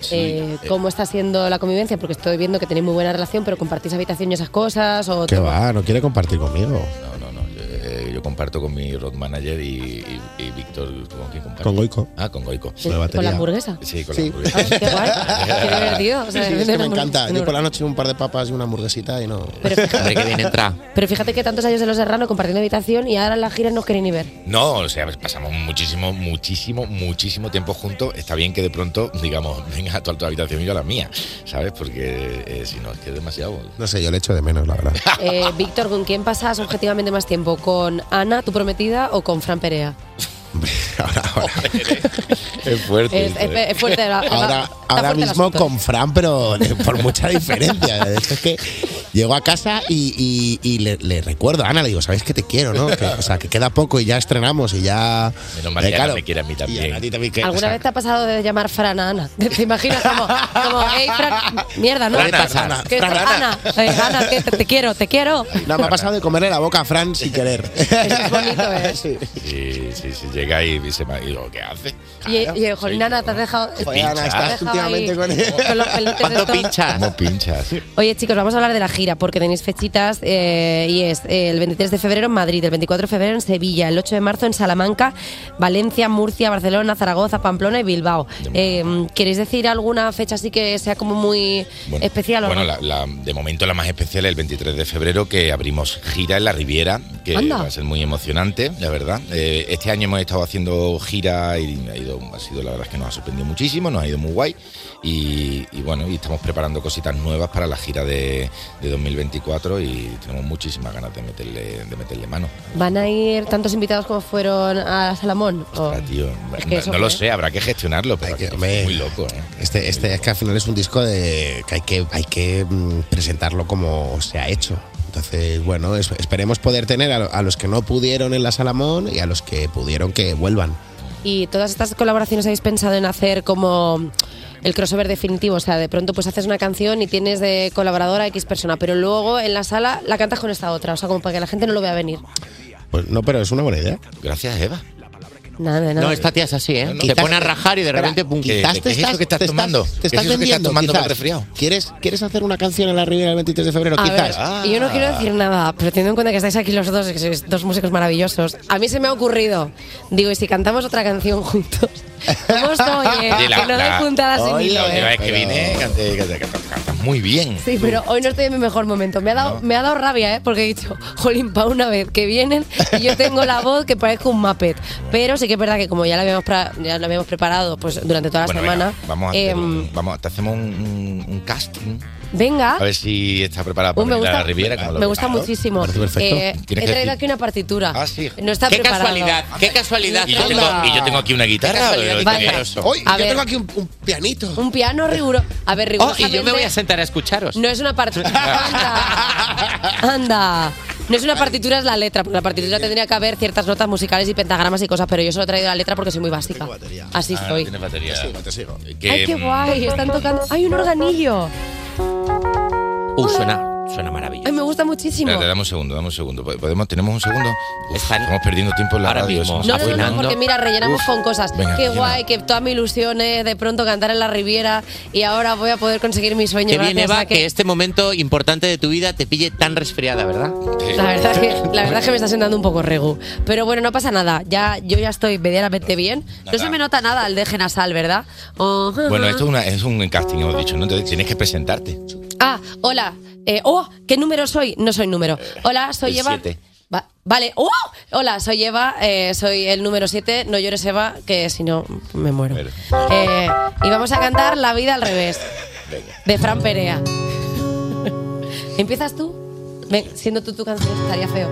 Speaker 11: Sí,
Speaker 3: Eh,
Speaker 11: eh.
Speaker 3: ¿Cómo está siendo la convivencia? Porque estoy viendo que tenéis muy buena relación, pero compartís habitación y esas cosas. O
Speaker 13: Que va, no quiere compartir conmigo.
Speaker 11: No, no, no. Yo, eh, yo comparto con mi road manager y, y- y Víctor. ¿Con quién comparto?
Speaker 13: Con Goico.
Speaker 11: Ah, con Goico.
Speaker 13: Con la batería. ¿Con la hamburguesa?
Speaker 11: Sí, con
Speaker 13: Sí.
Speaker 11: la hamburguesa.
Speaker 3: Ah, Qué
Speaker 13: (laughs)
Speaker 3: guay, qué divertido. O sea,
Speaker 13: Sí, sí, es que me
Speaker 3: tenemos-
Speaker 13: encanta. Yo por la noche un par de papas y una hamburguesita y no. (laughs)
Speaker 4: Hombre, que bien entra.
Speaker 3: Pero fíjate que tantos años de los serrano compartiendo habitación y ahora en la gira no os queréis
Speaker 11: (laughs)
Speaker 3: ni ver.
Speaker 11: No, o sea, pasamos muchísimo, muchísimo, muchísimo tiempo juntos. Está bien que de pronto, digamos, (laughs) venga tú a tu habitación y yo a la mía, ¿sabes? Porque eh, si no, es que es demasiado.
Speaker 13: No sé, yo le echo de menos, la
Speaker 11: (laughs)
Speaker 13: verdad.
Speaker 3: Eh, Víctor, ¿con quién pasas objetivamente más tiempo? ¿Con Ana, tu prometida, o con Fran Perea?
Speaker 13: (laughs)
Speaker 11: Es fuerte.
Speaker 3: Es- es- es fuerte, va- va-
Speaker 13: ¿eh? ahora
Speaker 3: está
Speaker 13: ahora
Speaker 3: fuerte el
Speaker 13: mismo
Speaker 3: asunto.
Speaker 13: con Fran, pero de- por mucha diferencia. De hecho, es que llego a casa y, y- y le, le recuerdo a Ana, le digo, ¿sabéis que te quiero, no? Que, o sea, que queda poco y ya estrenamos y ya.
Speaker 11: Menos mal
Speaker 13: Eh,
Speaker 11: que Ana
Speaker 13: claro.
Speaker 11: me quiere a mí también.
Speaker 13: a ti también que-
Speaker 3: ¿Alguna
Speaker 13: o sea,
Speaker 3: vez te ha pasado de llamar Fran a Ana? (laughs) ¿Te imaginas como, como hey, Fran, mierda, no?
Speaker 13: Fran, Ana,
Speaker 3: ¿Qué-
Speaker 13: Fran,
Speaker 3: Ana, eh, Ana, que te, te quiero, te quiero.
Speaker 13: No, me ha pasado de comerle la boca a Fran sin querer.
Speaker 3: Es bonito, ¿eh?
Speaker 11: Sí, sí, sí, llega y dice, y digo, ¿qué hace?
Speaker 3: Y, y jolín, Ana, te has dejado...
Speaker 11: Joder, Ana,
Speaker 3: te has
Speaker 11: estás
Speaker 3: dejado ahí
Speaker 11: últimamente con- (laughs)
Speaker 3: con los pelitos estos.
Speaker 11: ¿Cómo (laughs) pinchas?
Speaker 3: Oye, chicos, vamos a hablar de la gira porque tenéis fechitas eh, y es eh, el 23 de febrero en Madrid, el 24 de febrero en Sevilla, el 8 de marzo en Salamanca, Valencia, Murcia, Barcelona, Zaragoza, Pamplona y Bilbao. Eh, ¿Queréis decir alguna fecha así que sea como muy especial o
Speaker 11: Bueno,
Speaker 3: no?
Speaker 11: la- la- de momento la más especial es el 23 de febrero que abrimos gira en la Riviera, que
Speaker 3: Anda.
Speaker 11: va a ser muy emocionante, la verdad. Eh, este año hemos estado haciendo gira y ha, ido, ha sido la verdad es que nos ha sorprendido muchísimo, nos ha ido muy guay y, y bueno, y estamos preparando cositas nuevas para la gira de, de 2024 y tenemos muchísimas ganas de meterle, de meterle mano.
Speaker 3: ¿Van a ir tantos invitados como fueron a Salamón? O-
Speaker 11: Tío,
Speaker 3: que
Speaker 11: no,
Speaker 3: eso
Speaker 11: no lo
Speaker 3: fue-
Speaker 11: sé, habrá que gestionarlo, pero es muy loco, ¿eh?
Speaker 13: Este, este es que al final es un disco de que hay que, hay que mm, presentarlo como se ha hecho. Entonces, bueno, es- esperemos poder tener a, lo- a los que no pudieron en la Salamón y a los que pudieron que vuelvan.
Speaker 3: Y todas estas colaboraciones habéis pensado en hacer como el crossover definitivo. O sea, de pronto pues haces una canción y tienes de colaboradora a X persona, pero luego en la sala la cantas con esta otra. O sea, como para que la gente no lo vea venir.
Speaker 13: Pues no, pero es una buena idea.
Speaker 11: Gracias, Eva.
Speaker 3: Nada, de nada.
Speaker 4: No, esta tía es así, ¿eh?
Speaker 13: No, no.
Speaker 4: Te
Speaker 13: Quizás-
Speaker 4: pone a rajar y de
Speaker 13: Espera,
Speaker 4: repente, pum.
Speaker 13: quizás te estás, te estás- te estás vendiendo, quizás. ¿Quieres, ¿Quieres hacer una canción en la Riviera el 23 de febrero?
Speaker 3: A
Speaker 13: quizás.
Speaker 3: ver, y yo no quiero decir nada, pero teniendo en cuenta que estáis aquí los dos, que sois dos músicos maravillosos, a mí se me ha ocurrido, digo, y si cantamos otra canción juntos, ¿cómo estoy? eh?
Speaker 11: Oye,
Speaker 3: Que no doy puntadas sin hilo,
Speaker 11: La última
Speaker 3: eh.
Speaker 11: vez que vine, canté- canté- canté- cantas muy bien.
Speaker 3: Sí, pero hoy no estoy en mi mejor momento. Me ha dado, me ha dado rabia, ¿eh? Porque he dicho, jolín, pa' una vez que vienen y yo tengo la voz que parezco un mapet. Pero sí que es verdad que como ya la habíamos, pra- ya la habíamos preparado pues, durante toda la
Speaker 11: Bueno,
Speaker 3: semana...
Speaker 11: venga, vamos, a hacer
Speaker 3: em,
Speaker 11: un- vamos, te hacemos un, un- un casting.
Speaker 3: venga.
Speaker 11: A ver si está preparada
Speaker 3: Uh,
Speaker 11: para
Speaker 3: Ah. me
Speaker 11: venir a la
Speaker 3: gusta,
Speaker 11: Riviera. como lo
Speaker 3: me gusta
Speaker 11: preparó.
Speaker 3: muchísimo. Eh, he
Speaker 11: Tienes que
Speaker 3: traído
Speaker 11: decir-
Speaker 3: aquí una partitura. No está
Speaker 4: Qué
Speaker 3: preparado.
Speaker 4: casualidad, qué casualidad.
Speaker 11: Y yo, tengo, y yo tengo aquí una guitarra.
Speaker 4: casualidad
Speaker 11: pero
Speaker 4: que
Speaker 11: qué
Speaker 4: tengas.
Speaker 11: oso.
Speaker 4: Hoy,
Speaker 3: A ver.
Speaker 13: aquí un, pianito.
Speaker 3: Un piano riguroso. A ver,
Speaker 4: Oh,
Speaker 3: riguroso.
Speaker 4: y yo me voy a sentar a escucharos.
Speaker 3: No es una (laughs) partitura. Anda. Anda. No es una partitura, es la letra. porque La partitura tendría que haber ciertas notas musicales y pentagramas y cosas, pero yo solo he traído la letra porque soy muy básica. Así
Speaker 11: Ah,
Speaker 3: soy.
Speaker 11: Tienes batería. Que,
Speaker 3: Ay, qué
Speaker 11: mm,
Speaker 3: guay. Están tocando. Hay un organillo.
Speaker 4: Uh, suena, suena maravilloso.
Speaker 3: Ay, me gusta muchísimo.
Speaker 11: Espérate, dame un segundo, dame un segundo. ¿Podemos, ¿Tenemos un segundo? Uf, estamos perdiendo tiempo en la
Speaker 4: ahora
Speaker 11: radio.
Speaker 4: mismo,
Speaker 11: eso
Speaker 3: No,
Speaker 11: está
Speaker 3: no, no,
Speaker 11: afinando.
Speaker 3: porque mira, rellenamos
Speaker 11: Uf,
Speaker 3: con cosas.
Speaker 11: venga,
Speaker 3: Qué
Speaker 11: rellena.
Speaker 3: guay, que toda mi ilusión es de pronto cantar en la Riviera y ahora voy a poder conseguir mi sueño.
Speaker 4: Qué bien,
Speaker 3: gracias
Speaker 4: Eva,
Speaker 3: a que-
Speaker 4: que este momento importante de tu vida te pille tan resfriada, ¿verdad?
Speaker 3: La verdad,
Speaker 11: (laughs)
Speaker 3: que, la verdad que me está sentando un poco regu. Pero bueno, no pasa nada. Ya, yo ya estoy medianamente bien. No se me nota nada el deje nasal, ¿verdad? Oh,
Speaker 11: Bueno, esto es, una- es un casting, hemos dicho, ¿no? Entonces tienes que presentarte.
Speaker 3: Ah, hola. Eh, oh, ¿qué número soy? No soy número. Hola, soy
Speaker 11: Eh, el
Speaker 3: Eva.
Speaker 11: siete.
Speaker 3: Va- vale. Oh, hola, soy Eva. eh, soy el número 7. No llores, Eva, que si no me muero. Eh, y vamos a cantar La vida al revés. De Fran Perea. ¿Empiezas tú? Ven, siendo tú tu canción, estaría feo.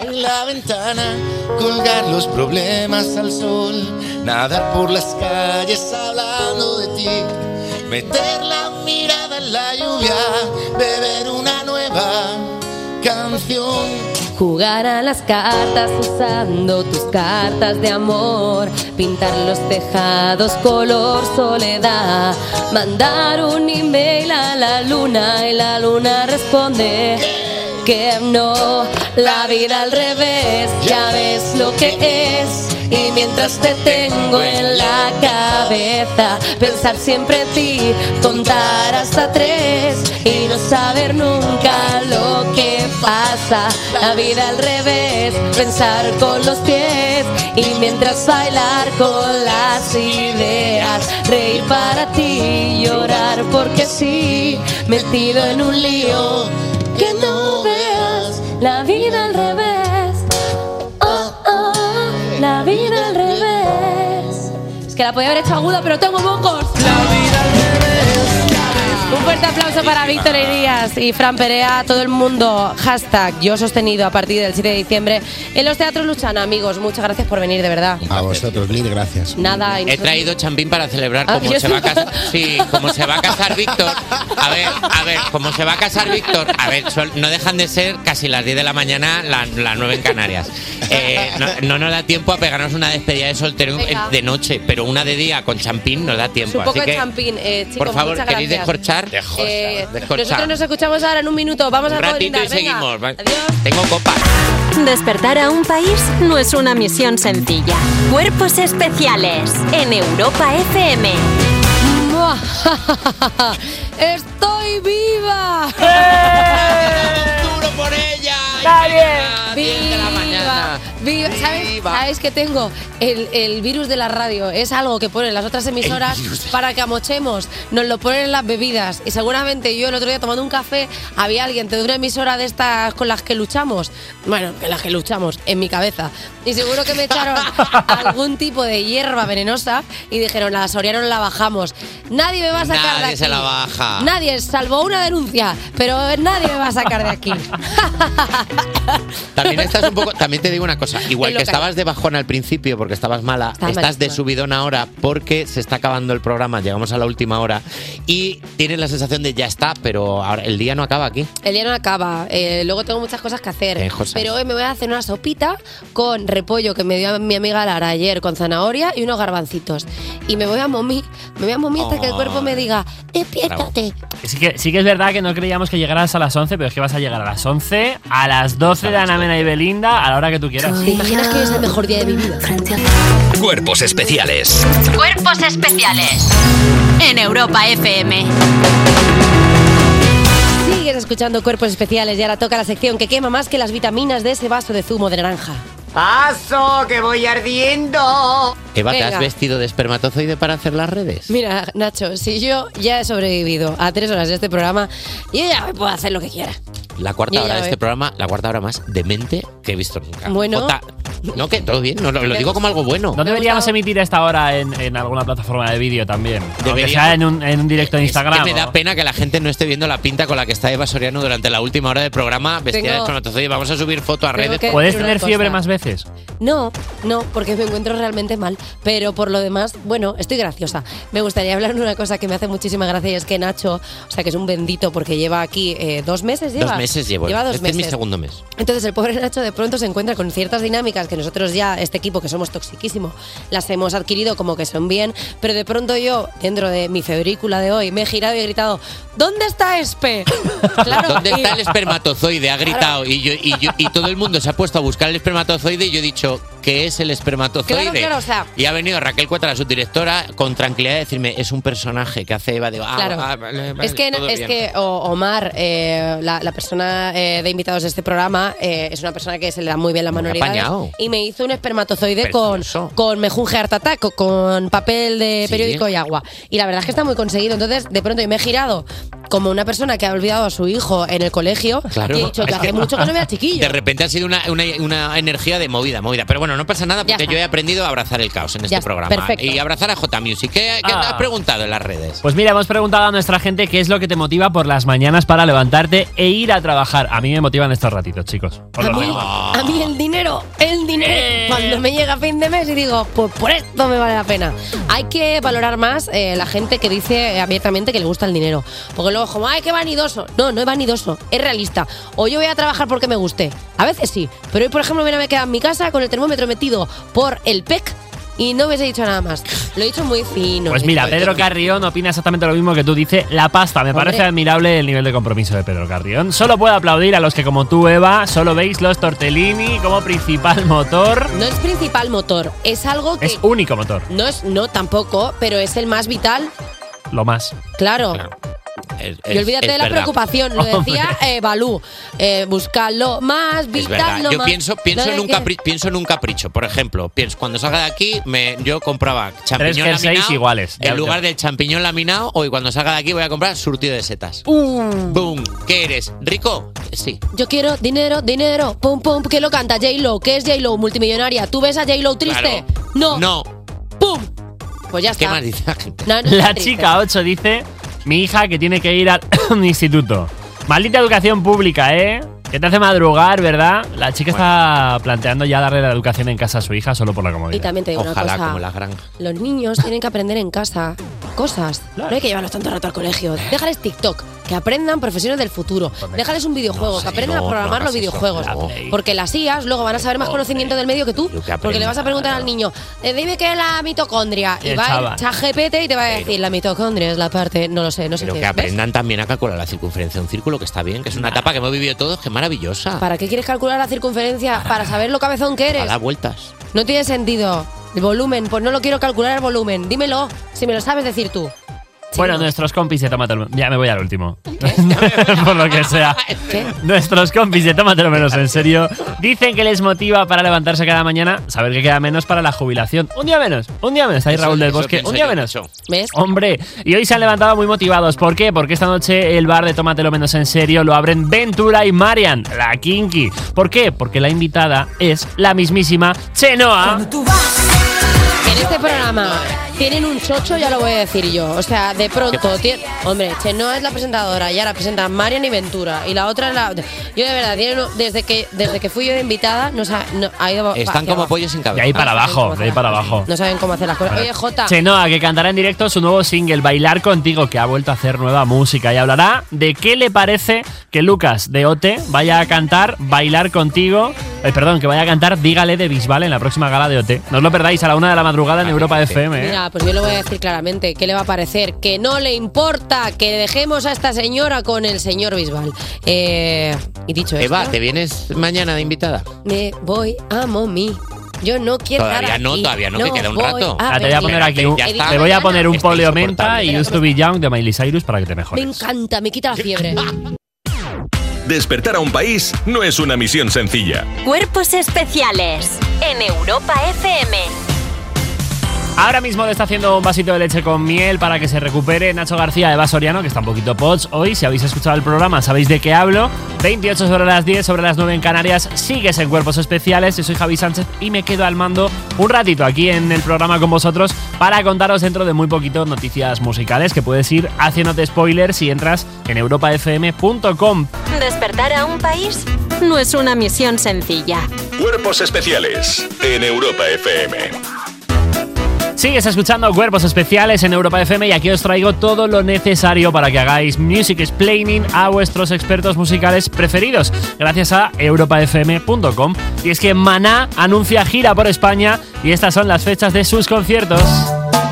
Speaker 11: En la ventana, colgar los problemas al sol, nadar por las calles hablando de ti, meter la
Speaker 4: Ah.
Speaker 11: mirada en la lluvia, beber una nueva canción.
Speaker 3: Jugar a las cartas usando tus cartas de amor, pintar los tejados color soledad, mandar un email a la luna y la luna responde que no, la vida al revés, ya ves lo que es. Y mientras te tengo en la cabeza, pensar siempre en ti, contar hasta tres y no saber nunca lo que pasa. La vida al revés, pensar con los pies y mientras bailar con las ideas, reír para ti, llorar porque sí, metido en un lío que no veas. La vida al revés, oh, oh, la vida al revés. Es que la podía haber hecho aguda, pero tengo mocos. Un fuerte aplauso para Víctor Irías y Fran Perea, todo el mundo. Hashtag yo sostenido a partir del 7 de diciembre en los teatros Luchana. Amigos, muchas gracias por venir, de verdad.
Speaker 13: A vosotros, mil gracias.
Speaker 3: Nada, y
Speaker 4: He
Speaker 3: nosotros-
Speaker 4: traído champín para celebrar
Speaker 3: Ah,
Speaker 4: cómo
Speaker 3: yo
Speaker 4: se va a casar. Sí, como se va a casar Víctor. A ver, a ver, como se va a casar Víctor. A ver, sol- no dejan de ser casi las 10 de la mañana, la- las 9 en Canarias. Eh, no, no nos da tiempo a pegarnos una despedida de soltero en-
Speaker 3: Venga. Pues
Speaker 4: de noche, pero una de día con champín nos da tiempo.
Speaker 3: Un poco
Speaker 4: Así
Speaker 3: de
Speaker 4: que,
Speaker 3: champín, eh, chicos.
Speaker 4: por favor,
Speaker 3: muchas
Speaker 4: ¿queréis
Speaker 3: gracias.
Speaker 4: descorchar?
Speaker 3: Eh,
Speaker 4: Descorchar.
Speaker 3: Nosotros nos escuchamos ahora en un minuto. Vamos
Speaker 4: Un
Speaker 3: a
Speaker 4: ratito
Speaker 3: brindar,
Speaker 4: y
Speaker 3: venga.
Speaker 4: seguimos. va. Tengo copa.
Speaker 2: Despertar a un país no es una misión sencilla. Cuerpos especiales en Europa FM.
Speaker 3: ¡Mua! ¡Estoy viva!
Speaker 4: ¡Eh! ¡Duro por ella!
Speaker 3: ¡Viva! Viva. ¿Sabes, ¿Sabes que tengo? El, el virus de la radio. Es algo que ponen las otras emisoras para que amochemos. Nos lo ponen en las bebidas. Y seguramente yo el otro día tomando un café había alguien de una emisora de estas con las que luchamos. Bueno, con las que luchamos, en mi cabeza. Y seguro que me
Speaker 4: (laughs)
Speaker 3: echaron algún tipo de hierba venenosa y dijeron, la Soriano la bajamos. Nadie me va a sacar de
Speaker 4: Nadie
Speaker 3: aquí.
Speaker 4: se la baja.
Speaker 3: Nadie, salvo una denuncia, pero nadie me va a sacar de aquí.
Speaker 4: También estás un poco. También te digo una cosa. cosa. Igual
Speaker 3: El
Speaker 4: que
Speaker 3: local.
Speaker 4: estabas de bajón al principio porque estabas mala,
Speaker 3: Estaba
Speaker 4: estás de
Speaker 3: malísima.
Speaker 4: subidón ahora porque se está acabando el programa, llegamos a la última hora y tienes la sensación de ya está, pero ahora el día no acaba aquí.
Speaker 3: El día no acaba, eh, luego tengo muchas cosas que hacer.
Speaker 4: Eh, José.
Speaker 3: Pero hoy me voy a hacer una sopita con repollo que me dio mi amiga Lara ayer, con zanahoria y unos garbancitos. Y me voy a momi, me voy a momi hasta que el cuerpo me diga, despiértate.
Speaker 5: Sí que, sí que es verdad que no creíamos que llegaras a las 11, pero es que vas a llegar a las 11, a las 12 de Ana Mena y Belinda, a la hora que tú quieras.
Speaker 3: ¿Te imaginas que hoy es el mejor día de mi vida?
Speaker 1: Cuerpos especiales
Speaker 2: Cuerpos especiales en Europa FM.
Speaker 3: Sigues escuchando Cuerpos Especiales y ahora toca la sección que quema más que las vitaminas de ese vaso de zumo de naranja.
Speaker 12: ¡Paso, que voy ardiendo!
Speaker 4: Eva, ¿te
Speaker 3: Venga.
Speaker 4: has vestido de espermatozoide para hacer las redes?
Speaker 3: Mira, Nacho, si yo ya he sobrevivido a tres horas de este programa, yo ya me puedo hacer lo que quiera.
Speaker 4: La cuarta
Speaker 3: Yo ya
Speaker 4: hora de
Speaker 3: ves.
Speaker 4: este programa, la cuarta hora más demente que he visto
Speaker 5: Ah,
Speaker 4: nunca.
Speaker 3: Bueno.
Speaker 4: Jota, no, que todo bien, no, lo, lo
Speaker 5: Me
Speaker 4: digo como algo bueno.
Speaker 5: ¿No deberíamos emitir esta hora en, en alguna plataforma de vídeo también? Aunque
Speaker 4: Deberíamos.
Speaker 5: sea en un, en un directo de Instagram.
Speaker 4: Que me
Speaker 5: o-
Speaker 4: da pena que la gente no esté viendo la pinta con la que está Eva Soriano durante la última hora del programa vestida
Speaker 3: Tengo-
Speaker 4: de espermatozoide. Vamos a subir foto a
Speaker 3: Tengo
Speaker 4: redes.
Speaker 3: que ¿Puedes decir tener una fiebre cosa. más
Speaker 5: veces?
Speaker 3: No, no, porque me encuentro realmente mal. Pero por lo demás, bueno, estoy graciosa. Me gustaría hablar de una cosa que me hace muchísima gracia y es que Nacho, o sea, que es un bendito porque lleva aquí eh, dos meses. Lleva,
Speaker 4: Dos meses llevo.
Speaker 3: Lleva dos
Speaker 4: este
Speaker 3: meses.
Speaker 4: es mi segundo mes.
Speaker 3: Entonces el pobre Nacho de pronto se encuentra con ciertas dinámicas que nosotros ya, este equipo que somos toxiquísimo, las hemos adquirido como que son bien, pero de pronto yo, dentro de mi febrícula de hoy, me he girado y he gritado, ¿dónde está
Speaker 4: (laughs)
Speaker 3: Espe?
Speaker 4: ¿Dónde
Speaker 3: y-
Speaker 4: está el espermatozoide? Ha gritado. Y, yo, y, yo- y todo el mundo se ha puesto a buscar el espermatozoide y yo he dicho, ¿qué es el espermatozoide?
Speaker 3: Claro, claro, o sea-
Speaker 4: Y ha venido Raquel Cuatra, la subdirectora, con tranquilidad a decirme, es un personaje que hace Eva de... "Ah,
Speaker 3: Claro.
Speaker 4: ah, vale, vale,
Speaker 3: es que,
Speaker 4: todo
Speaker 3: es
Speaker 4: bien".
Speaker 3: que O- Omar, eh, la, la persona eh, de invitados de este programa, eh, es una persona que se le da muy bien la manualidades
Speaker 4: apañado.
Speaker 3: y me hizo un espermatozoide con, con mejunje hartataco, con papel de
Speaker 4: Sí.
Speaker 3: periódico y agua. Y la verdad es que está muy conseguido. Entonces, de pronto yo me he girado como una persona que ha olvidado a su hijo en el colegio
Speaker 4: Claro.
Speaker 3: y he dicho que
Speaker 4: Es
Speaker 3: hace
Speaker 4: que-
Speaker 3: mucho que no
Speaker 4: (laughs)
Speaker 3: veo al chiquillo.
Speaker 4: De repente ha sido una, una- una energía de movida, movida. Pero bueno, no pasa nada
Speaker 3: Ya
Speaker 4: porque
Speaker 3: está.
Speaker 4: yo he aprendido a abrazar el caos en este
Speaker 3: está,
Speaker 4: programa.
Speaker 3: perfecto.
Speaker 4: Y abrazar a J Music. ¿Qué, qué
Speaker 5: Ah.
Speaker 4: has preguntado en las redes?
Speaker 5: Pues mira, hemos preguntado a nuestra gente qué es lo que te motiva por las mañanas para levantarte e ir a trabajar. A mí me motivan estos ratitos, chicos. Os
Speaker 3: A
Speaker 5: lo
Speaker 3: mí,
Speaker 5: digo.
Speaker 3: a mí el dinero, el dinero.
Speaker 5: Eh.
Speaker 3: Cuando me llega fin de mes y digo, pues por esto me vale la pena. Hay que valorar más eh, la gente que dice eh, abiertamente que le gusta el dinero. Porque luego es como, ay, qué vanidoso. No, no es vanidoso, es realista. O yo voy a trabajar porque me guste. A veces sí. Pero hoy, por ejemplo, mira, me he quedado en mi casa con el termómetro metido por el PEC y no hubiese dicho nada más. Lo he dicho muy fino.
Speaker 5: Pues mira, Pedro Carrión opina exactamente lo mismo que tú. Dice la pasta. Me
Speaker 3: Hombre.
Speaker 5: parece admirable el nivel de compromiso de Pedro Carrión. Solo puedo aplaudir a los que, como tú, Eva, solo veis los tortellini como principal motor.
Speaker 3: No es principal motor, es algo que
Speaker 5: Es único motor,
Speaker 3: no es, no tampoco, pero es el más vital
Speaker 5: lo más.
Speaker 3: Claro. y olvídate de la preocupación,
Speaker 4: (laughs)
Speaker 3: lo decía eh, Balú. Eh, buscarlo más,
Speaker 4: Es verdad.
Speaker 3: vital,
Speaker 4: Yo pienso, pienso,
Speaker 3: no
Speaker 4: en
Speaker 3: de
Speaker 4: un
Speaker 3: que-
Speaker 4: capri- pienso en un capricho. Por ejemplo, pienso, cuando salga de aquí, me, yo compraba champiñón
Speaker 5: jerseys
Speaker 4: laminado
Speaker 5: iguales. Ya
Speaker 4: en
Speaker 5: lo
Speaker 4: lugar
Speaker 5: tengo.
Speaker 4: del champiñón laminado. Hoy, cuando salga de aquí, voy a comprar surtido de setas. ¡Bum! ¿Qué eres? ¿Rico? Sí.
Speaker 3: Yo quiero dinero, dinero, pum, pum, que lo canta J-Lo, que es J-Lo multimillonaria. ¿Tú ves a J-Lo triste?
Speaker 4: Claro.
Speaker 3: No.
Speaker 4: No.
Speaker 3: ¡Pum! Pues ya está.
Speaker 4: ¿Qué más dice la gente?
Speaker 3: No, no está
Speaker 5: La
Speaker 3: triste.
Speaker 5: chica 8 dice, mi hija que tiene que ir al (coughs) instituto. Maldita educación pública, ¿eh? Que te hace madrugar, ¿verdad? La chica está planteando ya darle la educación en casa a su hija solo por la comodidad.
Speaker 3: Y también te digo una Ojalá, cosa. como la
Speaker 4: granja.
Speaker 3: Los niños tienen que aprender en casa cosas. No hay que llevarlos tanto rato al colegio. Déjales TikTok, que aprendan profesiones del futuro. Déjales un videojuego, que aprendan
Speaker 4: no,
Speaker 3: a programar los
Speaker 4: no hagas eso.
Speaker 3: videojuegos.
Speaker 4: No.
Speaker 3: Porque las IAS luego van a saber más conocimiento del medio que tú.
Speaker 4: que
Speaker 3: porque le
Speaker 4: aprenda,
Speaker 3: vas a preguntar al niño, eh, dime qué es la mitocondria. Y
Speaker 4: Eh,
Speaker 3: va
Speaker 4: chava.
Speaker 3: el ChatGPT y te va a decir, la mitocondria es la parte, no lo sé, no sé
Speaker 4: Pero
Speaker 3: qué
Speaker 4: que
Speaker 3: es. ¿Ves?
Speaker 4: aprendan también a calcular la circunferencia de un círculo, que está bien, que es una etapa que hemos vivido todos, que maravillosa.
Speaker 3: ¿Para qué quieres calcular la circunferencia? Para saber lo cabezón que
Speaker 4: Para
Speaker 3: eres.
Speaker 4: dar vueltas.
Speaker 3: No tiene sentido. El volumen, pues no lo quiero calcular el volumen. Dímelo, si me lo sabes decir tú.
Speaker 5: Bueno, nuestros compis de Tómatelo... Ya me voy al último. (laughs) Por lo que
Speaker 3: (laughs)
Speaker 5: sea. Nuestros compis de Tómatelo menos en serio dicen que les motiva para levantarse cada mañana saber que queda menos para la jubilación. Un día menos, un día menos. Ahí
Speaker 4: Eso-
Speaker 5: Raúl del
Speaker 4: eso
Speaker 5: Bosque,
Speaker 4: pienso
Speaker 5: un día
Speaker 4: yo,
Speaker 5: menos.
Speaker 4: macho.
Speaker 3: ¿Ves?
Speaker 5: Hombre, y hoy se han levantado muy motivados. ¿Por qué? Porque esta noche el bar de Tómatelo menos en serio lo abren Ventura y Marian, la Kinky. ¿Por qué? Porque la invitada es la mismísima Chenoa.
Speaker 3: En este programa Tienen un chocho, ya lo voy a decir yo. O sea, de pronto. tien- Hombre, Chenoa es la presentadora y ahora presentan Marian y Ventura. Y la otra es la. Yo, de verdad, tienen un- desde, que, desde que fui yo de invitada, nos ha, no- ha ido.
Speaker 4: Están
Speaker 3: hacia
Speaker 4: como
Speaker 3: abajo.
Speaker 4: pollos sin cabeza.
Speaker 5: De ahí para abajo, de ahí para abajo.
Speaker 3: No saben cómo hacer las cosas.
Speaker 5: Vale.
Speaker 3: Oye, Jota.
Speaker 5: Chenoa, que cantará en directo su nuevo single Bailar Contigo, que ha vuelto a hacer nueva música y hablará de qué le parece que Lucas de Ote vaya a cantar Bailar Contigo, eh, perdón, que vaya a cantar Dígale de Bisbal en la próxima gala de Ote. No os lo perdáis a la una de la madrugada en Europa FM. ¿eh?
Speaker 3: Mira, pues yo lo voy a decir claramente. ¿Qué le va a parecer? Que no le importa que dejemos a esta señora con el señor Bisbal. Eh, y dicho
Speaker 4: Eva,
Speaker 3: esto,
Speaker 4: ¿te vienes mañana de invitada?
Speaker 3: me voy a momi. Yo no quiero
Speaker 4: Todavía
Speaker 3: estar
Speaker 4: no,
Speaker 3: aquí.
Speaker 4: todavía no, que queda un rato.
Speaker 3: a
Speaker 5: Ah, te voy a
Speaker 3: venir.
Speaker 5: poner aquí un,
Speaker 3: Ya está.
Speaker 5: te voy a poner un
Speaker 4: Está
Speaker 5: polio menta y
Speaker 3: insoportable.
Speaker 5: Used to Be Young de Miley Cyrus para que te
Speaker 3: Me
Speaker 5: mejores.
Speaker 3: encanta, me quita la fiebre.
Speaker 9: Despertar a un país no es una misión sencilla.
Speaker 2: Cuerpos especiales en Europa FM.
Speaker 5: Ahora mismo le está haciendo un vasito de leche con miel para que se recupere Nacho García, Eva Soriano, que está un poquito pots hoy. Si habéis escuchado el programa, sabéis de qué hablo. 28 sobre las 10, sobre las 9 en Canarias. Sigues en Cuerpos Especiales. Yo soy Javi Sánchez y me quedo al mando un ratito aquí en el programa con vosotros para contaros dentro de muy poquito noticias musicales que puedes ir haciéndote spoilers si entras en europafm.com.
Speaker 2: Despertar a un país no es una misión sencilla.
Speaker 9: Cuerpos especiales en Europa FM.
Speaker 5: Sigues escuchando Cuerpos Especiales en Europa FM y aquí os traigo todo lo necesario para que hagáis music explaining a vuestros expertos musicales preferidos gracias a europafm.com. Y es que Maná anuncia gira por España y estas son las fechas de sus conciertos.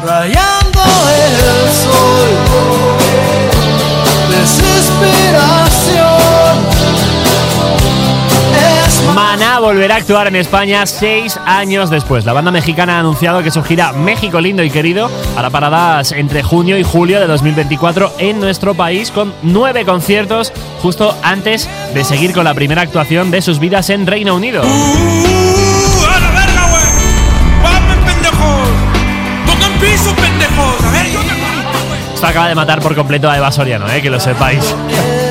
Speaker 7: Rayando el sol, desesperación.
Speaker 5: Maná volverá a actuar en España seis años después. La banda mexicana ha anunciado que su gira México lindo y querido hará paradas entre junio y julio de 2024 en nuestro país con nueve conciertos justo antes de seguir con la primera actuación de sus vidas en Reino Unido.
Speaker 7: Pongan piso, pendejos. A ver, yo
Speaker 5: Esto acaba de matar por completo a Eva Soriano, eh, que lo sepáis.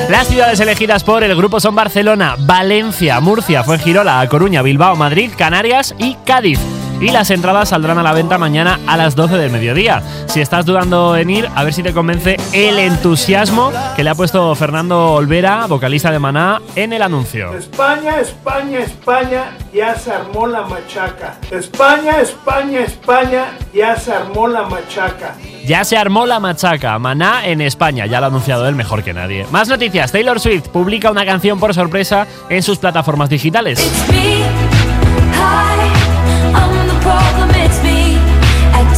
Speaker 5: Las ciudades elegidas por el grupo son Barcelona, Valencia, Murcia, Fuengirola, A Coruña, Bilbao, Madrid, Canarias y Cádiz. Y las entradas saldrán a la venta mañana a las 12 del mediodía. Si estás dudando en ir, a ver si te convence el entusiasmo que le ha puesto Fernando Olvera, vocalista de Maná, en el anuncio.
Speaker 16: España, España, España, ya se armó la machaca. España, España, España, ya se armó la machaca.
Speaker 5: Ya se armó la machaca, Maná en España, ya lo ha anunciado él mejor que nadie. Más noticias, Taylor Swift publica una canción por sorpresa en sus plataformas digitales.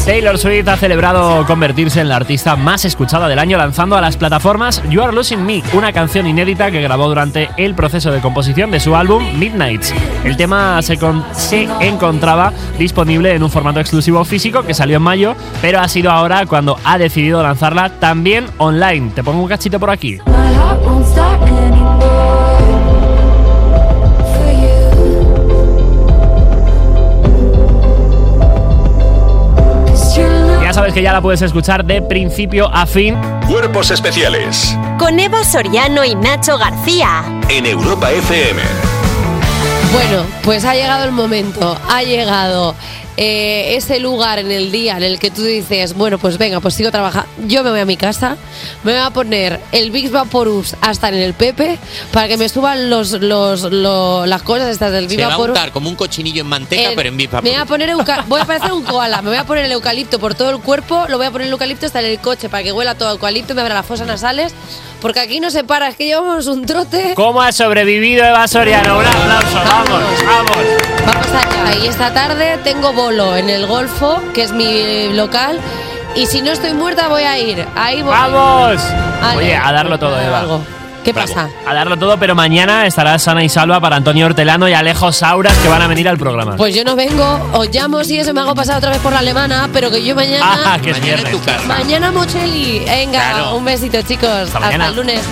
Speaker 5: Taylor Swift ha celebrado convertirse en la artista más escuchada del año lanzando a las plataformas You Are Losing Me, una canción inédita que grabó durante el proceso de composición de su álbum Midnights. El tema se, con- se encontraba disponible en un formato exclusivo físico que salió en mayo, pero ha sido ahora cuando ha decidido lanzarla también online. Te pongo un cachito por aquí.
Speaker 8: My heart won't start anymore for you. 'Cause you're not
Speaker 5: Ya sabes que ya la puedes escuchar de principio a fin.
Speaker 9: Cuerpos especiales
Speaker 2: Con Eva Soriano y Nacho García.
Speaker 9: en Europa FM.
Speaker 3: Bueno, pues ha llegado el momento, ha llegado eh, ese lugar en el día en el que tú dices, bueno, pues venga, pues sigo trabajando, yo me voy a mi casa, me voy a poner el Big Vaporus hasta en el Pepe para que me suban los, los, lo- las cosas estas del Big
Speaker 4: Se va a
Speaker 3: Vaporus.
Speaker 4: untar como un cochinillo en manteca,
Speaker 3: El-
Speaker 4: pero en bipa.
Speaker 3: Eh, me voy a poner euca- voy a parecer un koala, me voy a poner el eucalipto por todo el cuerpo, lo voy a poner el eucalipto hasta en el coche para que huela todo eucalipto, me abra las fosas nasales, porque aquí no se para, es que llevamos un trote.
Speaker 5: ¿Cómo ha sobrevivido Eva Soriano? Un aplauso, vamos, vamos.
Speaker 3: Vamos allá. Y esta tarde tengo bolo en el Golfo, que es mi local. Y si no estoy muerta, voy a ir. Ahí voy. Ah,
Speaker 5: ¡Vamos!
Speaker 3: Ale.
Speaker 5: Oye, a darlo todo, Eva.
Speaker 3: Pues ¿Qué pasa?
Speaker 5: A darlo todo, pero mañana estará sana y salva para Antonio Hortelano y Alejo Sauras que van a venir al programa.
Speaker 3: Pues yo no vengo, os llamo si eso me hago pasar otra vez por la alemana, pero que yo mañana.
Speaker 5: ah, que es viernes.
Speaker 3: Mañana Mocheli. Venga,
Speaker 5: Claro.
Speaker 3: un besito, chicos. Hasta,
Speaker 5: mañana.
Speaker 3: el lunes.